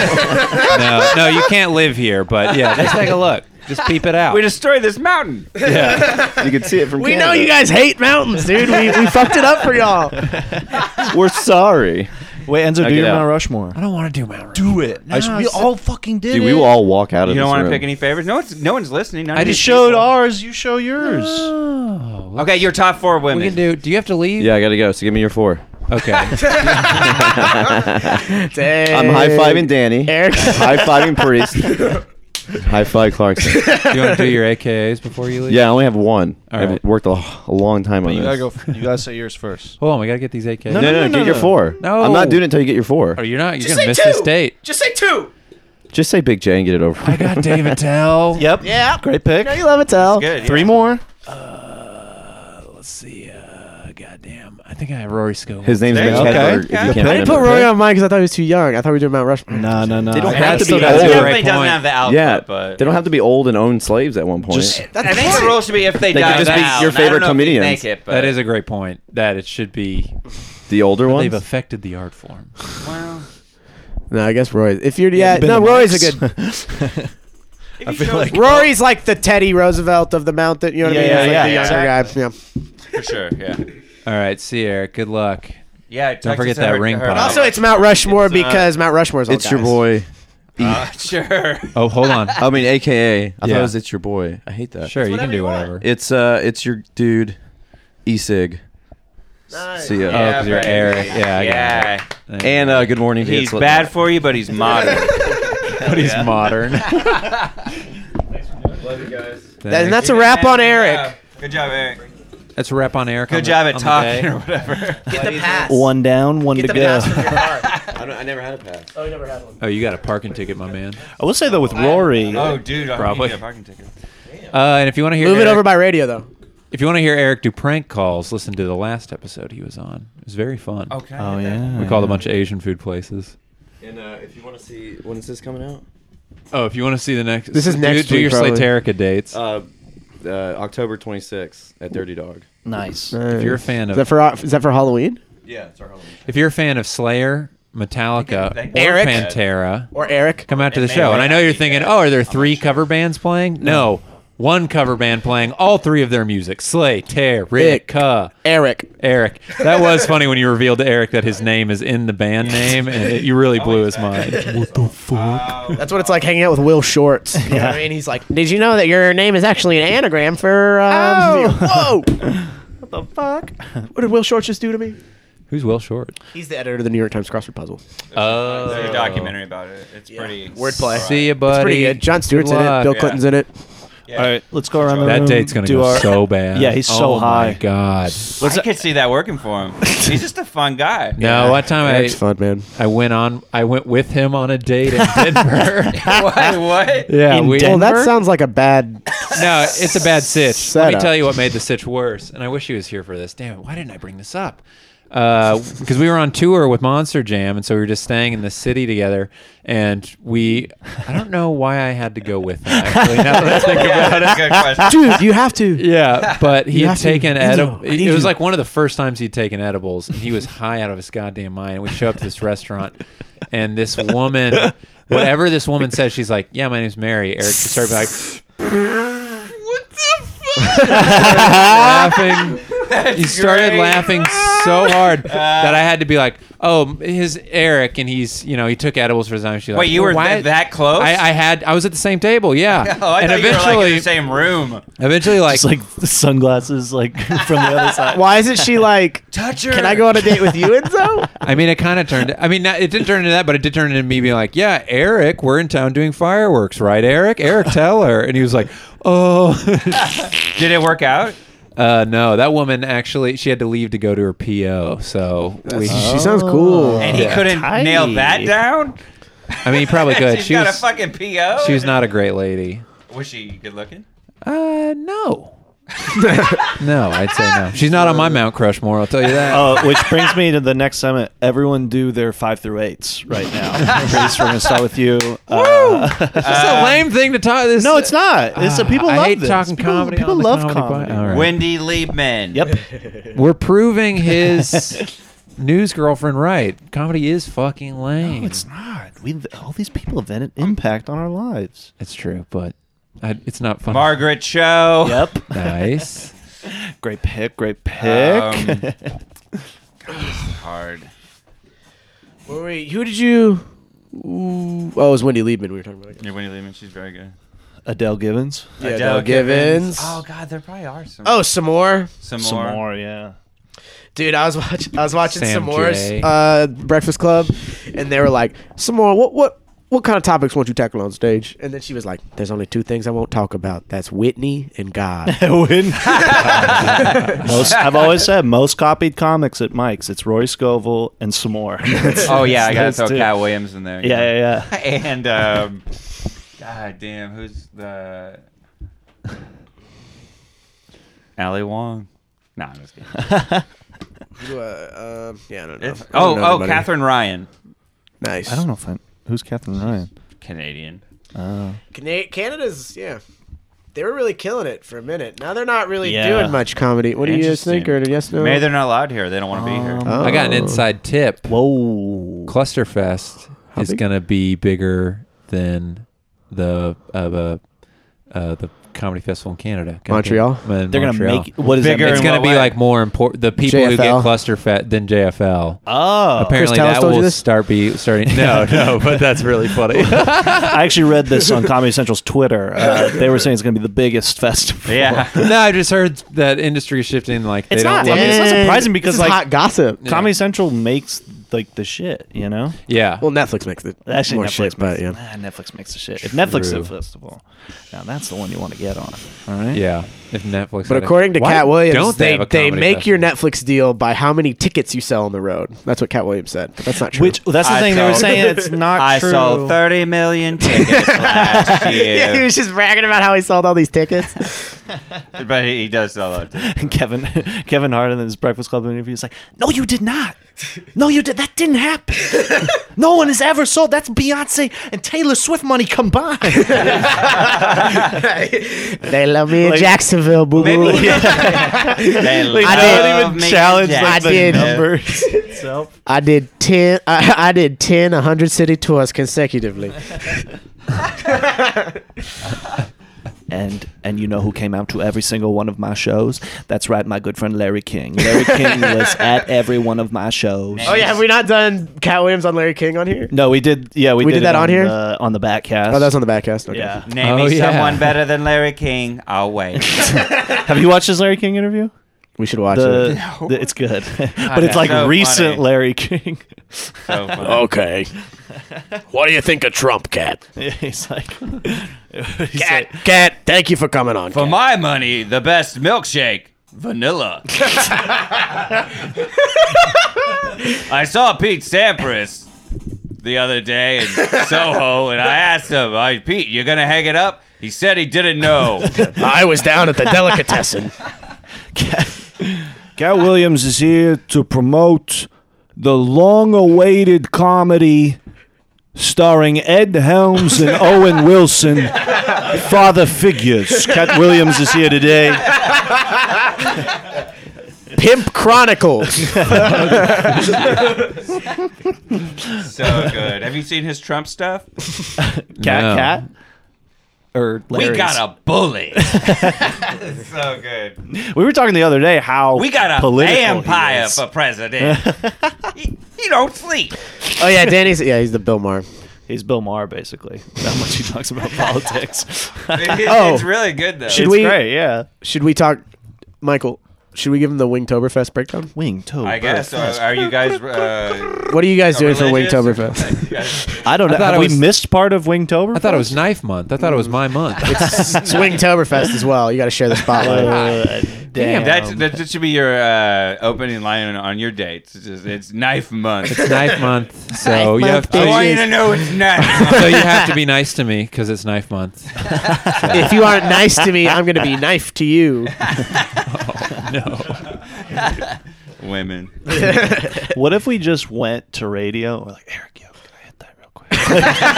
F: no, no, you can't live here. But
D: [LAUGHS]
F: yeah, just take a look. Just peep it out.
E: We destroyed this mountain.
B: You can see it from.
D: We
B: Canada.
D: know you guys hate mountains, dude. We, we fucked it up for y'all.
B: We're sorry,
C: Wait, Enzo,
B: Knock
C: do
B: it
C: your
B: out.
C: Mount Rushmore.
F: I don't want to do Mount Rushmore.
C: Do it. I, we all fucking did
B: dude.
C: it.
B: We will all walk out of.
E: You don't
B: want
E: want to pick any favorites? No one's, no one's listening. None of
F: I
E: these
F: just
C: showed
E: people.
C: ours. You show yours.
F: Oh,
E: Okay, your top four women.
F: we can do. Do you have to leave?
B: Yeah, I gotta go. So give me your four.
F: Okay.
B: I'm
D: Dang.
B: high fiving Danny.
D: Eric.
B: high fiving Priest. high five Clarkson.
F: do you want to do your AKAs before you leave?
B: Yeah, I only have one.
F: All
B: I've
F: right.
B: worked a, a long time on
C: You
B: this.
C: gotta go. [LAUGHS] You gotta say yours first.
F: Hold on, we gotta get these AKAs.
B: No, no, no,
C: no, no,
B: get your
C: no.
B: four.
F: No.
B: I'm not doing it until you get your four.
F: Are you not? You're
D: Just
F: gonna
D: say
F: miss
D: two.
F: this
D: [LAUGHS]
F: date.
D: Just say two.
B: Just say Big J and get it over.
F: I got David
D: [LAUGHS]
F: Tell.
C: Yep.
D: Yeah.
C: Great [LAUGHS] pick.
D: You love it, Tal.
E: Good,
C: Three
E: yeah.
C: more.
F: Let's see. Uh, goddamn. I think I have Rory Scoble.
B: [LAUGHS] His name's Mitch
E: Okay.
B: Hedberg. If you
E: Okay.
B: can't
D: I didn't put
B: remember.
D: Rory on mine because I thought he was too young. I thought we were doing Mount Rushmore.
C: No, no, no.
B: They don't
C: I-
B: have to
F: That's
B: be
F: a- that's a
E: He
B: old.
F: great
E: definitely doesn't
F: point.
E: have the alpha,
B: Yeah,
E: but
B: they don't have to be old and own slaves at one point.
C: Just-
D: That's
E: I think the rule should be if they,
B: They could
E: die
B: just be
E: now,
B: your
E: and I don't
B: favorite
E: know if they'd
B: comedians.
E: Make it, but
F: That is a great point. That it should be.
B: the older
F: They've
B: ones.
F: affected the art form.
E: Well,
D: No, I guess Rory. If you're yeah,
C: Ben
D: no, Rory's a
C: Max.
D: good.
E: if you chose
D: Rory's like the Teddy Roosevelt of the mountain. You know what
C: Yeah,
D: I mean?
C: yeah,
D: He's
C: yeah,
D: like the younger guy.
E: for sure, yeah,
F: All right. See, you, Eric. Good luck.
E: yeah.
F: Don't
E: Texas
F: forget
E: and
F: that
E: her-
F: ring
E: her-
F: pop.
D: Yeah.
F: Uh,
D: Also, it's Mount Rushmore
E: it's, uh,
D: because Mount Rushmore's all
B: it's your
D: guys.
B: boy. E.
E: Uh, [LAUGHS] sure.
F: Oh, hold
D: [LAUGHS]
F: on.
B: I mean, AKA. I
F: Yeah.
B: thought it was it's your boy. I hate that.
F: Sure, you can
D: whatever
F: do
D: you want.
F: whatever.
B: It's uh, it's your dude, Esig. See ya.
F: Yeah. 'cause you're
E: baby.
F: Eric. Yeah, I
E: yeah.
F: Thank you.
B: And uh, good morning. Viet
E: He's
B: Slipknot.
E: bad for you, but he's modern.
F: but [LAUGHS] he's
D: [LAUGHS]
F: modern.
E: Love you guys.
D: And that's a
E: Good
D: wrap
E: man,
D: on
E: good
D: Eric.
E: job. Good job, Eric.
F: That's a wrap on Eric. on
E: Good
F: the-
E: job at
F: on the
E: talking
F: day.
E: or whatever.
D: Get the pass.
C: One down, one to go.
B: I, don't, I never had a pass.
D: Oh, you never had one.
F: Oh, you got a parking ticket, my
D: [LAUGHS]
F: man.
C: I will say though with Rory,
E: Oh, dude, I Probably.
F: Probably.
E: need a parking ticket.
F: Uh, and if you want to hear,
D: Move it
F: Eric-
D: over by radio though.
F: If you want to hear Eric do prank calls, listen to the last episode he was on. It was very fun.
E: Okay.
C: Oh yeah.
F: We called a bunch of Asian food places.
B: And uh, if you want to see when is this coming out?
F: Oh, if you want to see the next,
D: This is
F: do,
D: next
F: Do
D: week,
F: your
D: probably.
F: Slaterica dates.
B: Uh, uh, October 26th at Dirty Dog.
C: Nice.
F: if you're a fan
D: Is that
F: of,
D: for is that for Halloween
B: Yeah, it's our home.
F: if you're a fan of Slayer, Metallica,
E: Thank
F: or
E: you.
D: Eric?
F: Pantera,
D: or Eric?
F: come out to
E: It
F: the
E: may
F: show.
E: or
F: And I
E: may
F: know
E: not
F: you're
E: be
F: thinking,
E: that.
F: oh, are there three cover bands playing? No. One cover band playing all three of their music. Slay, Tear, Rick,
D: Eric.
F: Eric. That was funny when you revealed to Eric that his name is in the band name, and it, you really blew his mind.
D: That's what it's like hanging out with Will Shorts. You know what I mean? He's like, Did you know that your name is actually an anagram for. Um, Whoa! what the fuck?
C: [LAUGHS]
D: What did Will Shorts just do to me?
F: Who's Will Short?
D: [LAUGHS] He's the editor of the New York Times crossword puzzle.
F: Oh,
E: There's a documentary about it. It's pretty
D: Wordplay.
E: Right.
F: See you, buddy.
D: It's pretty good. John Stewart's
F: Good
D: in it.
F: luck.
D: Bill
E: Yeah.
D: Clinton's in it.
E: Yeah.
C: All right, let's go around the
F: That
C: room,
F: date's gonna
C: do
F: go
C: our- [LAUGHS]
F: so bad.
C: Yeah, he's so
F: oh
C: high.
F: My God.
C: Let's-
E: I could see that working for
F: [LAUGHS]
E: him. He's just a fun guy.
F: No, one time I
D: That's fun, man.
F: I went on I went with him on a date in Denver.
E: [LAUGHS] what? What?
F: yeah,
C: In
F: we,
C: Den-
D: Well, that
C: Denver?
D: sounds like a bad.
F: [LAUGHS] no, it's a bad sitch. Let me
D: Setup.
F: tell you what made the sitch worse, and I wish he was here for this. Damn it! Why didn't I bring this up? Because we were on tour with Monster Jam, and so we were just staying in the city together. And we—I don't know why I had to go with him. Actually, now that I
E: [LAUGHS]
F: think
E: Yeah,
F: about it,
E: that's a good question.
F: [LAUGHS]
D: Dude, you have to.
F: Yeah,
E: [LAUGHS]
F: but he
D: You
F: had
D: have to-
F: taken
D: Enzo,
F: edibles.
D: I
F: It
D: need
F: it was
D: you.
F: like one of the first times he'd taken edibles, and he was high out of his goddamn mind. And we show up to this restaurant, and this woman, whatever this woman says, she's like, "Yeah, my name's Mary." Eric just started like, laughing. He started
E: great.
F: laughing so hard that I had to be like, "Oh, his Eric," and he's, you know, he took edibles for his time. She's like,
E: Wait, you were
F: "Why-
E: th- that close?
F: I, I had, I was at the same table, yeah.
E: [LAUGHS] oh, I
F: and
E: thought you were
F: eventually,
E: like in the same room.
F: eventually, like,
C: It's like sunglasses, like [LAUGHS] from the other side.
D: Why isn't she like?
E: Touch her.
D: Can I go on a date with you, Enzo?
F: I mean, it kind of turned. I mean, not- it didn't turn into that, but it did turn into me being like, "Yeah, Eric, we're in town doing fireworks, right, Eric? Eric,
C: [LAUGHS]
F: tell her." And he was like, "Oh, [LAUGHS]
E: Did it work out?
F: uh, no, that woman actually, she had to leave to go to her PO." So we,
D: She sounds cool.
E: And he
F: Yeah.
E: couldn't
C: Tight.
E: nail that down.
F: I mean, he probably
E: [LAUGHS]
F: could.
E: She's
F: she
E: got a
F: was,
E: fucking PO.
F: she was not a great lady.
E: Was she good looking?
F: Uh,
C: [LAUGHS]
F: no. no, I'd say no. She's not on my Mount Crushmore. I'll tell you that.
C: Uh, which brings me to the next summit. Everyone do their five through eights right [LAUGHS] now. Reese, we're gonna start with you. Uh, [LAUGHS]
F: That's a lame thing to talk. This
C: no, it's not. It's uh,
F: Ah,
C: people
F: I
C: love
F: hate
C: this.
F: talking
C: people,
F: comedy
C: People
F: on the
C: love
F: comedy
C: comedy.
F: pod- all right.
E: Wendy Liebman.
C: Yep.
F: We're proving his news girlfriend right. Comedy is fucking lame.
C: No, [LAUGHS] it's not. We all these people have had an impact on our lives.
F: It's true, but I, it's not fun.
E: Margaret Cho.
C: Yep.
D: [LAUGHS]
F: Nice.
C: Great pick. Great pick.
E: Um, Hard.
D: Wait, who did you? Ooh, oh, it was Wendy Liebman we were talking about.
E: Yeah, Wendy Liebman. She's very good.
C: [LAUGHS] Adele Givens.
D: Yeah, Adele Givens.
E: Oh God, there probably are some.
D: Oh, some more.
E: some,
C: Some [LAUGHS]
E: more.
C: more. Yeah.
D: Dude, I was watching. I was watching
F: Sam
D: some more's
F: J.
D: uh, Breakfast Club, and they were like, "Some more. What what what kind of topics won't you tackle on stage?" And then she was like, "There's only two things I won't talk about. That's Whitney and God."
C: [LAUGHS] Win. most, I've always said most copied comics at Mike's. It's Roy Scovel and some [LAUGHS] more.
E: Oh yeah, I gotta
C: Those
E: throw
C: two.
E: Cat Williams in there.
C: Yeah, yeah, yeah.
E: [LAUGHS] and
D: [LAUGHS]
E: um, God damn, who's the Ali Wong? Nah, I'm just
D: [LAUGHS]
E: kidding.
D: Uh, um, yeah, I don't know.
E: oh,
D: I don't know
E: oh,
D: anybody.
E: Catherine Ryan,
D: Nice.
C: I don't know if I. Who's Catherine Ryan?
E: Canadian.
C: Oh.
D: Cana- Canada's yeah. They were really killing it for a minute. Now they're not really
C: Yeah.
D: doing much comedy. What do you guys think? Or
E: Interesting.
D: yes, no?
E: Maybe they're not allowed here. They don't want to be here.
D: Oh.
F: I got an inside tip.
C: Whoa.
F: Clusterfest is
D: big?
F: going to be bigger than the uh, the uh, the comedy festival in Canada. Goddamn-
D: Montreal?
F: uh,
C: They're gonna
F: Montreal.
C: make what is that?
E: Bigger
C: make-
F: It's
E: In
F: going to
E: what
F: be
E: way?
F: like more important. The people who get
D: JFL?
F: Clusterfest than JFL.
C: Oh,
F: Apparently
D: Tellis
F: that
D: told you
F: will
D: this?
F: start be starting. [LAUGHS] No, no, but that's really [LAUGHS] funny.
C: [LAUGHS] I actually read this [LAUGHS] on Comedy Central's Twitter. Uh, they were saying it's going to be the biggest [LAUGHS] festival.
D: [LAUGHS]
E: Yeah.
F: no, I just heard that industry is shifting. Like they
C: It's
F: don't.
C: not. I mean, it's not
D: Dang.
C: surprising
D: This
C: because,
D: is
C: like-
D: hot gossip.
C: Comedy Central makes like the shit, you know.
F: yeah.
D: Well, Netflix makes it
C: Actually,
D: more
C: Netflix
D: shit,
C: makes,
D: but yeah.
C: ah, Netflix makes the shit. If Netflix is
F: True.
C: a festival, now that's the one you want to get on. All right.
F: Yeah, if Netflix.
D: But
F: had a-
D: according to
F: Why
D: Cat Williams,
F: don't
D: they,
F: they, have
D: they,
F: a comedy
D: make your
F: festival?
D: Netflix deal by how many tickets you sell on the road. That's what Cat Williams said. But that's not true.
C: Which well, that's the
E: I
C: thing they were
E: sold-
C: saying. [LAUGHS] It's not
E: I
C: true.
E: sold 30
D: [LAUGHS]
E: million tickets last
D: yeah, [LAUGHS] he
E: year.
D: was just bragging about how he sold all these tickets.
E: but he, he does sell out. tickets.
C: And [LAUGHS] Kevin Kevin Hart in his Breakfast Club interview is like, "No, you did not. No, you did. That didn't [LAUGHS] happen. No one has ever sold. That's Beyonce and Taylor Swift money [LAUGHS] combined."
D: they love me in
C: Like-
D: Jacksonville, boo boo.
E: They
C: I
E: love
C: don't even
E: Mick
C: challenge like,
D: I
C: the [LAUGHS]
D: did.
C: numbers itself.
D: I did ten. I, I did ten 100 city tours consecutively.
C: And and you know who came out to every single one of my shows? That's right, my good friend Larry King.
D: [LAUGHS]
C: Larry King was at every one of my shows.
D: Oh yeah, have we not done Cat Williams on Larry King on here?
C: No, we did. Yeah, we,
D: We did
C: it
D: that on here?
C: the, on the back cast.
D: Oh, that was on the backcast. Okay.
C: yeah.
E: Name
F: Oh,
E: me
F: yeah.
E: [LAUGHS] someone better than Larry King. I'll wait.
C: Have you watched his Larry King interview?
D: We should watch
C: The,
D: it.
C: the- it's good, [LAUGHS] but
E: that's
C: it's like
E: so
C: recent
E: funny.
C: Larry King. [LAUGHS]
E: So funny.
D: [LAUGHS] Okay. what do you think of Trump, Cat?
C: Yeah, he's like, [LAUGHS] he's
D: Cat,
C: like-
D: Cat, thank you for coming on.
E: For
D: Cat.
E: my money, the best milkshake, [LAUGHS] vanilla. I saw Pete Sampras the other day in [LAUGHS] Soho, and I asked him, "Hey, Pete, you gonna hang it up?" He said he didn't [LAUGHS] know.
D: I was down at the delicatessen.
J: Cat Williams is here to promote the long awaited comedy starring Ed Helms
E: [LAUGHS]
J: and Owen Wilson, Father Figures.
C: Cat Williams is here today.
D: Pimp Chronicles.
E: so good. Have you seen his Trump stuff?
C: Cat,
F: No.
C: cat, or Larry's.
E: We got a [LAUGHS] bully. so good.
C: We were talking the other day how
E: We got a
C: political he
E: vampire
C: is.
E: for president. he, he don't sleep.
D: [LAUGHS] oh yeah, Danny's. Yeah, he's the Bill Maher.
C: He's Bill Maher, basically. [LAUGHS] That much he talks [LAUGHS] about politics.
E: It- it-
D: Oh.
E: It's really good though.
D: Should
C: it's
D: we-
C: great, yeah.
D: Should we talk, Michael? Should we give him the Wingtoberfest breakdown?
C: Wing toe.
E: I guess. So are you guys? Uh,
D: What are you guys doing for
E: religious? [LAUGHS]
D: Wingtoberfest?
E: You guys-
C: [LAUGHS] I don't know. Have
F: thought it
C: we
F: was-
C: missed part of Wingtober?
F: I thought it was knife month. I thought it was my month.
D: it's Wingtoberfest as well. You got to share the spotlight.
C: Uh, [LAUGHS] damn.
E: That's,
D: Um,
E: that, that should be your uh, opening line on, on your dates. It's, just- it's knife month.
F: it's knife [LAUGHS] month, so
D: Knife
F: you have
E: [LAUGHS] I
D: month,
E: want
F: to.
E: you to know it's knife
F: [LAUGHS]
E: month.
F: so you have to be nice to me because it's knife [LAUGHS] month.
D: if you aren't nice to me, I'm going to be knife to you.
E: Women.
C: what if we just went to radio? We're like, Eric, yo, can I hit that real quick?
E: [LAUGHS]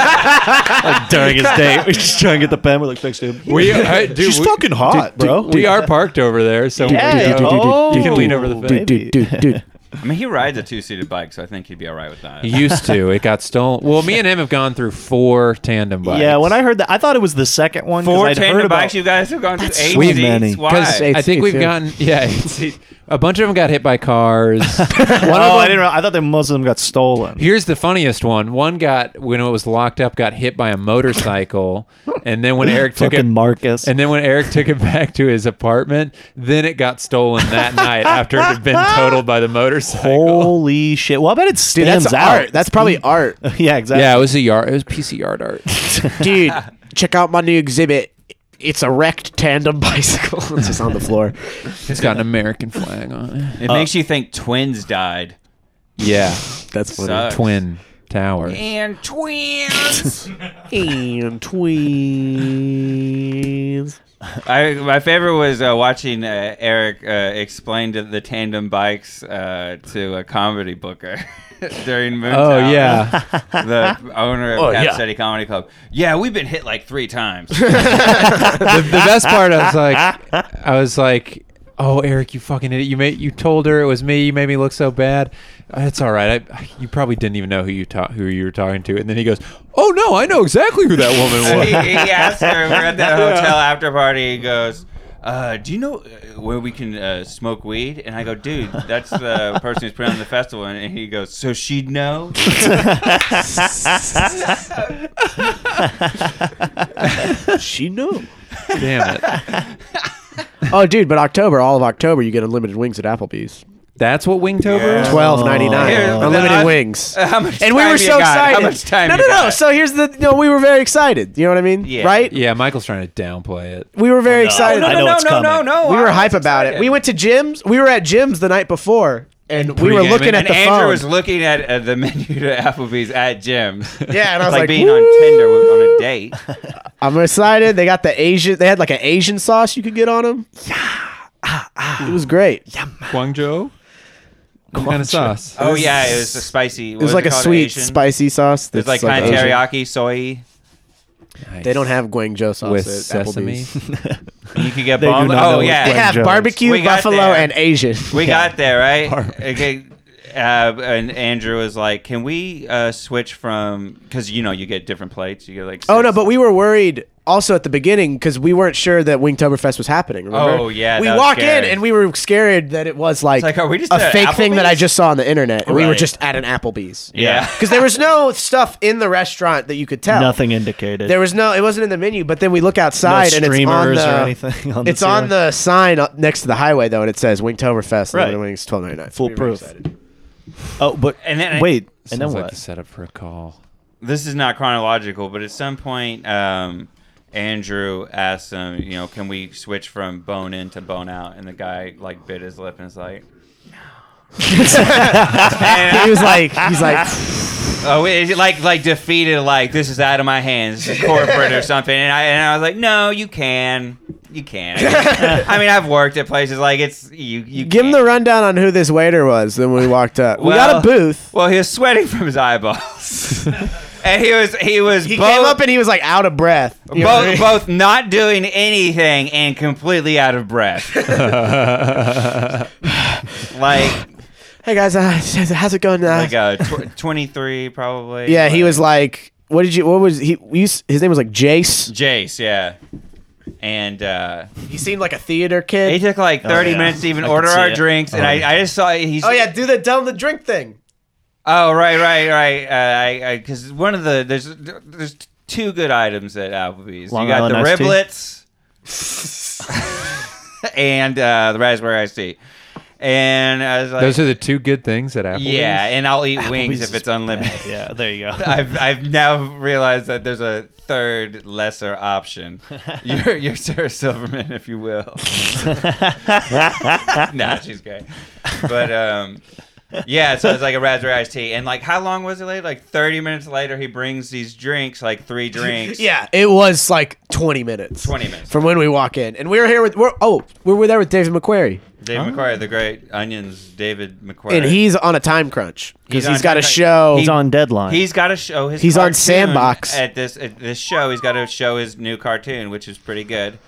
C: like during his date, we just try and get the pen. We're like, thanks, dude.
F: We, [LAUGHS] I, uh, dude,
C: She's
F: we,
C: fucking hot, bro.
F: we are parked over there, so
C: Yeah.
F: we,
C: Oh.
F: you can lean over the fence.
C: Maybe.
D: Dude, dude, dude.
E: I mean, he rides a two-seated bike, so I think he'd be all right with that.
F: He used to. It got stolen. Well, me and him have gone through four tandem bikes.
C: Yeah, when I heard that, I thought it was the second one. 'cause
E: Four
C: I'd
E: tandem
C: heard about-
E: bikes. You guys have gone to eight
J: way
E: seats?
J: many.
E: Why?
F: I think
D: It's-
F: we've
D: it's-
F: gotten yeah, it's- a bunch of them got hit by cars. [LAUGHS]
C: One oh, I didn't. realize- I thought that most of them got stolen.
F: Here's the funniest one. One got when it was locked up, got hit by a motorcycle, and then when Eric took it,
C: Fucking Marcus.
F: and then when Eric took it back to his apartment, then it got stolen that night after it had been totaled by the motorcycle.
C: Holy shit! Well, I bet it
D: Dude,
C: stands
D: that's
C: out.
D: art. That's probably
C: [LAUGHS]
D: art.
C: yeah, exactly.
F: Yeah, it was a yard. It was PC yard art.
D: Dude, check out my new exhibit. It's a wrecked tandem [LAUGHS] bicycle. it's just on the floor.
F: It's got an American flag on it.
E: It makes you think twins died.
F: Yeah,
D: That's funny.
E: Sucks.
F: twin towers.
E: And twins.
D: And tweens.
E: I my favorite was uh, watching uh, Eric uh, explain to the tandem bikes uh, to a comedy booker [LAUGHS] during Moontown.
F: Oh yeah,
E: the owner of
D: Oh,
E: Cap
D: yeah.
E: City Comedy Club. Yeah, we've been hit like three
F: [LAUGHS]
E: times.
F: the, the best part. I was like, I was like, oh Eric, you fucking idiot! You made you told her it was me. You made me look so bad. Uh, It's all right. I, you probably didn't even know who you ta- who you were talking to. And then he goes, oh no, I know exactly who that woman
E: he,
F: was.
E: he [LAUGHS] asked her. We're at that hotel after party. He goes. Uh, do you know uh, where we can uh, smoke weed? And I go, dude, that's the person who's putting on the festival. And he goes, so she'd know.
D: She knew.
F: Damn it.
D: Oh, dude, but October, all of October, you get unlimited wings at Applebee's.
F: That's what Wingtober is?
D: Twelve ninety nine,
E: Here,
D: unlimited
E: uh, [LAUGHS]
D: wings.
E: How much
D: and we
E: time
D: were
E: you
D: so
E: got?
D: excited.
E: How much time?
D: No,
E: you
D: no, no.
E: got?
D: So here's the no. We were very excited. You know what I mean?
E: Yeah.
D: Right?
F: Yeah, Michael's trying to downplay it.
D: We were very
C: no.
D: excited.
C: Oh, I know it's coming.
E: no.
D: we
E: I
D: were
E: was
D: hype about it.
E: excited.
D: We went to gyms. We were at gyms the night before, and we were
F: Pre-gaming.
D: looking at
E: and
D: the
E: Andrew
D: phone.
E: was looking at uh, the [LAUGHS] menu to Applebee's at Jim's.
D: [LAUGHS] yeah, and I was
E: like,
D: like,
E: being on Tinder with- on a
D: [LAUGHS]
E: date.
D: I'm excited. They got the Asian. They had like an Asian sauce you could get on them.
E: Ah,
D: It was great.
F: Guangzhou? What kind of sauce?
E: Oh yeah, it was a spicy.
D: It was like a sweet, spicy sauce.
E: It's like kind of teriyaki, soy.
F: Nice.
D: They don't have Guangzhou sauce
F: with
D: at
F: sesame. [LAUGHS]
D: Applebee's.
E: You could get
C: They do
E: bomb.
C: not
E: Oh
C: know
E: yeah,
D: They have
C: Guangzhou's.
D: barbecue,
E: We got
D: buffalo,
E: there.
D: and Asian.
E: we got there right. Okay, uh, and Andrew was like, "Can we uh, switch from? Because you know you get different plates. You get like
D: Oh no,
E: six-
D: but we were worried also at the beginning because we weren't sure that Wingtoberfest was happening. Remember?
E: Oh, yeah,
D: we
E: that was
D: walk in
E: scary.
D: and we were scared that it was like,
E: like, are we just
D: a
E: at
D: fake thing that I
E: Applebee's?
D: just saw on the internet. And We were
E: Right.
D: just at an Applebee's. [LAUGHS]
E: Yeah.
D: because there was no stuff in the restaurant that you could tell.
C: Nothing indicated.
D: There was no. It wasn't in the menu. But then we look outside and it's on
C: streamers
D: the.
C: or anything [LAUGHS] on the
D: it's on
C: ceiling.
D: the sign up next to the highway though, and it says Wingtoberfest.
C: Right.
D: Right. Wings twelve ninety nine.
C: foolproof. Oh, but
E: And then I-
C: wait, and
F: Sounds
C: then
F: like
C: what?
F: a setup for a call.
E: this is not chronological, but at some point, um, Andrew asked him, you know, can we switch from bone in to bone out? And the guy like bit his lip and was like,
D: he was like, he's like,
C: [LAUGHS]
E: oh, it, like like defeated, like this is out of my hands, this is corporate or something. And I and I was like, no, you can, you can. I mean, I've worked at places like it's you. You
D: give him
E: can.
D: the rundown on who this waiter was. Then we walked up. we got a
E: Well,
D: booth.
E: Well, he was sweating from his
D: [LAUGHS]
E: eyeballs, and he was he was
D: He
E: both,
D: came up and he was like out of breath. You know what
E: both,
D: I mean?
E: both not doing anything and completely out of breath.
D: [LAUGHS]
E: like
D: [LAUGHS] Hey guys, uh, [LAUGHS] how's it going? Uh,
E: like uh, tw- [LAUGHS] 23 probably.
D: yeah, he
E: Like,
D: was like, what did you? What was he? we used- his name was like Jace.
E: Jace, yeah. And uh,
D: He seemed like a theater
E: he
D: kid.
E: took
C: Oh,
E: like 30 minutes to even order
C: see
E: our
C: it. Oh,
E: drinks, and I, I just saw he's
D: oh yeah, do the down the drink thing.
E: Oh right, right, right. Uh, I because one of the there's there's two good items at Applebee's.
C: Long
E: you got
C: Island iced
E: the
C: tea?
D: [LAUGHS]
E: riblets [LAUGHS] and uh, the raspberry iced tea. And I was like,
F: Those are the two good things at Applebee's.
E: yeah, and I'll eat wings
C: Applebee's
E: if
C: is
E: it's unlimited.
C: Yeah, there you go.
E: [LAUGHS] I've I've now realized that there's a third lesser
C: [LAUGHS]
E: option. You're you're Sarah Silverman, if you will. nah, she's great. But um, yeah, so it's like a raspberry iced tea, and like how long was it later? Like 30 minutes later, he brings these drinks, like three
C: [LAUGHS]
E: drinks.
D: Yeah, it was like 20 minutes.
E: 20 minutes.
D: from when we walk in, and we were here with we're oh we were there with David McQuarrie,
E: David McQuarrie, the great Onions, David McQuarrie,
D: and he's on a time crunch
E: He's
D: because
E: on
D: he's got a
E: time crunch.
D: show.
E: He-
C: He's on deadline.
E: He's got to show his.
D: He's on
E: cartoon
D: Sandbox.
E: at this at this show. He's got to show his new cartoon, which is pretty good,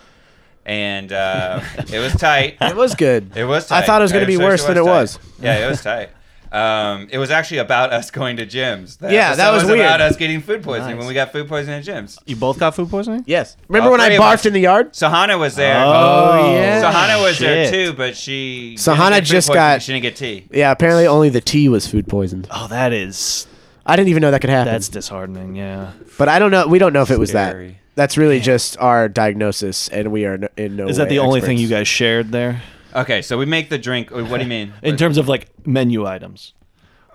E: and uh, it was tight.
D: it was good.
E: It was.
D: I
E: Tight.
D: thought it was gonna be
E: so
D: worse than it was.
E: tight. Yeah, it was tight. Um, it was actually about us going to gyms. The
D: Yeah, that
E: episode
D: was
E: About
D: weird.
E: us getting food poisoning
C: Nice.
E: when we got food poisoning at gyms.
C: you both got food poisoning.
D: yes, remember
E: All
D: when I
E: three of us.
D: barfed in the yard?
E: Sahana was there.
C: Oh, yeah.
E: Sahana was there
C: Shit.
E: too, but she.
D: Sahana
E: didn't get food
D: just
E: poisoning.
D: got-
E: She didn't get tea.
D: Yeah, apparently only the tea was food poisoned.
C: Oh, that is
D: I didn't even know that could happen.
C: that's disheartening. Yeah.
D: But I don't know. We don't know if it was that.
F: Scary.
D: That's really just our diagnosis, and we are no, in no.
C: Is that
D: way
C: the only
D: experts.
C: thing you guys shared there
E: Okay, so we make the drink. What do you mean?
C: in terms of like menu items?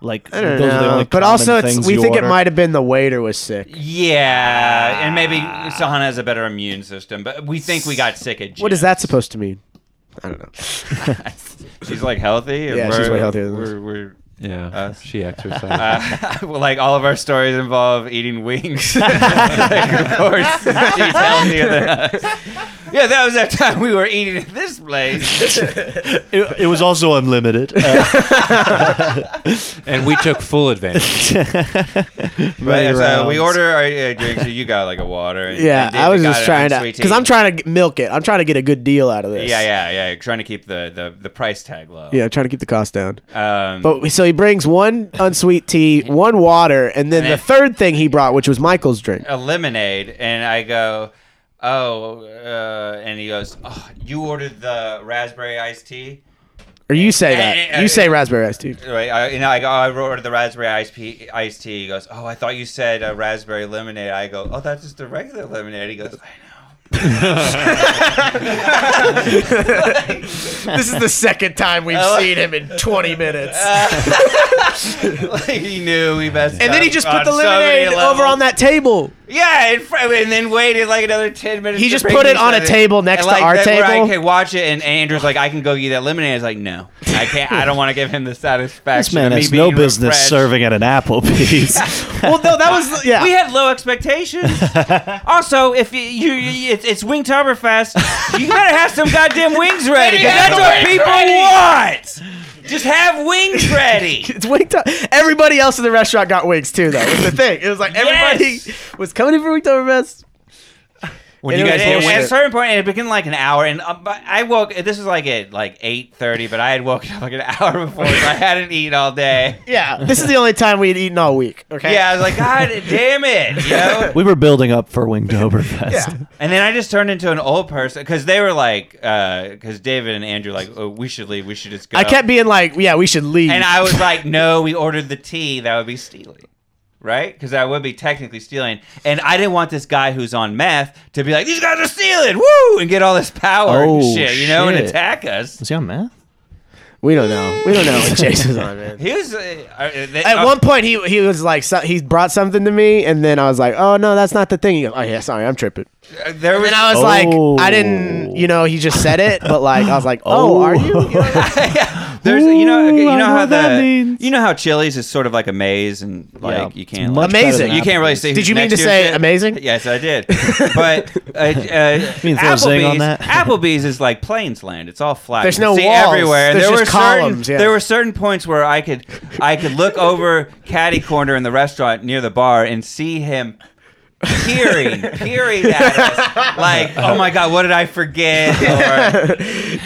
C: Like
D: I don't
C: those are the
D: know.
C: only
D: but
C: common
D: also, it's,
C: things
D: we
C: you
D: think
C: order?
D: it might have been the waiter was sick.
E: Yeah, and maybe Sahana has a better immune system, but we think we got sick at gyms.
D: What is that supposed to mean? I don't know.
E: [LAUGHS] She's like healthy. and
D: Yeah, she's
E: we're-
D: way healthier than us.
E: We're, we're
F: Yeah.
E: Us.
F: She exercised.
E: Uh, [LAUGHS] well, like all of our stories involve eating wings. [LAUGHS] Like, of course, she's healthier than us. Yeah, that was that time we were eating at this
D: [LAUGHS]
E: place.
C: It, it was also unlimited. Uh, [LAUGHS]
F: and we took full advantage.
D: [LAUGHS]
E: But, so
C: rounds.
E: we order our uh, drinks. So you got like a water. And,
D: Yeah,
E: and David
D: I was
E: got
D: just
E: a
D: trying to
E: sweet tea.
D: because I'm trying to g- milk it. I'm trying to get a good deal out of this.
E: Yeah, yeah, yeah. Trying to keep the the, the price tag low.
D: Yeah, trying to keep the cost down.
E: Um,
D: But so he brings one
E: [LAUGHS]
D: unsweet tea, one water, and then the third thing he brought, which was Michael's drink.
E: a lemonade, and I go, oh, uh, and he goes, oh, you ordered the raspberry iced tea.
D: Or you say
E: Eh, eh,
D: that.
E: eh.
D: You say raspberry iced tea.
E: Right, I, you know, I go, oh, I ordered the raspberry iced, pea, iced tea. He goes, oh, I thought you said uh, raspberry lemonade. I go, oh, that's just the regular lemonade. He goes, I
D: this is the second time we've
E: Oh.
D: seen him in 20
E: [LAUGHS]
D: minutes.
E: know. [LAUGHS] like, he knew he messed
D: and then he
E: up
D: just
E: on
D: put the
E: so many
D: lemonade over
E: levels.
D: on that table.
E: Yeah, and, fr- and then waited like another ten minutes.
D: He
E: to
D: just
E: bring
D: put it
E: me
D: on a
E: something.
D: table next
E: And,
D: to
E: like,
D: our
E: that- where I
D: table.
E: can watch it, and Andrew's like, "I can go get that lemonade." I was like, "No, I can't. I don't want to give him the satisfaction."
C: this man
E: of me
C: has no
E: being
C: business
E: refreshed.
C: serving at an
D: [LAUGHS]
C: Applebee's.
D: Well, no, that
E: [LAUGHS]
D: was yeah.
E: We had low expectations.
D: [LAUGHS]
E: also, if you, you, you it's, it's Wingtoberfest, you gotta have some goddamn wings ready. 'cause That's what people want. Just have wings ready.
D: [LAUGHS] it's wing time. Everybody else in
E: [LAUGHS]
D: the restaurant got wings too, though. It was the thing. It was like everybody
E: Yes.
D: was coming in for Wingtoberfest.
F: When
D: It
F: you
D: was-
F: guys
D: it
E: And
D: was-
E: at a
F: watched it,
E: certain point, it became like an hour, and uh, but I woke. This is like at like eight thirty, but I had woken up like an [LAUGHS] hour before, so I hadn't eaten all
D: [LAUGHS]
E: day.
D: Yeah, this is the only time we had eaten all week. Okay.
E: Yeah, I was like, God damn it, you know.
C: We were building up for Wingtoberfest.
E: And then I just turned into an old person because they were like, because David and Andrew were like, oh, we should leave, we should just go.
D: I kept being like, yeah, we should leave.
E: and I was like, no, we ordered the tea. That would be stealing, right? Because I would be technically stealing. And I didn't want this guy who's on meth to be like, these guys are stealing, woo, and get all this power
C: Oh,
E: and shit, you know, and
C: shit.
E: attack us.
C: Was he on math?
D: we don't know. We don't know what Chase was on, man.
E: He was uh, uh, they-
D: At
E: uh,
D: one point, he he was like, so, he brought something to me, and then I was like, oh no, that's not the thing. He goes, oh yeah, sorry, I'm tripping.
E: uh, there was
D: And I was like, I didn't, you know, he just said it, but like, I was like, oh, are you? You know?
E: yeah, there's you know okay, you
C: Ooh, I
E: know
C: know
E: how
C: what that
E: the
C: means.
E: you know how Chili's is sort of like a maze and like you can't like,
C: Much better
D: Amazing.
C: than
E: you can't really
C: Applebee's.
E: see.
D: Did
E: who's
D: you mean
E: next
D: to
E: you
D: say
E: and shit.
D: amazing?
E: Yes, I did. But uh, uh,
C: mean throw a zing on that?
E: Applebee's, Applebee's is like Plainsland. It's all flat.
D: There's
E: You can
D: no
E: see
D: walls.
E: everywhere.
D: There's
E: there
D: just
E: were
D: columns,
E: Certain,
D: yeah.
E: There were certain points where I could I could look over caddy corner in the restaurant near the bar and see him. Peering, peering at us, like, oh my god, what did I forget? Or,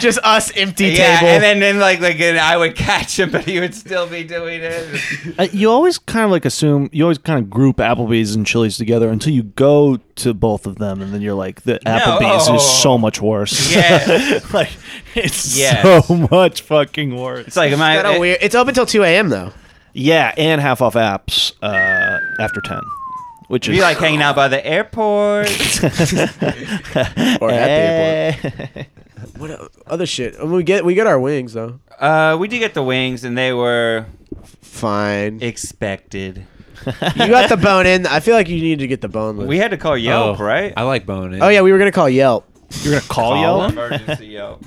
D: just us empty
E: yeah,
D: table.
E: and then, then like like and I would catch him, but he would still be doing it.
C: Uh, you always kind of like assume you always kind of group Applebee's and Chili's together until you go to both of them, and then you're like, the Applebee's
E: No.
C: is so much worse.
E: Yeah,
C: [LAUGHS] like it's
E: Yes.
C: so much fucking worse.
E: [LAUGHS] it's like am I? eh,
D: Kinda weird. It's open till 2 a.m. though.
C: Yeah, and half off apps uh, after ten, which
E: It'd
C: is
E: be like hanging out by the airport.
D: Or at the airport.
C: Eh.
D: What o- other shit? I mean, we get we get our wings though.
E: Uh, we did get the wings, and they were
D: Fine.
E: expected.
D: you got the bone in. I feel like you need to get the bone.
E: We had to call Yelp,
F: oh,
E: right?
F: I like bone. in.
D: oh yeah, we were gonna call Yelp.
C: You're gonna call,
E: Call
C: Yelp?
E: [LAUGHS] emergency Yelp.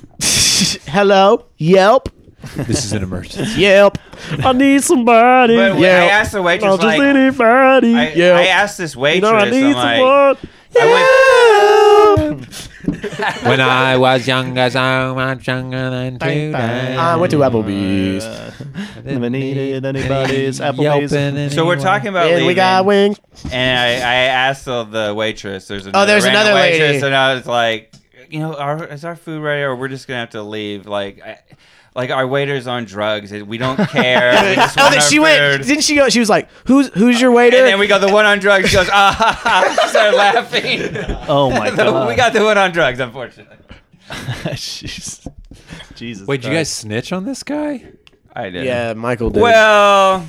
D: Hello, Yelp,
F: this is an emergency.
D: Yelp.
C: I need somebody.
E: But when I
D: Yelp.
E: asked the waitress,
C: Not just
E: like,
C: anybody.
E: I,
D: Yelp.
E: I asked this
C: you
E: waitress,
C: know I need
E: I'm like,
C: someone.
E: I went-
F: when I was younger, so much younger than today.
D: I went to Applebee's.
E: Oh,
C: Never needed anybody's Applebee's.
E: so we're talking about
D: and we got
E: leaving,
D: wings.
E: and I, I asked the, the waitress. There's another
D: Oh, there's
E: random
D: another lady.
E: waitress, and I was like, you know, our, is our food ready, or we're just gonna have to leave? Like, I, like our waiter's on drugs, and we
D: [LAUGHS]
E: don't care. we just
D: Oh,
E: want
D: then
E: our
D: she
E: food.
D: went. Didn't she go? She was like, "Who's who's your waiter?"
E: And then we got the one on drugs. She goes, ah, ha, ha, ha,"
D: [LAUGHS]
E: started laughing.
C: [LAUGHS] Oh
F: [LAUGHS]
C: my god.
E: we got [LAUGHS] the one on drugs, unfortunately.
C: Jesus. Jesus.
F: Wait, did you guys
C: Christ.
F: snitch on this guy?
E: I did.
D: yeah, Michael did.
E: Well,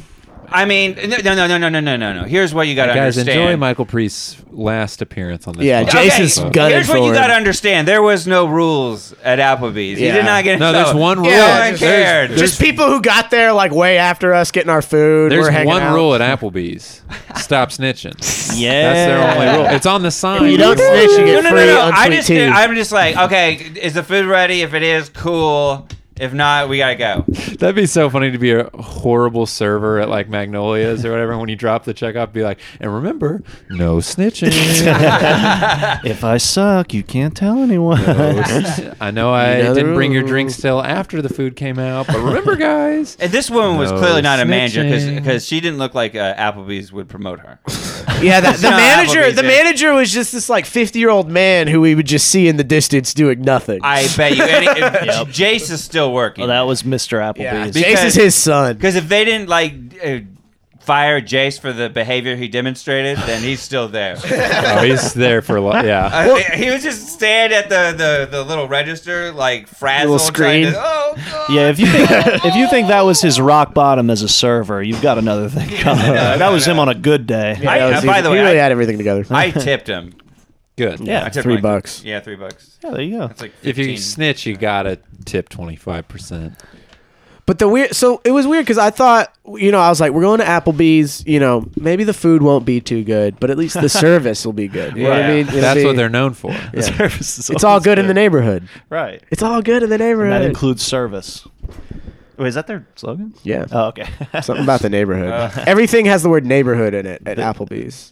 E: I mean, no, no, no, no, no, no, no, no. Here's what you got to
F: Guys,
E: understand.
F: enjoy Michael Priest's last appearance on this.
D: Yeah,
F: podcast.
E: Okay,
D: Jason's gunning
E: Here's what you
D: for
E: got to
D: him.
E: understand. There was no rules at Applebee's. You
D: Yeah.
E: did not get
F: No, there's
E: so-
F: one
E: Yeah,
F: rule.
E: no one
F: There's-
E: cared.
D: just people who got there like way after us, getting our food.
F: There's
D: we're hanging
F: one
D: out.
F: rule at Applebee's: stop snitching.
D: [LAUGHS]
C: Yeah.
F: That's their only rule. It's on the sign.
D: If you don't snitch, you
E: no,
D: get
E: no,
D: free
E: no, no. I
D: unsweet
E: just,
D: tea.
E: I'm just like, okay, is the food ready? If it is, cool. If not, we gotta go.
F: That'd be so funny to be a horrible server at like Magnolia's or whatever. and When you drop the check off, be like, and remember, no snitching.
C: If I suck, you can't tell anyone. [LAUGHS]
F: [LAUGHS] I know I
D: Another
F: didn't bring your
D: rule.
F: drinks till after the food came out, but remember, guys.
E: And this woman was
F: No
E: clearly not a manager
F: snitching.
E: because she didn't look like uh, Applebee's would promote her.
D: Yeah, that,
E: [LAUGHS]
D: the
E: No,
D: manager.
E: Applebee's
D: The
E: did.
D: manager was just this like fifty year old man who we would just see in the distance doing nothing.
E: I bet you. And
F: [LAUGHS]
E: it, Jace is still working.
C: well, that was Mr. Applebee's.
E: Be-
D: Jace
E: because-
D: is his son.
E: Because if they didn't like uh, fire Jace for the behavior he demonstrated, then he's still there.
F: [LAUGHS] [LAUGHS] Oh, he's there for a lot. Yeah.
E: Uh, he was just staring at the, the, the little register, like frazzled.
D: Little
E: trying to-
D: screen.
E: oh God.
C: Yeah, if you
D: [LAUGHS]
C: think if you think that was his rock bottom as a server, you've got another [LAUGHS] thing coming. that was him on a good day.
E: I-
D: That
E: uh,
D: was
E: by
D: easy.
E: the
D: he
E: way,
D: really
E: I-
D: had everything together.
E: I tipped him.
F: Good.
C: Yeah,
E: I tipped
D: three
E: my-
D: bucks.
E: Yeah, three bucks.
C: Yeah, there you go. [LAUGHS]
E: That's like 15.
F: If you snitch, you gotta tip twenty five percent.
D: But the weird, so it was weird because I thought, you know, I was like, we're going to Applebee's. You know, maybe the food won't be too good, but at least the service will be good. You know what I
E: Yeah.
D: mean? It'll
F: That's
D: be-
F: what they're known for.
D: Yeah.
C: Service is always
D: It's all good in the neighborhood.
C: right.
D: It's all good in the
C: And that
D: neighborhood.
C: includes service. Wait, is that their slogan?
D: yeah,
C: Oh, [LAUGHS] okay.
D: something about the neighborhood. Everything has the word neighborhood in it at Applebee's.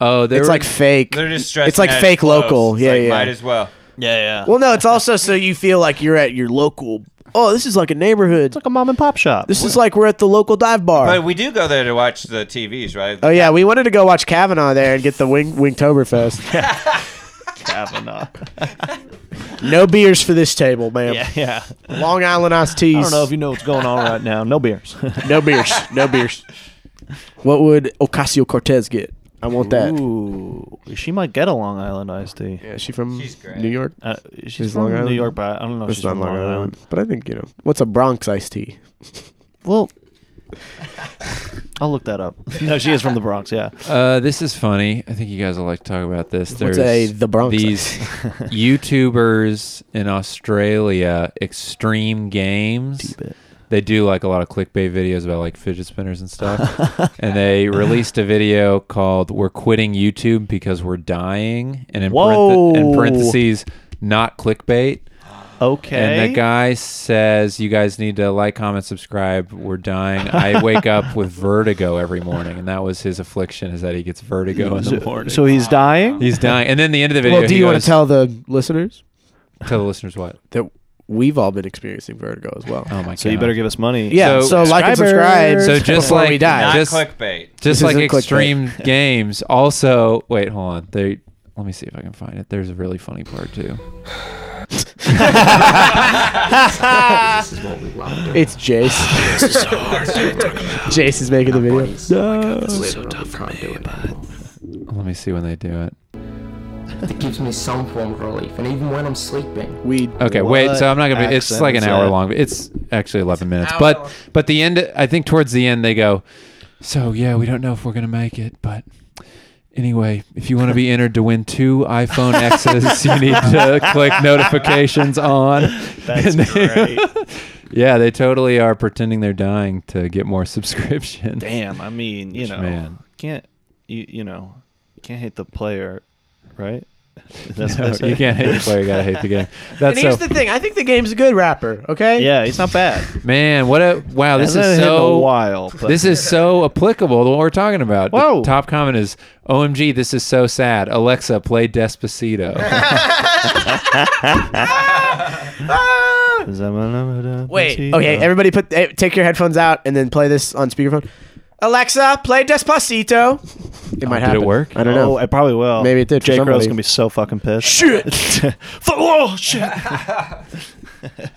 F: Oh, there
D: It's
F: were-
D: like fake.
E: They're just stressing
D: It's like
E: that
D: fake
E: close.
D: local.
E: It's
D: Yeah,
E: like,
D: yeah.
E: Might as well.
C: yeah, yeah.
D: Well, no, it's also so you feel like you're at your local. Oh, this is like a neighborhood.
C: it's like a mom and pop shop. [LAUGHS]
D: This is like we're at the local dive bar.
E: But we do go there to watch the TVs, right?
D: Oh yeah, we wanted to go watch Kavanaugh there and get the Wing Wingtoberfest.
C: Kavanaugh.
D: No beers for this table, ma'am.
C: Yeah, yeah. I
D: Long Island iced teas.
C: don't know if you know what's going on right now. No [LAUGHS] beers.
D: no beers. No beers. What would Ocasio Cortez get? I want that.
C: Ooh, she might get a Long Island iced tea.
D: Yeah, is she from
E: She's great.
D: New York?
C: Uh, she's,
D: She's
C: from
D: Long Island?
C: New York, but I don't know. if
D: It's
C: she's
D: not
C: from
D: Long Island. but I think you know. What's a Bronx iced tea?
C: Well, I'll look that up. [LAUGHS] No, she is from the Bronx. Yeah.
F: Uh, this is funny. I think you guys will like to talk about this. There's
D: What's a the Bronx? [LAUGHS]
F: these YouTubers in Australia, Extreme Games.
C: Keep it.
F: They do like a lot of clickbait videos about like fidget spinners and
D: [LAUGHS]
F: stuff. and they released a video called "We're quitting YouTube because we're dying," and in, parenthe- in
C: Whoa.
F: parentheses, not clickbait.
C: Okay.
F: And the guy says, "You guys need to like, comment, subscribe. We're dying. I wake
D: [LAUGHS]
F: up with vertigo every morning, and that was his affliction: is that he gets vertigo in the morning.
C: So he's dying.
F: He's dying. And then the end of the video.
D: Well, do
F: he
D: you want
F: goes-
D: to tell the listeners
F: tell the listeners what?
D: that we've all been experiencing vertigo as well?
F: Oh my god!
C: So you better give us money.
D: yeah.
F: so-
D: So, like and subscribe.
C: Subscribers.
F: So just
D: before
F: like-
D: we die.
F: I
E: Not
F: just-
E: clickbait.
F: just
D: This
F: like
D: isn't clickbait. [LAUGHS]
F: extreme games. Also, wait, hold on. They let me see if I can find it. There's a really funny part too.
D: It's Jace. Jace is making the video.
F: Let me see when they do it.
K: It gives me some form of relief, and even when I'm sleeping.
D: We
F: Okay,
C: What
F: wait. So I'm not gonna. Be, it's
C: accent
F: like an
C: is
F: hour
C: that?
F: long. But it's actually 11 minutes.
E: hour long.
F: But but the end. I think towards the end they go. So yeah, we don't know if we're gonna make it, but. Anyway, if you want to be entered to win two iPhone X's, you
C: [LAUGHS]
F: need to click notifications on.
C: That's
F: And they-
C: great.
F: [LAUGHS] Yeah, they totally are pretending they're dying to get more subscriptions.
C: Damn. I mean, you know,
F: Man.
C: can't you you know can't hate the player, right? [LAUGHS] That's
F: No,
C: what they
F: [LAUGHS] you
C: say.
F: can't hate
C: [LAUGHS]
F: the player, you gotta hate the game.
D: And
F: That's so,
D: here's the thing. I think the game's a good rapper. Okay.
C: Yeah, he's not bad.
F: man. What a wow! This
C: Hasn't
F: is
C: hit in a
F: so
C: while. But [LAUGHS]
F: this is [LAUGHS] so applicable to what we're talking about. The
C: Whoa.
F: top comment is "OMG, this is so sad." Alexa,
C: [LAUGHS]
F: play Despacito.
D: Wait. Okay.
C: Uh,
D: Everybody, put eh, take your headphones out and then play this on speakerphone. Alexa, play Despacito. It might
F: did it
D: happen.
F: work?
D: I don't
C: Oh,
D: know.
C: it probably will.
D: Maybe it did for
C: J. Crow's
D: somebody.
C: gonna be so fucking pissed.
D: [LAUGHS]
C: [LAUGHS]
D: Shit.
C: Fuck, whoa, shit.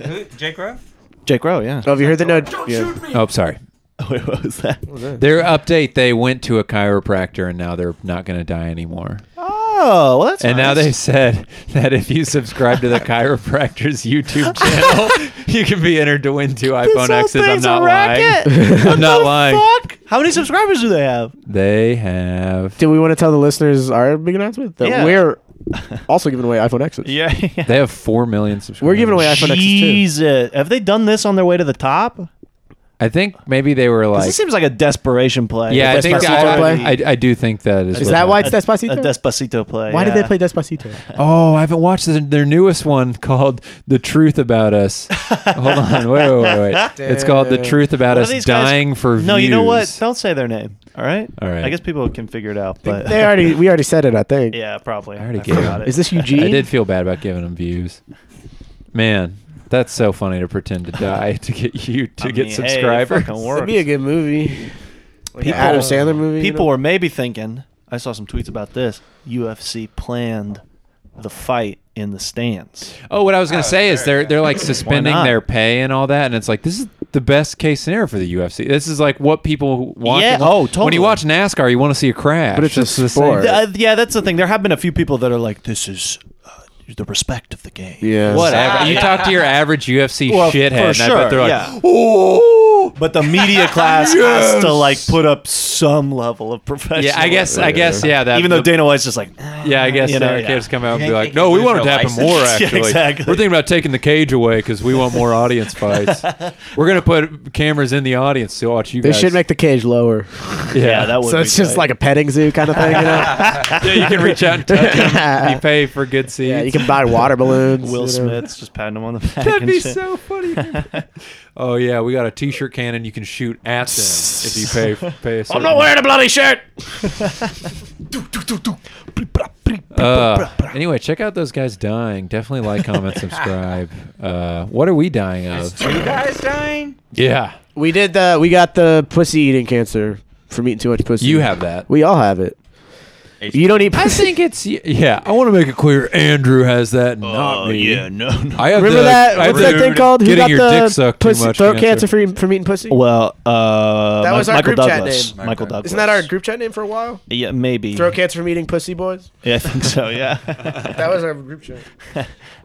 E: Who, Jake Rowe?
C: J. Crow, yeah.
D: Oh, have you heard the no? Yeah.
F: oh, sorry.
C: [LAUGHS] Wait, what was that?
F: Their update: They went to a chiropractor, and now they're not gonna die anymore.
C: Oh, well, that's
F: And now
C: nice.
F: they said that if you
C: [LAUGHS]
F: subscribe to the chiropractor's YouTube channel, you can be entered to win two iPhone
C: whole
F: X's. I'm
C: thing's a
F: not
C: racket.
F: lying. [LAUGHS] I'm not lying.
C: Fuck! How many subscribers do they have?
F: They have.
D: Do we want to tell the listeners our big announcement that
C: Yeah. [LAUGHS]
D: we're also giving away iPhone X's?
C: Yeah.
F: [LAUGHS] They have four million subscribers.
D: We're giving away iPhone X's too.
C: Jesus. Have they done this on their way to the top? 'Cause
F: I think maybe they were like.
C: this seems like a desperation play.
F: yeah, I
C: a
F: think
D: Despacito
F: I,
D: play?
F: I, I, do think that is.
D: Is
F: what
D: that why it's
F: happened.
D: Despacito?
C: a Despacito play.
D: why
C: yeah.
D: did they
C: [LAUGHS]
D: play Despacito?
F: Oh, I haven't watched their- their newest one called "The Truth About Us." Hold on, wait, wait, wait, wait. It's called "The Truth About
C: What are
F: Us
C: these guys-
F: Dying for Views."
C: No, you know what? Don't say their name. All right.
F: All right.
C: I guess people can figure it out. But
D: they already we already said it. I
C: [LAUGHS]
D: think.
C: Yeah, probably. I
F: already gave
C: forgot
F: it.
D: Is this
C: [LAUGHS]
D: Eugene?
F: I did feel bad about giving them views. Man, that's so funny to pretend to die to get you
C: I
F: to
C: mean,
F: get
C: hey, it
F: subscribers.
C: fucking
D: It'd
C: works.
D: be a good movie. Like
C: People-
D: an Adam Sandler movie. you
C: People
D: know?
C: were maybe thinking. I saw some tweets about this. UFC planned the fight in the stands.
F: oh, what I was gonna
E: Oh,
F: say is
E: sure,
F: they're
E: yeah.
F: they're like suspending
C: not?
F: their pay and all that, and it's like this is the best case scenario for the UFC. This is like what people want.
C: Yeah,
F: to wa-
C: oh,
F: When
C: totally.
F: you watch NASCAR, you want to see a crash.
D: But it's a
F: That's the same.
D: sport.
C: Th- uh, yeah, that's the thing. There have been a few people that are like, "This is uh, the respect of the game."
D: Yeah.
F: Whatever. You talk to your average UFC
C: Well,
F: shithead,
C: for
F: and I
C: sure,
F: bet they're like,
C: yeah.
F: "Ooh."
C: But the
D: [LAUGHS]
C: media class has to like put up some level of professionalism.
F: Yeah, I guess. I guess. Yeah. That
C: Even though
F: the-
C: Dana White's just like, "Eh."
F: Yeah, I guess
C: You
F: you
C: know,
F: know,
C: yeah.
F: come out and
E: You
F: be
E: think
F: like,
E: they
F: "No,
E: can
F: we
E: lose
F: want it to
E: their
C: [LAUGHS]
F: happen
E: license?"
F: more.
E: Yeah,
F: Actually,
C: exactly.
F: we're thinking about taking the cage away because we want more audience fights.
C: [LAUGHS]
F: We're gonna put cameras in the audience to watch you
D: They
F: guys."
D: should make the cage lower,
F: yeah,
C: yeah, that would.
D: so
C: be
D: it's just
C: tight.
D: like a petting zoo kind of thing.
C: [LAUGHS]
D: You know?
F: yeah, you can reach out and touch them. You pay for good seats.
D: yeah, you can buy water balloons.
C: Will
D: you know.
C: Smith's just patting him on the back.
F: [LAUGHS] That'd
C: and
F: be
C: shit.
D: [LAUGHS]
F: so funny. oh yeah, we got a t-shirt cannon. You can shoot at them if you pay.
C: [LAUGHS]
F: pay a certain-
D: a bloody shirt.
F: Uh, anyway, check out those guys dying. Definitely like,
D: [LAUGHS]
F: comment, subscribe. Uh, what are we dying of?
E: Two guys dying?
F: Yeah,
D: We did the. We got the pussy eating cancer from eating too much pussy.
F: you have that.
D: We all have it. You don't eat.
F: I think it's yeah. I want to make it clear. Andrew has that, not me.
C: Oh, no, no.
F: I have
D: Remember
F: the-
D: that?
F: I
D: What's
F: have
D: that
F: the
D: thing called? Who
F: Getting
D: got
F: your
D: the
F: dick sucked too
D: pussy-
F: much.
D: throat cancer
F: cancer.
D: from, from eating pussy?
C: Well, uh,
D: That
C: Mi-
D: was our
C: Michael
D: group chat
C: Douglas.
D: name.
C: Michael Douglas.
D: Isn't that our group chat name for a while?
C: Yeah, maybe.
D: Throat cancer from eating pussy, boys.
C: Yeah, I think so. Yeah.
D: [LAUGHS] That was our group chat.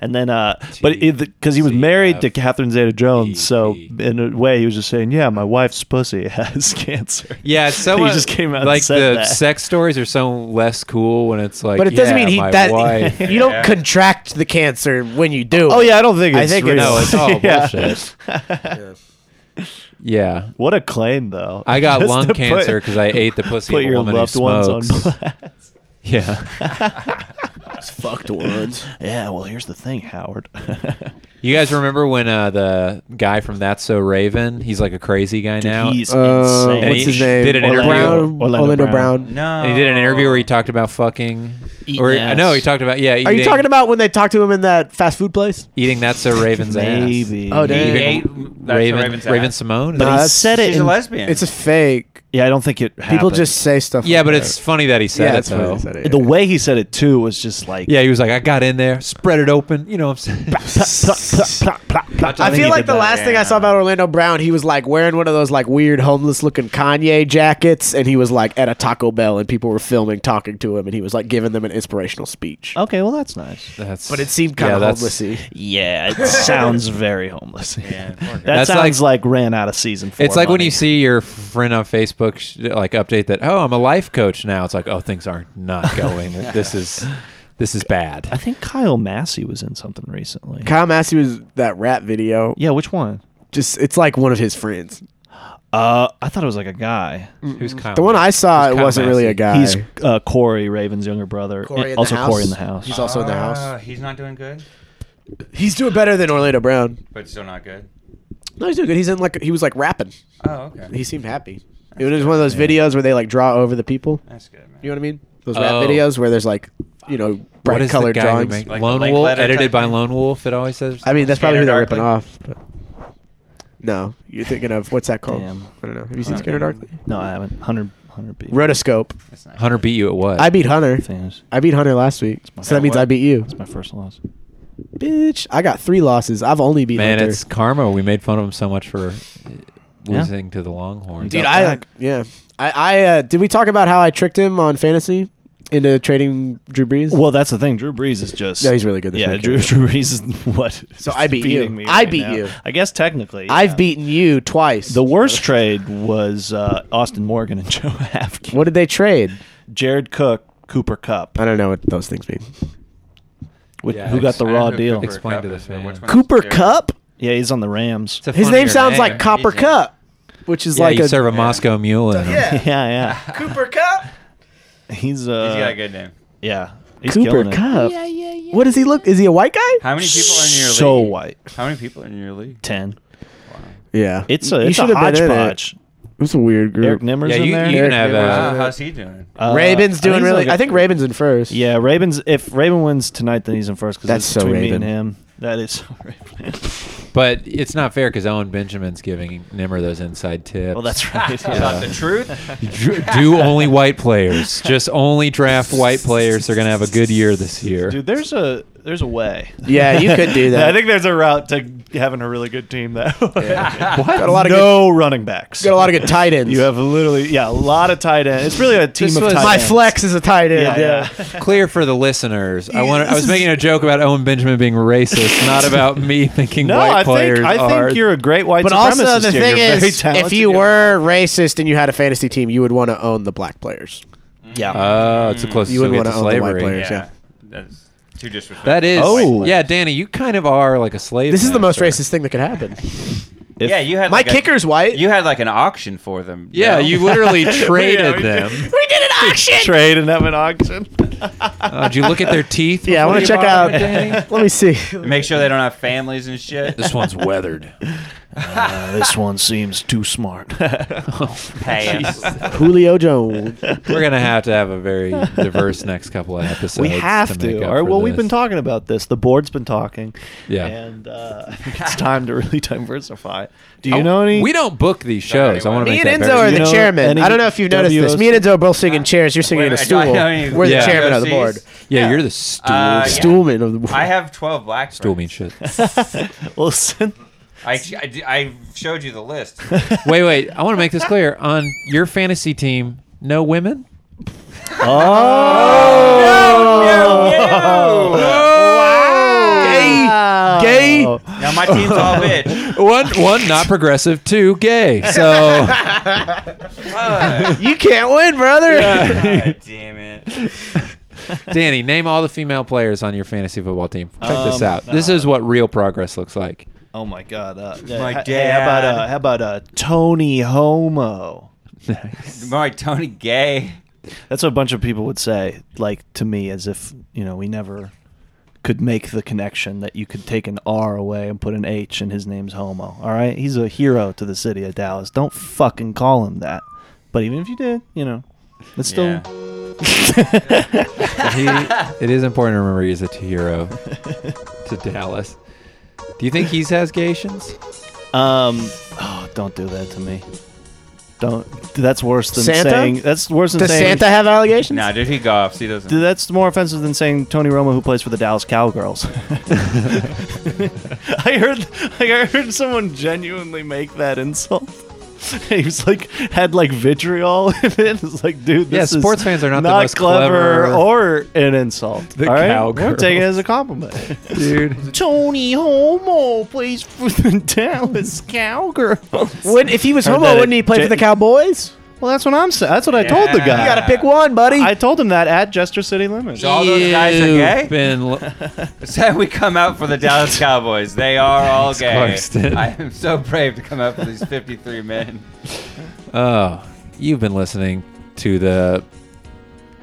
C: and then, uh, but because he was married to Catherine Zeta-Jones, so
F: T-
C: in a way, he was just saying, "Yeah, my wife's pussy [LAUGHS] has cancer." [LAUGHS]
D: [LAUGHS]
F: Yeah, so
C: just came out and
F: like
C: said
F: the
C: that.
F: sex stories are so less cool when it's like.
D: But it doesn't
F: yeah,
D: mean he
F: my
D: that
F: wife.
D: [LAUGHS] you don't contract the cancer when you do.
C: Oh yeah, I don't think
D: I
C: it's
D: think
C: real.
D: it's-
F: no, it's all
C: [LAUGHS] Yeah.
F: bullshit. yeah,
C: What a claim, though.
F: I got
C: Just
F: lung
C: to put-
F: cancer because I ate the pussy
C: Put
F: of a
C: your
F: woman who
C: loved ones on
F: smokes.
C: blast.
F: [LAUGHS] yeah,
D: fucked ones.
C: [LAUGHS] Yeah, well, here's the thing, Howard. [LAUGHS]
F: you guys remember when uh, the guy from That's So Raven? He's like a crazy guy now.
C: He's
D: Uh,
C: insane.
F: And
D: what's
F: he
D: his name?
F: did an
D: Orlando
F: interview.
D: Brown.
C: Orlando
D: Orlando,
C: Brown.
D: Brown.
E: No.
F: and he did an interview where he talked about fucking.
C: Eating
F: or
C: ass.
F: no, he talked about yeah. Eating,
D: Are you talking about when they talked to him in that fast food place?
F: eating That's So Raven's ass?
C: Maybe.
D: Oh,
E: He
D: damn.
F: Even
E: ate that's
F: Raven,
E: Raven's ass.
F: Raven Simone.
C: But
D: Nah,
C: he
D: that's-
C: said it.
E: She's a
C: in-
E: lesbian.
D: It's a fake.
C: yeah, I don't think it. Happened.
D: People just say stuff.
F: yeah,
D: like
F: but
D: that.
F: it's funny that he said
D: yeah,
F: it
D: that's
F: though.
D: what he said. [LAUGHS]
C: the way he said it too was just like
F: Yeah, he was like, I got in there, spread it open. You know what I'm saying?
D: I feel like the
E: that.
D: last thing I
E: Yeah.
D: saw about Orlando Brown, he was like wearing one of those like weird homeless looking Kanye jackets, and he was like at a Taco Bell, and people were filming, talking to him, and he was like giving them an inspirational speech.
C: Okay, well that's nice.
D: [LAUGHS]
F: That's,
D: But it seemed kind
F: yeah,
D: of
F: that's-
D: homelessy.
C: Yeah, it sounds very homeless.
E: Yeah, poor
C: That
E: guy.
F: That's
C: sounds like, ran out of season four.
F: It's like when
C: money.
F: you see your friend on Facebook sh- like update that, oh, I'm a life coach now. It's like, oh, things are not going. this is this is
C: I [LAUGHS]
F: bad.
C: think Kyle Massey was in something recently.
D: Kyle Massey was that rap video.
C: yeah, which one?
D: Just it's like one of his friends.
C: Uh, I thought it was like a guy.
F: Who's Kyle?
D: The one I saw,
F: It's
D: it
F: Kyle
D: wasn't really
F: Massey.
D: a guy.
C: He's uh, Corey Raven's younger brother.
D: Corey in the
C: also
D: house.
C: Corey in the house.
D: He's also in the
E: Ah,
D: house.
E: he's not doing good,
D: He's doing better than Orlando Brown.
E: but still not good.
D: No, he's doing good. He's in like he was like rapping.
E: Oh, okay.
D: He seemed happy. It was one of those videos where they like draw over the people.
E: That's good, man.
D: You know what I mean? Those rap
F: Oh.
D: videos where there's like, you know,
F: What
D: bright
F: is the
D: colored
F: guy
D: drawings.
F: who made
E: Like
F: Lone
E: Lake
F: Wolf,
E: Letter
F: edited
E: type
F: by
E: thing?
F: Lhanum Wolf? It always says.
D: I mean, that's probably who they're
E: Scanner
D: ripping
E: Darkly?
D: off. But no, you're thinking of what's that called?
C: Damn.
D: I don't know. Have you seen Scanner Darkly?
C: No, I haven't. 100, 100 beat.
D: Rotoscope.
E: That's not
F: Hunter beat you at what?
D: I beat Hunter.
C: Things.
D: I beat Hunter last week, so that means I beat you,
C: It's my first loss.
D: bitch. I got three losses. I've only beat
F: Man,
D: Hunter.
F: it's karma. We made fun of him so much for uh, losing to the Longhorns.
D: Dude, I yeah. I I uh, did we talk about how I tricked him on fantasy into trading Drew Brees?
C: Well, that's the thing. Drew Brees is just.
D: No, he's really good this
C: yeah,
D: weekend.
C: Drew, [LAUGHS] Drew Brees is what?
D: So I beat
C: beating
D: you.
C: me
D: I
C: right
D: beat
C: now.
D: you.
C: I guess technically. yeah.
D: I've beaten you twice.
C: The worst trade was uh, Austin Morgan and [LAUGHS] Joe Hafke.
D: what did they trade?
C: Jared Cook, Cooper Cup.
D: I don't know what those things mean.
C: Which,
F: Yeah,
C: who got the
E: I
C: raw
E: know
C: deal?
E: Cooper
F: Explain
E: Cup
F: to the
E: is, but
F: fan.
E: which one is
D: Cooper
E: Jared?
D: Cup.
C: Yeah, he's on the Rams.
F: It's a
D: His name
F: funnier
D: sounds like
F: name.
D: Copper
E: Easy.
D: Cup, which is
F: Yeah,
D: like
F: you
D: a
F: serve a Moscow Mule in
C: [LAUGHS]
F: him.
C: yeah, yeah.
E: [LAUGHS]
D: Cooper Cup.
C: He's
E: He's got
C: uh,
E: a good name.
C: yeah. He's
D: Cooper
C: killing it.
D: Cup. Yeah, yeah, yeah. What does he look? Is he a white guy?
E: How many people are in your
C: So
E: league?
C: white.
E: How many people are in your league?
C: Ten.
D: Yeah,
C: It's a
D: You
C: it's a
D: should have been in it.
C: hodgepodge.
D: It's a weird
C: Eric
D: group.
C: Nimmer's
F: Yeah,
C: in
F: you,
C: there.
F: you can have
E: Wow,
F: uh,
E: how's he doing?
C: Uh,
D: Raven's
C: I think
D: doing
C: he's
D: really.
C: like a-
D: I think Raven's in first.
C: Yeah, Ravens. If Raven wins tonight, then he's in first because
D: That's
C: it's
D: so
C: between me
D: Raven.
C: and him. That is [LAUGHS] so Raven.
F: But it's not fair because Owen Benjamin's giving Nimmer those inside tips.
C: well, that's [LAUGHS] right.
E: About the
D: [LAUGHS]
E: truth?
F: Dr- do only white players. Just only draft white players. They're gonna have a good year this year.
C: Dude, there's a there's a way.
D: [LAUGHS] Yeah, you could [LAUGHS] do that.
C: I think there's a route to having a really good team that way. [LAUGHS]
D: Got a lot of
C: no running backs.
D: good, got a lot of good tight ends.
C: You have literally yeah a lot of tight ends. It's really a team
F: This
C: of
F: was-
C: tight
F: My
D: my
C: ends.
D: flex is a tight end.
C: Yeah, yeah.
F: Clear for the listeners. I want. I was making a joke about Owen Benjamin being racist,
C: [LAUGHS]
F: not about me thinking
C: No,
F: white
C: I
F: players
C: think I think
F: are.
C: you're a great white
D: But
C: supremacist.
D: also, the
C: here.
D: thing
C: You're very
D: is, if
C: talented.
D: you were racist and you had a fantasy team, you would want to own the black players.
C: yeah,
F: oh,
C: Mm.
F: it's the closest
D: You
F: you
D: wouldn't
F: get to
D: wanna own the white
F: slavery.
D: players.
E: Yeah.
D: Yeah.
E: That's too disrespectful.
F: That is.
C: Oh.
F: yeah, Danny, you kind of are like a slave.
D: This is the most
F: master.
D: racist thing that
C: [LAUGHS]
D: could happen.
E: yeah, you had
D: My
E: like a-
D: kicker's white.
E: You had like an auction for them.
F: Yeah,
E: no? [LAUGHS]
F: you
D: [LAUGHS]
F: literally traded
C: we
F: them. [LAUGHS]
D: we did an auction.
C: [LAUGHS] trade and have an auction.
F: Uh, did you look at their teeth?
D: Yeah, I
F: before
D: want
F: you
D: to check
F: bought
D: out. [LAUGHS]
F: them, Danny?
D: Let me see.
E: [LAUGHS] Make sure they don't have families and shit.
F: This one's weathered.
J: "Ah, this one seems too
C: [LAUGHS]
J: smart.
E: Pass.
D: Julio [LAUGHS] Jones.
C: [LAUGHS]
F: We're gonna have to have a very diverse next couple of episodes.
C: we have
F: make
C: to.
F: up
C: All right.
F: for
C: Well, we've
F: this.
C: been talking about this. The board's been talking.
F: Yeah.
C: And uh,
F: [LAUGHS]
C: I think it's time to really [LAUGHS] diversify. Do you know any? [LAUGHS]
F: We don't book these shows. I want to
D: Me
F: make
D: and
F: that
D: Enzo
F: very-
D: are the
C: You know
D: chairman.
C: any
D: I don't know if you've noticed this. Me and Enzo are both singing chairs. You're singing in a
E: Wait a minute,
D: stool.
E: I don't even-
D: We're the
F: Yeah.
D: chairman of the board.
F: yeah, you're the stool.
E: Uh, yeah.
D: Stoolman of the board.
E: I have 12 black
F: Stool
E: friends.
F: mean
C: [LAUGHS]
F: shit.
C: Listen.
E: I, I, I showed you the
D: [LAUGHS]
E: list.
F: wait, wait. I want to make this clear. On your fantasy team, no women.
D: Oh. [LAUGHS] Gay.
E: Now my team's all
D: [LAUGHS]
E: bitch.
F: One, one not progressive. Two, gay. So
D: You can't win, brother.
E: Oh, God damn it.
F: Danny, name all the female players on your fantasy football team. Check this
D: Um,
F: out. This is what real progress looks like.
C: Oh my God. Uh,
E: My
C: h- hey, how about uh,
E: dad.
C: how about uh, Tony Homo?
E: More like Tony Gay.
C: That's what a bunch of people would say, like to me, as if you know we never could make the connection that you could take an R away and put an H, and his name's Homo. All right, he's a hero to the city of Dallas. Don't fucking call him that. But even if you did, you know, it's still
E: Yeah.
F: He,
D: [LAUGHS]
F: it is important to remember he's a hero to Dallas. Do you think he's has gations?
C: Um, oh, don't do that to me. Don't. That's worse than
D: Santa?
C: saying. That's worse than
D: Does
C: saying.
D: Santa have allegations?
E: Nah, dude, he golfs. He doesn't.
C: Dude, That's more offensive than saying Tony Romo, who plays for the Dallas
E: [LAUGHS]
C: Cowgirls. I heard, like, I heard someone genuinely make that insult. [LAUGHS] He was like, had like vitriol [LAUGHS] in it. It's like, dude,
F: Yeah,
C: this is
F: sports fans are not the most clever- [LAUGHS]
C: or an insult.
F: The
C: all right? We're
F: Cowgirls.
C: taking it as a
F: [LAUGHS]
C: compliment, dude. Tony Homo plays for the [LAUGHS] Dallas Cowgirls.
D: Would, if he was
C: Heard
D: homo,
C: that
D: wouldn't
C: it-
D: he play
C: J-
D: for the Cowboys?
C: Well, that's what I'm saying. That's what I told the
E: Yeah.
C: guy.
E: You gotta [LAUGHS]
D: Pick one, buddy.
C: I told him that at Jester City Limits.
E: all those guys are
F: You've
E: gay?
F: Been l-
E: Said we come out for the Dallas Cowboys. They are all gay.
F: Clarkston.
E: I am so brave to come out for these 53
C: [LAUGHS]
E: men.
F: oh, you've been listening to the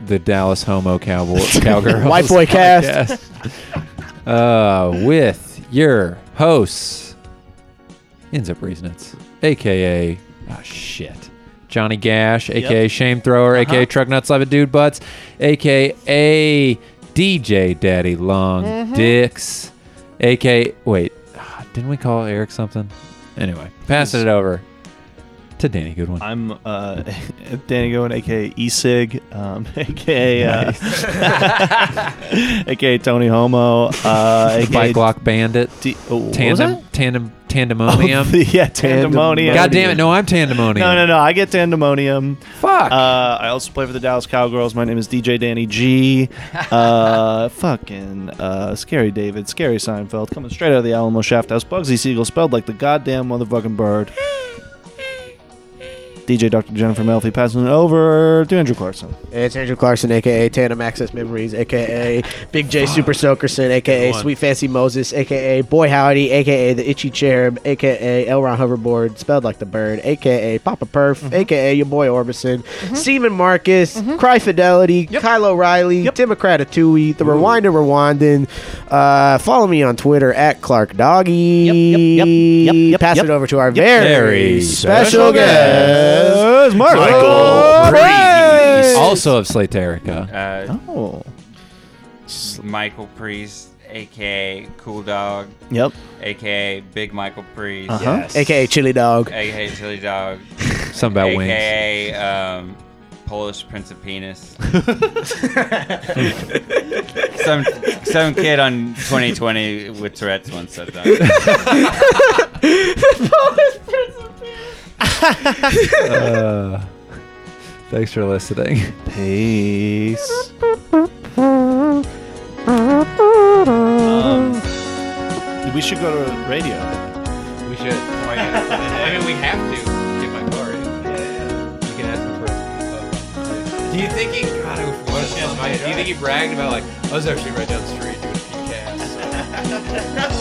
F: the Dallas Homo
D: [LAUGHS]
F: Cowboy Cowgirls
D: White Boy Cast.
F: podcast. uh, with your hosts Enzo Breeznitz, aka oh shit. Johnny Gash, aka Shame Thrower,
C: Uh-huh.
F: aka Truck Nuts Live at Dude Butts, aka DJ Daddy Long
C: Mm-hmm.
F: Dicks, aka wait, ah, didn't we call Eric something? Anyway, passing it over to Danny Goodwin.
C: I'm uh, [LAUGHS] Danny Goen, aka Esig, um, [LAUGHS] aka uh, [LAUGHS] aka Tony Homo, uh,
F: [LAUGHS]
C: aka
F: Bike Lock Bandit.
C: D- oh, what was
F: Tandem,
C: that?
F: tandem,
C: Oh,
F: tandemonium.
C: the- [LAUGHS] yeah, Tandemonium.
F: God damn it! No, I'm tandemonium.
C: No, no, no. I get Tandemonium.
F: Fuck.
C: Uh, I also play for the Dallas Cowgirls. My name is DJ Danny G. Uh, fucking uh, Scary David, Scary Seinfeld, coming straight out of the Alamo Shaft House. Bugsy Siegel, spelled like the goddamn motherfucking bird. DJ Dr. Jennifer Melfi passing it over to Andrew Clarkson.
D: It's Andrew Clarkson, aka Tandem Access Memories, aka Big J Super Soakerson, aka Sweet Fancy Moses, aka Boy Howdy, aka The Itchy Cherub, aka L. Ron Hoverboard, spelled like the bird, aka Papa Perf,
C: Mm-hmm.
D: aka your boy Orbison, Stephen Marcus, Cry Fidelity, Kyle O'Reilly, Democrat of Tui, The Rewinder Rewindin. Uh, follow me on Twitter at Clark Doggy.
C: yep, yep, yep,
D: Pass
C: yep.
D: it over to our very,
F: Very
D: special guest,
C: Mark.
D: Priest.
F: also of Slaterica.
E: Uh,
C: Oh.
E: Michael Priest, aka Cool Dog,
C: Yep.
E: aka Big Michael Priest,
C: Uh-huh.
D: aka Chili Dog.
E: aka Chili
C: [LAUGHS]
E: Dog,
F: Something about wings.
E: aka um, Polish Prince of
C: [LAUGHS]
E: Penis. [LAUGHS] some some kid on 2020 with Tourette's once
C: [LAUGHS]
E: said that.
F: Uh, thanks for listening. [LAUGHS]
C: Peace. Um, we should go to radio.
F: We should. I mean, we have to get my car. in. You can ask him for. Do you think he? God, it was funny. Do you think he bragged about like I was actually right down the street doing PCAS? So.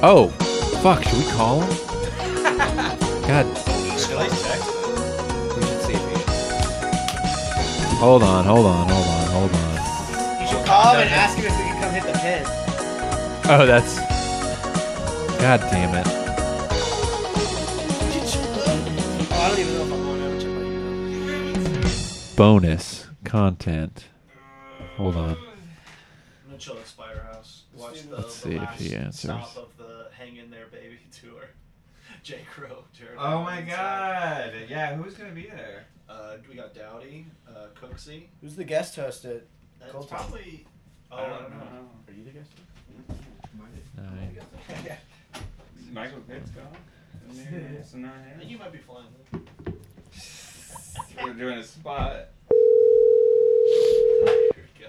F: Oh, fuck! Should we call him? God. We should see if he. Hold on! Hold on! Hold on! Hold on!
E: You should
D: Tom and asking us if we can come hit the pen.
F: Oh, that's. God damn it.
D: Oh, I don't even know if I'm going over to check my email.
F: Bonus content. Hold on.
C: I'm gonna chill at Spider House. Watch the,
F: Let's
C: the
F: see if
C: last
F: he answers.
C: stop of the Hang in There Baby [LAUGHS] tour. J. Crow, Jared.
E: Oh my
C: Leto,
E: god. Yeah, who's gonna be there?
C: Uh, we got Dowdy, uh, Cooksey.
D: Who's the guest host at?
C: That's
D: Cold Time.
C: probably. Oh, I don't know.
F: Nine.
E: Michael Pitt's gone. It's not here.
C: You might be flying.
E: We're doing a spot.
C: Here we go.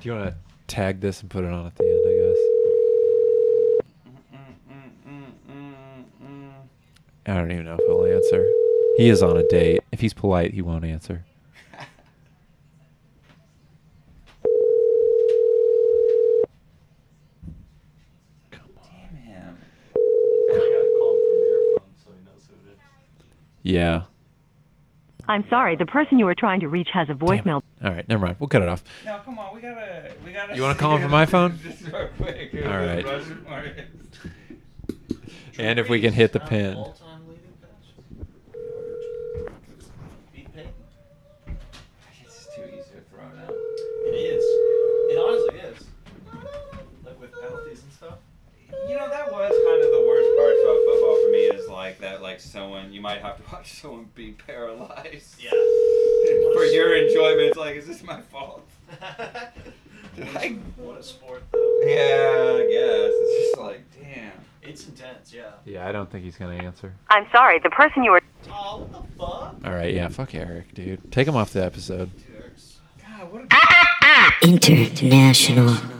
F: Do you want to tag this and put it on at the end, I guess? I don't even know if he'll answer. He is on a date. If he's polite, he won't answer. Yeah.
A: I'm sorry, the person you are trying to reach has a voicemail.
F: All right, never mind. We'll cut it off.
E: No, come on, we gotta, we gotta.
F: You wanna call him
E: [LAUGHS]
F: from my phone?
E: Just real quick.
F: All right.
E: Rushmore.
F: And if we can hit the pin.
C: All-time leading catch. Beat Peyton.
E: It's too easy to throw now.
C: It is. It honestly is. Like with penalties and stuff.
E: You know that was kind of the worst part about football for me is like that, like someone you might have to watch someone be paralyzed.
C: Yeah. [LAUGHS]
E: For your enjoyment, it's like, is this my fault? Did I?
C: what a sport though.
E: Yeah, I guess it's just like, damn.
C: It's intense, yeah.
F: Yeah, I don't think he's going to answer.
A: I'm sorry, the person you are.
C: Oh, what the fuck?
F: All right, yeah, fuck Eric, dude. Take him off the episode.
C: Jerks.
A: International